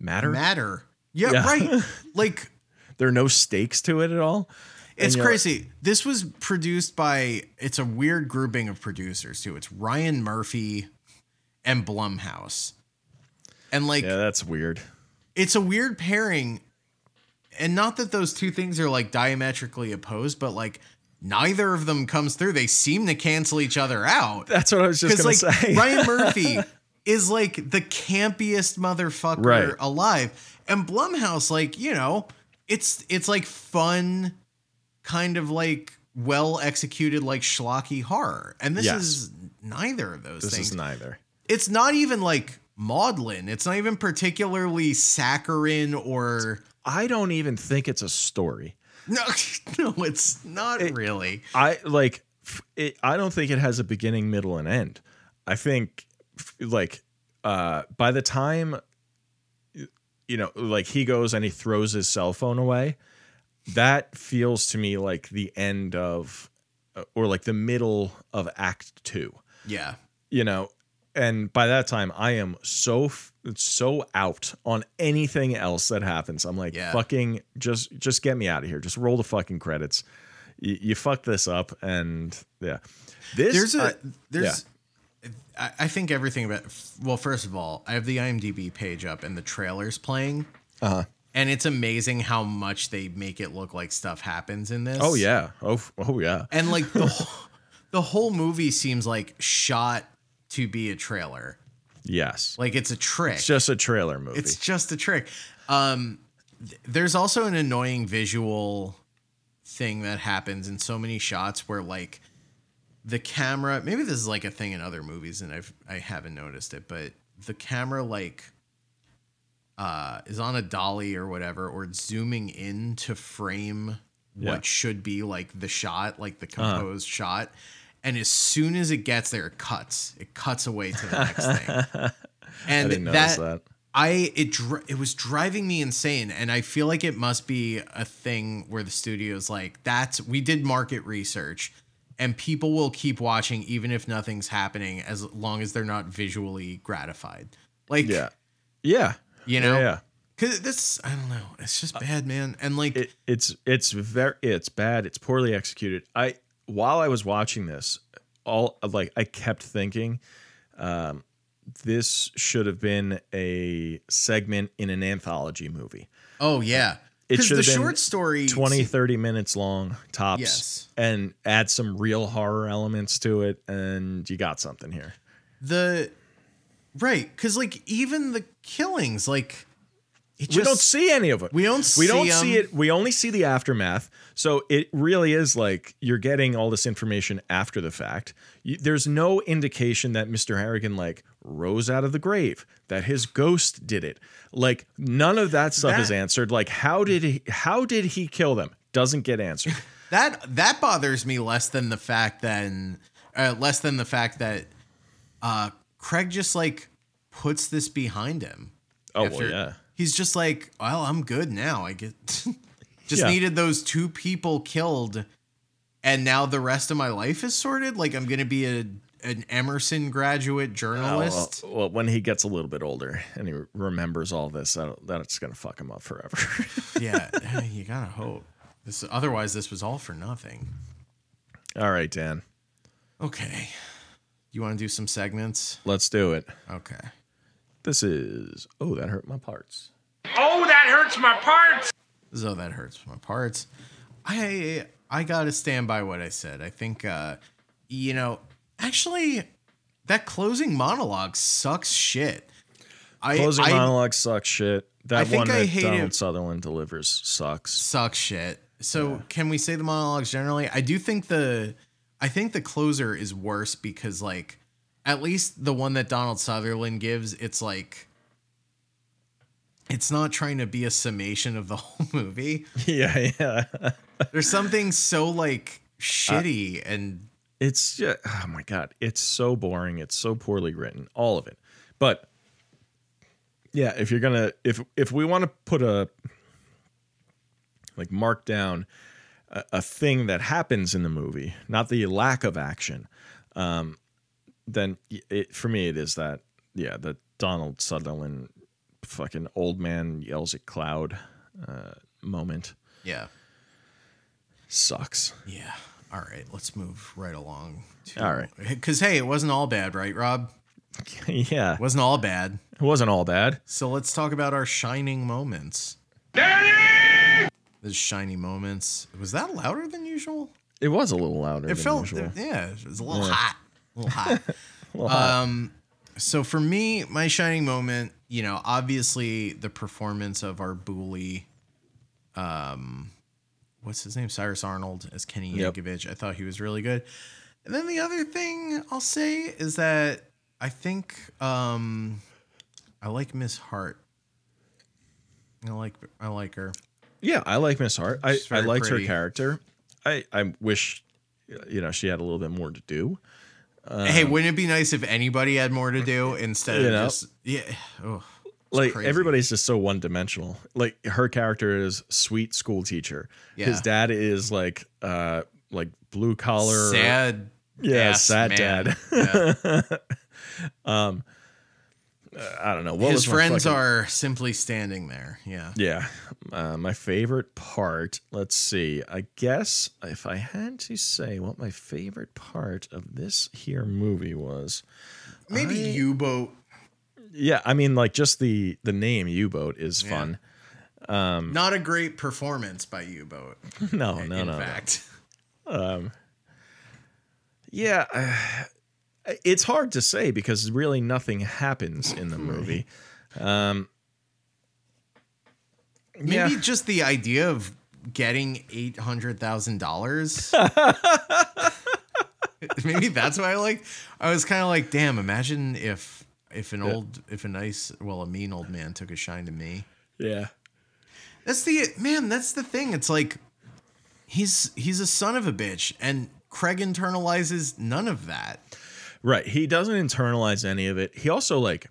matter.
Matter. Yeah,
Yeah.
right. Like
there are no stakes to it at all. And
it's
you're-
crazy. This was produced by it's a weird grouping of producers too. It's Ryan Murphy and Blumhouse. And like
Yeah, that's weird.
it's a weird pairing and not that those two things are like diametrically opposed but like neither of them comes through they seem to cancel each other out
That's what I was just
because
gonna
like
say.
ryan murphy is like the campiest motherfucker
Right.
alive and blumhouse like you know it's it's like fun kind of like well executed like schlocky horror and this
Yes.
is neither of those
this
things
is neither.
it's not even like maudlin. It's not even particularly saccharine or
I don't even think it's a story.
no, no, it's not really.
I like f- it, I don't think it has a beginning, middle, and end. I think f- like uh by the time you know like he goes and he throws his cell phone away, that feels to me like the end of uh, or like the middle of act 2
Yeah.
you know and by that time i am so f- so out on anything else that happens i'm like
Yeah.
fucking just just get me out of here just roll the fucking credits you, you fucked this up and yeah this
There's
I-
a there's I, I think everything about well, first of all, I have the IMDB page up and the trailers playing.
Uh-huh.
And it's amazing how much they make it look like stuff happens in this.
oh yeah oh f- oh yeah
And like the whole, the whole movie seems like shot to be a trailer.
yes
Like it's a trick.
it's just a trailer movie
It's just a trick. Um, th- there's also an annoying visual thing that happens in so many shots where like the camera. Maybe this is like a thing in other movies, and I've I haven't noticed it, but the camera like uh, is on a dolly or whatever, or it's zooming in to frame
Yeah. Uh-huh.
what should be like the shot, like the composed shot. And as soon as it gets there, it cuts. It cuts away to the next thing. And
i didn't notice
that,
that
I it dri it was driving me insane, and I feel like it must be a thing where the studio's like, "That's we did market research, and people will keep watching even if nothing's happening, as long as they're not visually gratified." Like,
yeah yeah
you know,
yeah, yeah.
because this I don't know, it's just bad, man. And like,
it, it's it's very it's bad it's poorly executed i while i was watching this all like i kept thinking um this should have been a segment in an anthology movie
oh yeah,
it
because
should
the
have been
short story
20 30 minutes long tops
Yes.
and add some real horror elements to it and you got something here
the right because like even the killings like it
we don't see any of it
we don't
we don't
see 'em.
see it we only see the aftermath so it really is like you're getting all this information after the fact you, there's no indication that mr harrigan like rose out of the grave that his ghost did it like none of that stuff is
That-
answered like how did he how did he kill them doesn't get answered
That that bothers me less than the fact than uh, less than the fact that uh, Craig just like puts this behind him.
oh well
after-
yeah
He's just like, well, I'm good now. I get just
Yeah.
needed those two people killed, and now the rest of my life is sorted. Like I'm gonna be a an Emerson graduate
Oh, well,
journalist.
well, when he gets a little bit older and he remembers all this, that'll, that's gonna fuck him up forever.
yeah, you gotta hope. This otherwise, this was all for nothing.
all right, Dan,
Okay, you want to do some segments?
let's do it.
Okay.
This is oh, that hurt my parts.
Oh, that hurts my parts!
So that hurts my parts. I I gotta stand by what I said. I think uh you know, actually that closing monologue sucks shit. I,
Closing
I
monologue sucks shit. That
I think
one
I
that
hate
Donald
it.
Sutherland delivers sucks.
sucks shit. So can we say the monologues generally? I do think the I think the closer is worse because like at least the one that Donald Sutherland gives, it's like it's not trying to be a summation of the whole movie.
yeah, yeah.
There's something so like shitty and
It's just, oh my god, it's so boring. It's so poorly written, all of it. But yeah, if you're gonna if if we want to put a like mark down a, a thing that happens in the movie, not the lack of action, um, then it, for me it is that yeah, the Donald Sutherland fucking old man yells at cloud uh, moment
yeah.
sucks.
Yeah. All right, let's move right along. To,
All right.
Because, hey, it wasn't all bad, right, Rob?
yeah,
It wasn't all bad.
it wasn't all bad.
So let's talk about our shining moments. The shiny moments. Was that louder than usual?
It was a little louder.
It
than
felt,
usual.
yeah, it was a little hot. A little hot. Um,
Well, hi.
so for me, my shining moment, you know, obviously the performance of our bully, um, what's his name, Cyrus Arnold as Kenny
Yep.
Yankovic. I thought he was really good. And then the other thing I'll say is that I think um, I like Miss Hart. I like I like her.
yeah, I like Miss Hart. I,
She's
I
very
liked
pretty.
her character. I, I wish, you know, she had a little bit more to do.
hey, wouldn't it be nice if anybody had more to do instead
Um, you
of
know.
just yeah? Oh,
like
crazy.
everybody's just so one dimensional. Like her character is sweet school teacher. His
Yeah.
dad is like uh like blue collar
sad.
yeah,
ass
sad
man.
dad.
Yeah.
um uh, I don't know. What was
His
my
friends
fucking-
are simply standing there. Yeah.
Yeah. Uh, my favorite part, let's see. I guess if I had to say what my favorite part of this here movie was,
Maybe
I-
U boat.
yeah, I mean like just the the name U-boat is
Yeah.
fun.
Not a great performance by U boat.
No, Um, no,
in
no. no.
fact.
Yeah, uh, it's hard to say because really nothing happens in the movie. Um,
Maybe
yeah,
just the idea of getting eight hundred thousand dollars. Maybe that's why I like. I was kind of like, damn. Imagine if if an old if a nice well a mean old man took a shine to me.
yeah,
That's the man. That's the thing. It's like he's he's a son of a bitch, and Craig internalizes none of that.
right. He doesn't internalize any of it. He also like,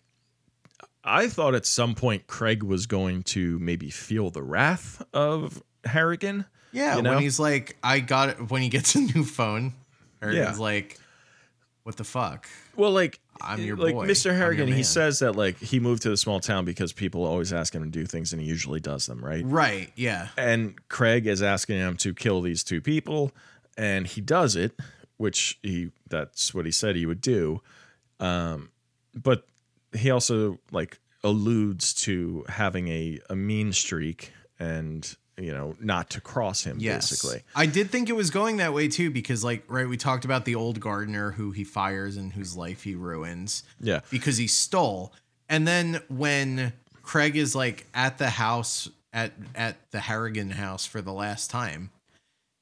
I thought at some point Craig was going to maybe feel the wrath of Harrigan.
Yeah,
You know?
when he's like, I got it. When he gets a new phone, or
Yeah.
he's like, what the fuck?
Well, like
I'm your
like
boy. I'm
Mr.
your
Harrigan, he
man.
says that like he moved to the small town because people always ask him to do things and he usually does them, right?
Right? Yeah.
and Craig is asking him to kill these two people, and he does it, which he that's what he said he would do. Um, but he also like alludes to having a, a mean streak and you know not to cross him
Yes.
basically.
I did think it was going that way too, because like, right, we talked about the old gardener who he fires and whose life he ruins
Yeah.
because he stole. And then when Craig is like at the house at at the Harrigan house for the last time,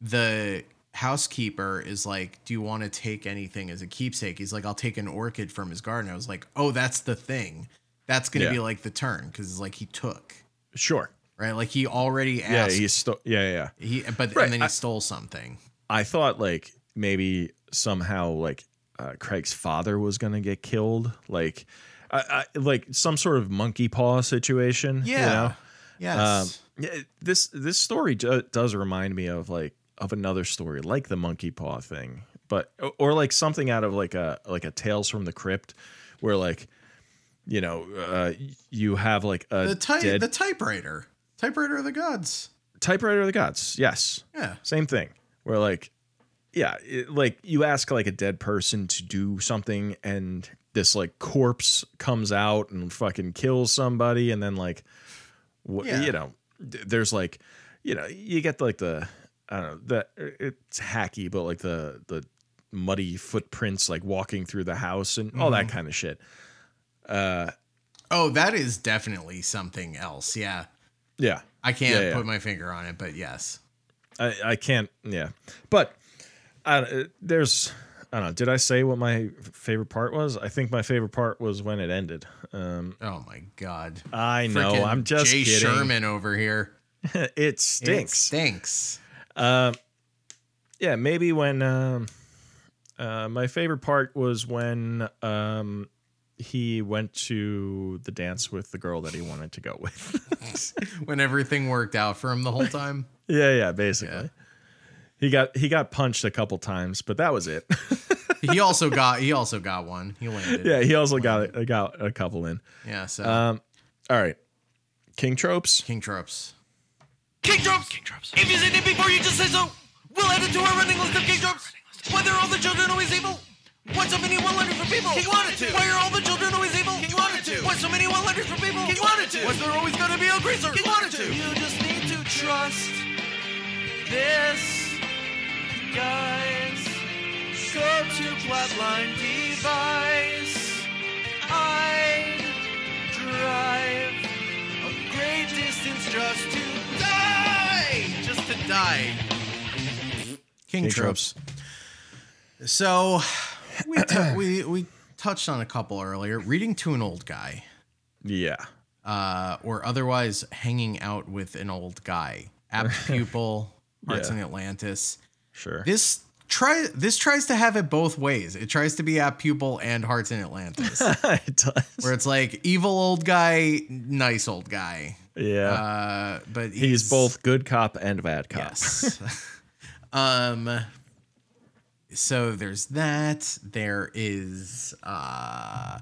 the housekeeper is like, Do you want to take anything as a keepsake? He's like, I'll take an orchid from his garden. I was like, Oh, that's the thing. That's gonna
Yeah.
be like the turn, because it's like he took.
Sure.
Right? Like he already
Yeah,
asked
he's still yeah, yeah, yeah.
he, but
Right,
and then he
I-
stole something.
I thought like maybe somehow like uh, Craig's father was gonna get killed, like I, I, like some sort of monkey paw situation. you know? Um,
Yes.
yeah, this this story do, does remind me of like of another story, like the monkey paw thing, but or like something out of like a like a Tales from the Crypt, where like you know uh, you have like a
the type
dead
the typewriter. Typewriter of the gods.
typewriter of the gods. Yes,
Yeah.
same thing. Where like yeah, it, like you ask like a dead person to do something, and this like corpse comes out and fucking kills somebody, and then like what
Yeah.
you know th- there's like you know you get like the i don't know the uh, it's hacky but like the the muddy footprints like walking through the house and all that kind of shit
Oh, that is definitely something else. Yeah.
yeah
I can't
Yeah, yeah.
put my finger on it, but yes.
i i can't yeah but I, uh, there's i don't know did i say what my favorite part was i think my favorite part was when it ended um
Oh my god.
i know
Frickin'
i'm just
Jay
kidding
Sherman over here.
it
It
stinks Um,
stinks.
yeah, maybe when um, uh, my favorite part was when um, he went to the dance with the girl that he wanted to go with.
When everything worked out for him the whole time.
yeah, yeah, basically. He got he got punched a couple times, but that was it.
he also got he also got one. He landed.
yeah, he also got a, got a couple in.
Yeah, so
Um, all right, King tropes.
King Tropes.
King drops. King drops. If you said it before, you just say so. We'll add it to our running list of king drops. Whether all the children always evil? Why so many one letters for people? King wanted to. Why are all the children always evil? King wanted to. Why so many one letters for people? King wanted to. Why's there always gonna be a greaser? King wanted to. You just need to trust this, guys. Go to flatline device. I drive a great distance just to die. Just to die.
King,
King
Tropes. So we, t- we we touched on a couple earlier. Reading to an old guy,
Yeah,
uh, or otherwise hanging out with an old guy. Apt pupil, Hearts
Yeah.
in Atlantis.
sure.
This try this tries to have it both ways. It tries to be at pupil and hearts in Atlantis,
it does.
where it's like evil old guy, nice old guy.
Yeah.
Uh, but
He's both good cop and bad cop.
Yes. um. So there's that. There is uh,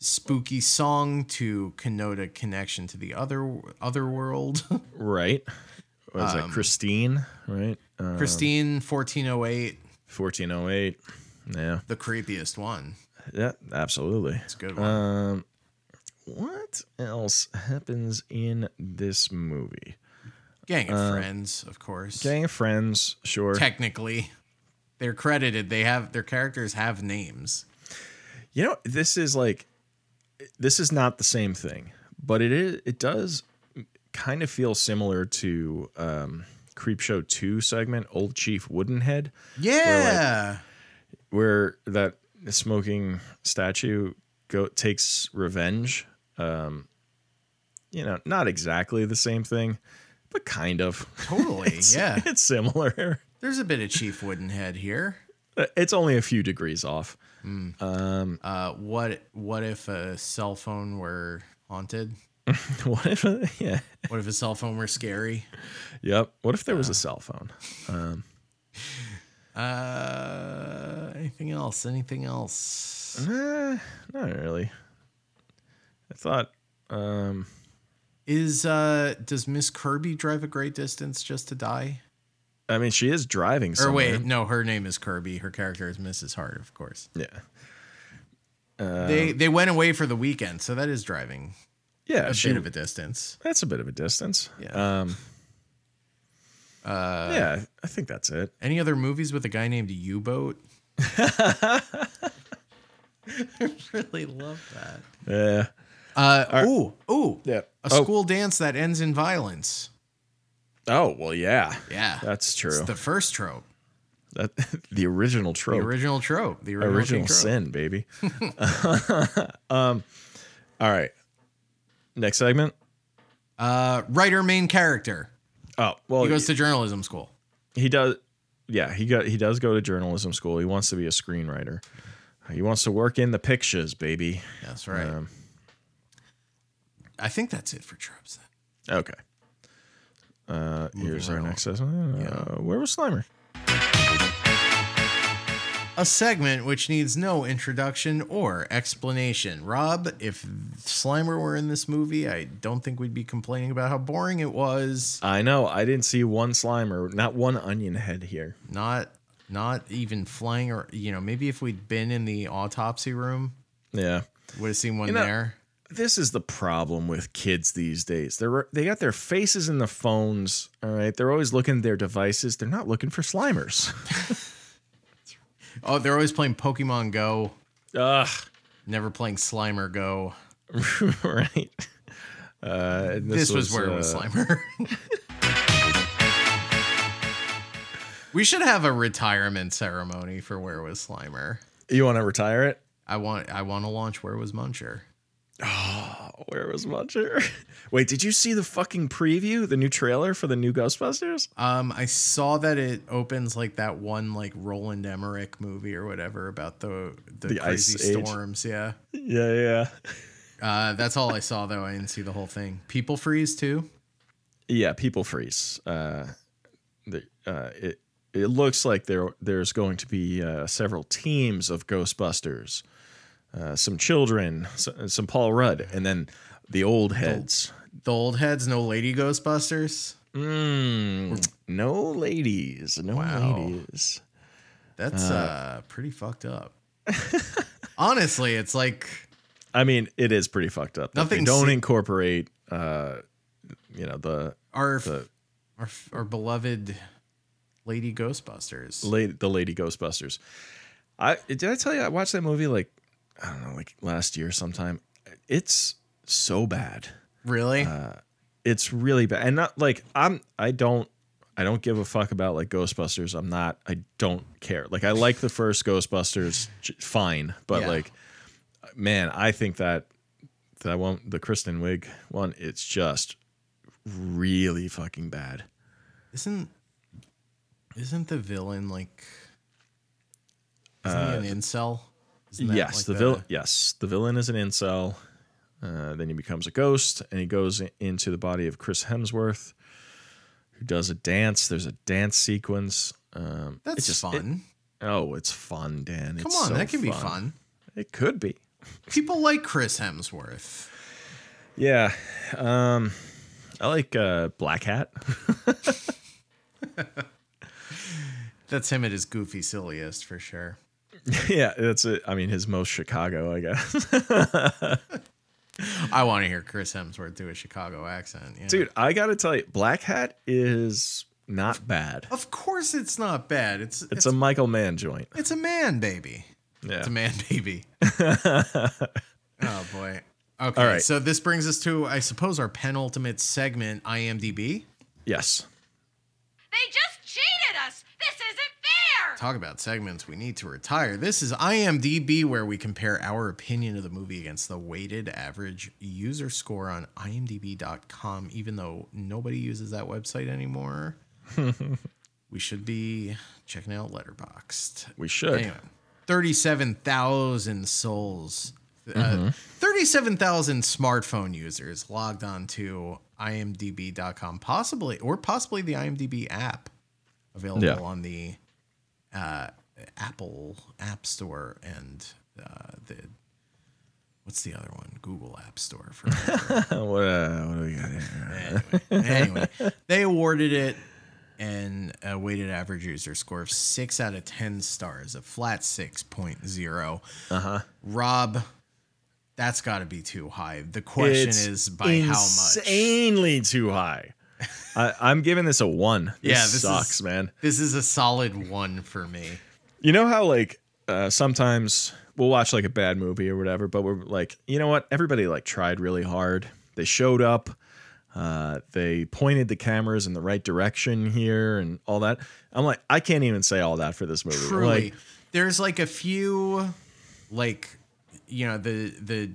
spooky song to connote a connection to the other other world.
Uh. Right. Was
Um,
it Christine? Right. Uh,
Christine 1408,
1408. Yeah.
the creepiest one.
Yeah, absolutely.
It's a good one.
Um, what else happens in this movie?
Gang of friends, of course.
uh, Gang of friends, sure.
Technically, they're credited. They have their characters have names.
You know, this is like this is not the same thing, but it is it does kind of feel similar to um Creepshow 2 segment Old Chief Woodenhead
Yeah.
where that smoking statue go takes revenge. Um you know, not exactly the same thing, but kind of.
Totally. yeah.
It's similar.
There's a bit of Chief Woodenhead here.
It's only a few degrees off.
Uh, what what if a cell phone were haunted?
What if yeah.
What if a cell phone were scary?
Yep. What if there was a cell phone?
Uh, anything else? Anything else?
Eh, not really. I thought um
Is uh does Miss Kirby drive a great distance just to die?
I mean she is driving
Or
somewhere.
wait, no, her name is Kirby. Her character is Mrs. Hart, of course.
Yeah. Uh,
they they went away for the weekend, so that is driving
Yeah,
a
she,
bit of a distance.
that's a bit of a distance.
Yeah. Uh,
Um Yeah, I think that's it.
Any other movies with a guy named U-boat? I really love that.
Yeah.
Uh, ooh, ooh,
Yeah.
a
oh.
school dance that ends in violence.
Oh, well yeah.
Yeah,
That's true.
It's the first trope,
that, the original
the
trope.
original trope, the original,
original
trope.
sin, baby. um all right. Next segment.
Uh, writer main character.
Oh, well
He goes to journalism school.
he does yeah he got he does go to journalism school he wants to be a screenwriter he wants to work in the pictures baby
That's right.
Um,
I think that's it for tropes. Then.
okay uh here's our
right
next assessment. uh, where was slimer
a segment which needs no introduction or explanation. Rob, if Slimer were in this movie, I don't think we'd be complaining about how boring it was.
i know i didn't see one slimer not one onion head here
Not not even flying or you know, maybe if we'd been in the autopsy room,
yeah
would have seen one
know-
there.
this is the problem with kids these days. They're they got their faces in the phones, all right? They're always looking at their devices. They're not looking for slimers.
Oh, they're always playing Pokemon Go,
Ugh,
never playing Slimer Go.
right. Uh, and
This, was, where it was
uh,
Slimer. we should have a retirement ceremony for where was Slimer.
You want to retire it?
I want I want to launch where was Muncher.
Oh, Where was Muncher? Wait, did you see the fucking preview, the new trailer for the new Ghostbusters?
Um, I saw that it opens like that one like Roland Emmerich movie or whatever about the the,
The
crazy
Ice Age?
storms. Yeah,
Yeah, yeah.
uh, that's all I saw though. I didn't see the whole thing. People freeze too.
Yeah, people freeze. Uh, the, uh, it it looks like there there's going to be uh, several teams of Ghostbusters, uh, some children, some, some Paul Rudd, and then the old heads.
The old heads, no lady Ghostbusters.
Mm, no ladies, no
Wow.
ladies.
That's uh, pretty fucked up. Honestly, it's like
I mean, it is pretty fucked up. that they
Nothing
don't
se-
incorporate, uh, you know, the
our
The-
our our beloved lady Ghostbusters.
lady, the Lady Ghostbusters. I did I tell you I watched that movie like I don't know like last year sometime. It's so bad.
really?
uh, It's really bad, and not like I'm. I don't. I don't give a fuck about like Ghostbusters. I'm not. I don't care. Like I like the first Ghostbusters, j- fine, but
Yeah.
like, man, I think that that one, the Kristen Wiig one, it's just really fucking bad.
Isn't isn't the villain like Isn't he an incel? Isn't that
uh, yes,
like
the villain. Yes, the villain is an incel. Uh, then he becomes a ghost, and he goes i- into the body of Chris Hemsworth, who does a dance. There's a dance sequence. Um,
That's
it's just- it-
fun.
oh, it's fun, Dan.
Come on, that can be fun.
It could be.
People like Chris Hemsworth.
Yeah, um, I like uh, Black Hat.
That's him at his goofy silliest for sure.
yeah, that's it. I mean, his most Chicago, I guess.
I want to hear Chris Hemsworth do a Chicago accent. you know?
Dude, I gotta tell you, Black Hat is not bad.
Of course it's not bad. It's
It's
it's,
a
a
Michael Mann joint.
it's a man baby.
Yeah.
It's a man baby. oh boy. Okay.
All right.
So this brings us to I suppose our penultimate segment, IMDb.
Yes.
They just cheated us! This isn't fair!
Talk about segments we need to retire. This is IMDb where we compare our opinion of the movie against the weighted average user score on imdb.com even though nobody uses that website anymore. we should be checking out Letterboxd.
We should.
Anyway, 37,000 souls,
Mm-hmm.
uh, 37,000 smartphone users logged on to imdb.com, possibly, or possibly the IMDb app available
Yeah.
on the uh, Apple App Store and uh, the. What's the other one? Google App Store for
What, uh, what do we got here?
anyway, they awarded it an a weighted average user score of six out of ten stars, a flat six point zero. Uh huh. Rob, that's got to be too high. The question is by how much.
Insanely too high. I, I'm giving this a one. This
Yeah, this
sucks,
is-
man.
This is a solid one for me.
You know how like uh, sometimes we'll watch like a bad movie or whatever, but we're like, you know what? Everybody like tried really hard. They showed up. Uh, they pointed the cameras in the right direction here and all that. I'm like, I can't even say all that for this movie.
Truly,
Like,
there's like a few, like, you know the the.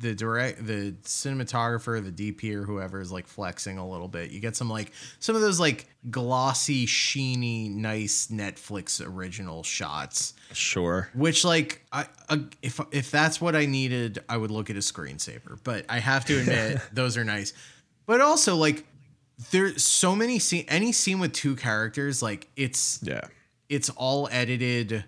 The direct, the cinematographer, the DP, or whoever is like flexing a little bit. You get some like some of those like glossy, sheeny, nice Netflix original shots.
sure.
Which like I, uh, if if that's what I needed, I would look at a screensaver. But I have to admit, those are nice. But also like there's so many scene any scene with two characters, like it's
Yeah.
it's all edited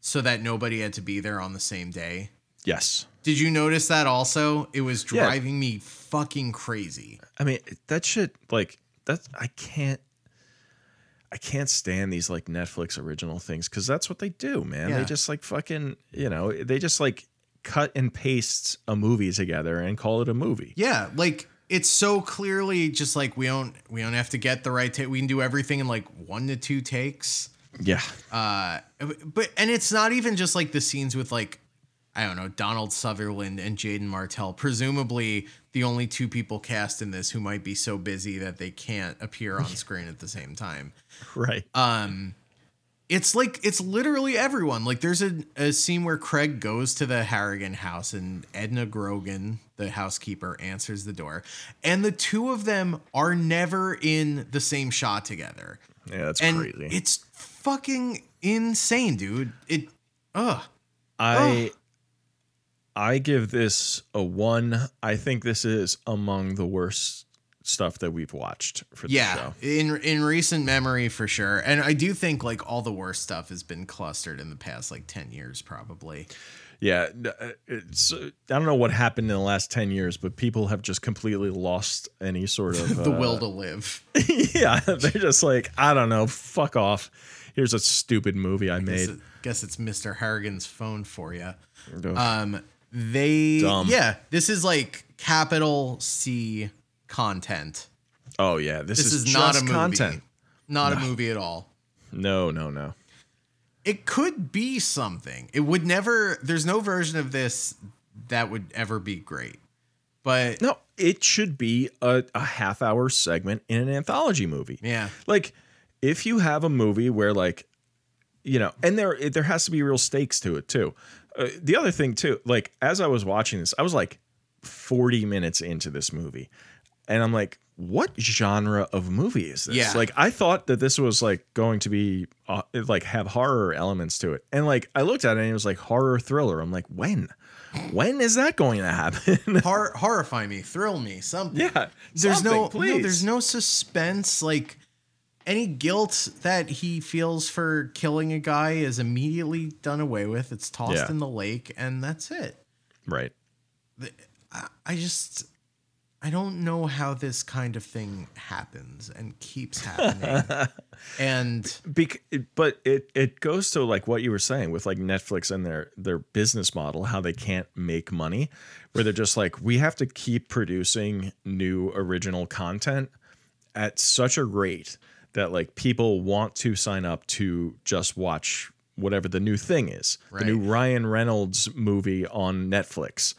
so that nobody had to be there on the same day.
Yes.
Did you notice that also? It was
Yeah.
driving me fucking crazy.
I mean, that shit, like, that's, I can't, I can't stand these, like, Netflix original things because that's what they do, man. They
Yeah.
just, like, fucking, you know, they just, like, cut and paste a movie together and call it a movie.
Yeah, like it's so clearly just like we don't we don't have to get the right take. We can do everything in like one to two takes.
Yeah.
uh but and it's not even just like the scenes with like i don't know donald sutherland and jaden martell presumably the only two people cast in this who might be so busy that they can't appear on screen at the same time
Right.
Uh, Um, it's like it's literally everyone like there's a, a scene where craig goes to the harrigan house and edna grogan the housekeeper answers the door and the two of them are never in the same shot together
yeah, that's
and
crazy.
it's fucking insane, dude. It, ugh. oh.
I, I give this a one. I think this is among the worst stuff that we've watched for the
Yeah,
show.
in in recent memory for sure, and I do think like all the worst stuff has been clustered in the past like ten years, probably.
Yeah, n- uh, it's uh, I don't know what happened in the last ten years, but people have just completely lost any sort of
The
uh,
will to live.
yeah, they're just like I don't know, fuck off. Here's a stupid movie I
Guess,
made.
it- guess it's Mister Harrigan's phone for you.
Ugh.
Um, they
Dumb.
yeah, this is like capital C content.
oh yeah, this,
This
is,
is, not a
just
movie.
content.
Not a movie at all.
No, no, no.
it could be something. It would never. There's no version of this that would ever be great. But
No, it should be a, a half hour segment in an anthology movie.
Yeah.
Like if you have a movie where like you know, and there there has to be real stakes to it too. Uh, the other thing too, like as I was watching this, I was like 40 minutes into this movie. and I'm like, what genre of movie is this?
Yeah.
Like, I thought that this was like going to be uh, like have horror elements to it, and like I looked at it and it was like horror thriller. I'm like, when? When is that going to happen?
Hor- horrify me, thrill me, something.
yeah.
There's
something,
no,
please.
no there's no suspense like any guilt that he feels for killing a guy is immediately done away with. It's tossed
Yeah.
in the lake and that's it.
right.
I, I just I don't know how this kind of thing happens and keeps happening. and
Bec- but it it goes to like what you were saying with like Netflix and their their business model, how they can't make money, where they're just like we have to keep producing new original content at such a rate that like people want to sign up to just watch whatever the new thing is,
Right.
the new Ryan Reynolds movie on Netflix,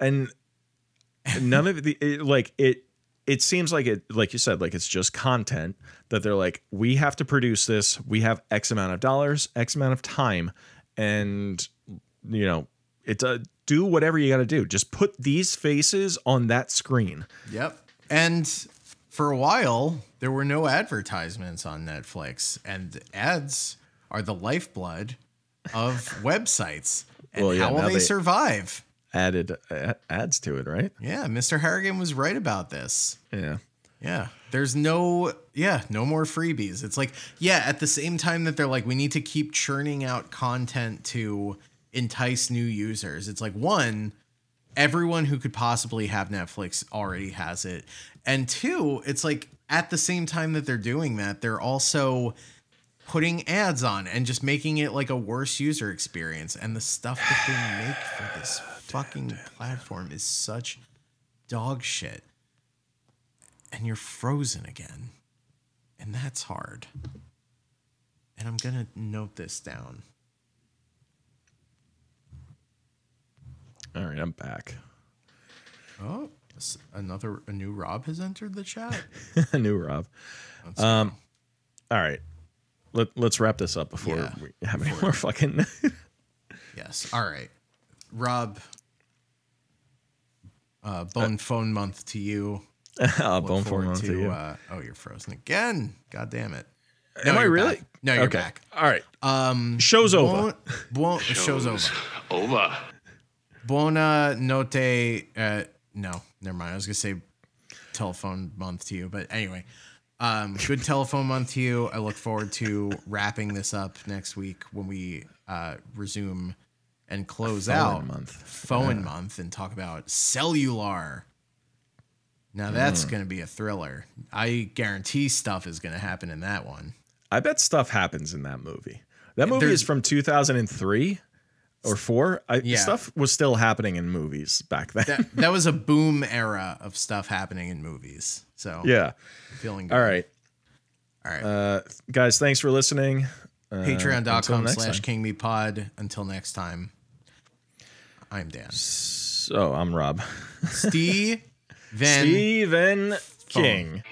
and none of the it, like it it seems like it like you said like it's just content that they're like we have to produce this we have x amount of dollars x amount of time and you know it's a do whatever you got to do just put these faces on that screen
Yep. And for a while, there were no advertisements on Netflix, and ads are the lifeblood of websites. And
Well, yeah,
how will
now
they,
they-
survive?
added uh, adds to it right
Yeah, Mr. Harrigan was right about this.
yeah
Yeah. There's no, yeah, no more freebies. It's like, yeah, at the same time that they're like, we need to keep churning out content to entice new users. It's like, one, everyone who could possibly have Netflix already has it. And two, it's like, at the same time that they're doing that, they're also putting ads on and just making it like a worse user experience. And the stuff that they make for this fucking platform is such dog shit and you're frozen again. And that's hard. And I'm going to note this down.
all right i'm back
Oh, s- another a new Rob has entered the chat.
new rob um all right Let, let's wrap this up before
Yeah.
we have any more fucking uh,
Yes. All right. Rob uh bone phone month to you.
uh,
Look
bone form
forward
to you.
Uh, oh, you're frozen again. God damn it.
Am
No,
I
you're
really?
back. No, you're
okay.
back.
All right.
Um
Show's over.
Won't, won't, show's over.
Over.
Buona notte. Uh, no, never mind. I was gonna say telephone month to you, but anyway, um, good telephone month to you. I look forward to wrapping this up next week when we uh, resume and close
Phone
out
month.
phone month and talk about cellular. Now
Mm.
that's gonna be a thriller. I guarantee stuff is gonna happen in that one.
I bet stuff happens in that movie. That movie
There's-
is from 2003 or 4. I,
Yeah.
Stuff was still happening in movies back then.
That that was a boom era of stuff happening in movies. So
yeah.
feeling good.
All right.
all right.
Uh, guys, thanks for listening. Uh, until
patreon.com
next
slash
time.
king me pod until next time i'm dan
So I'm Rob.
steve Van.
Stephen King.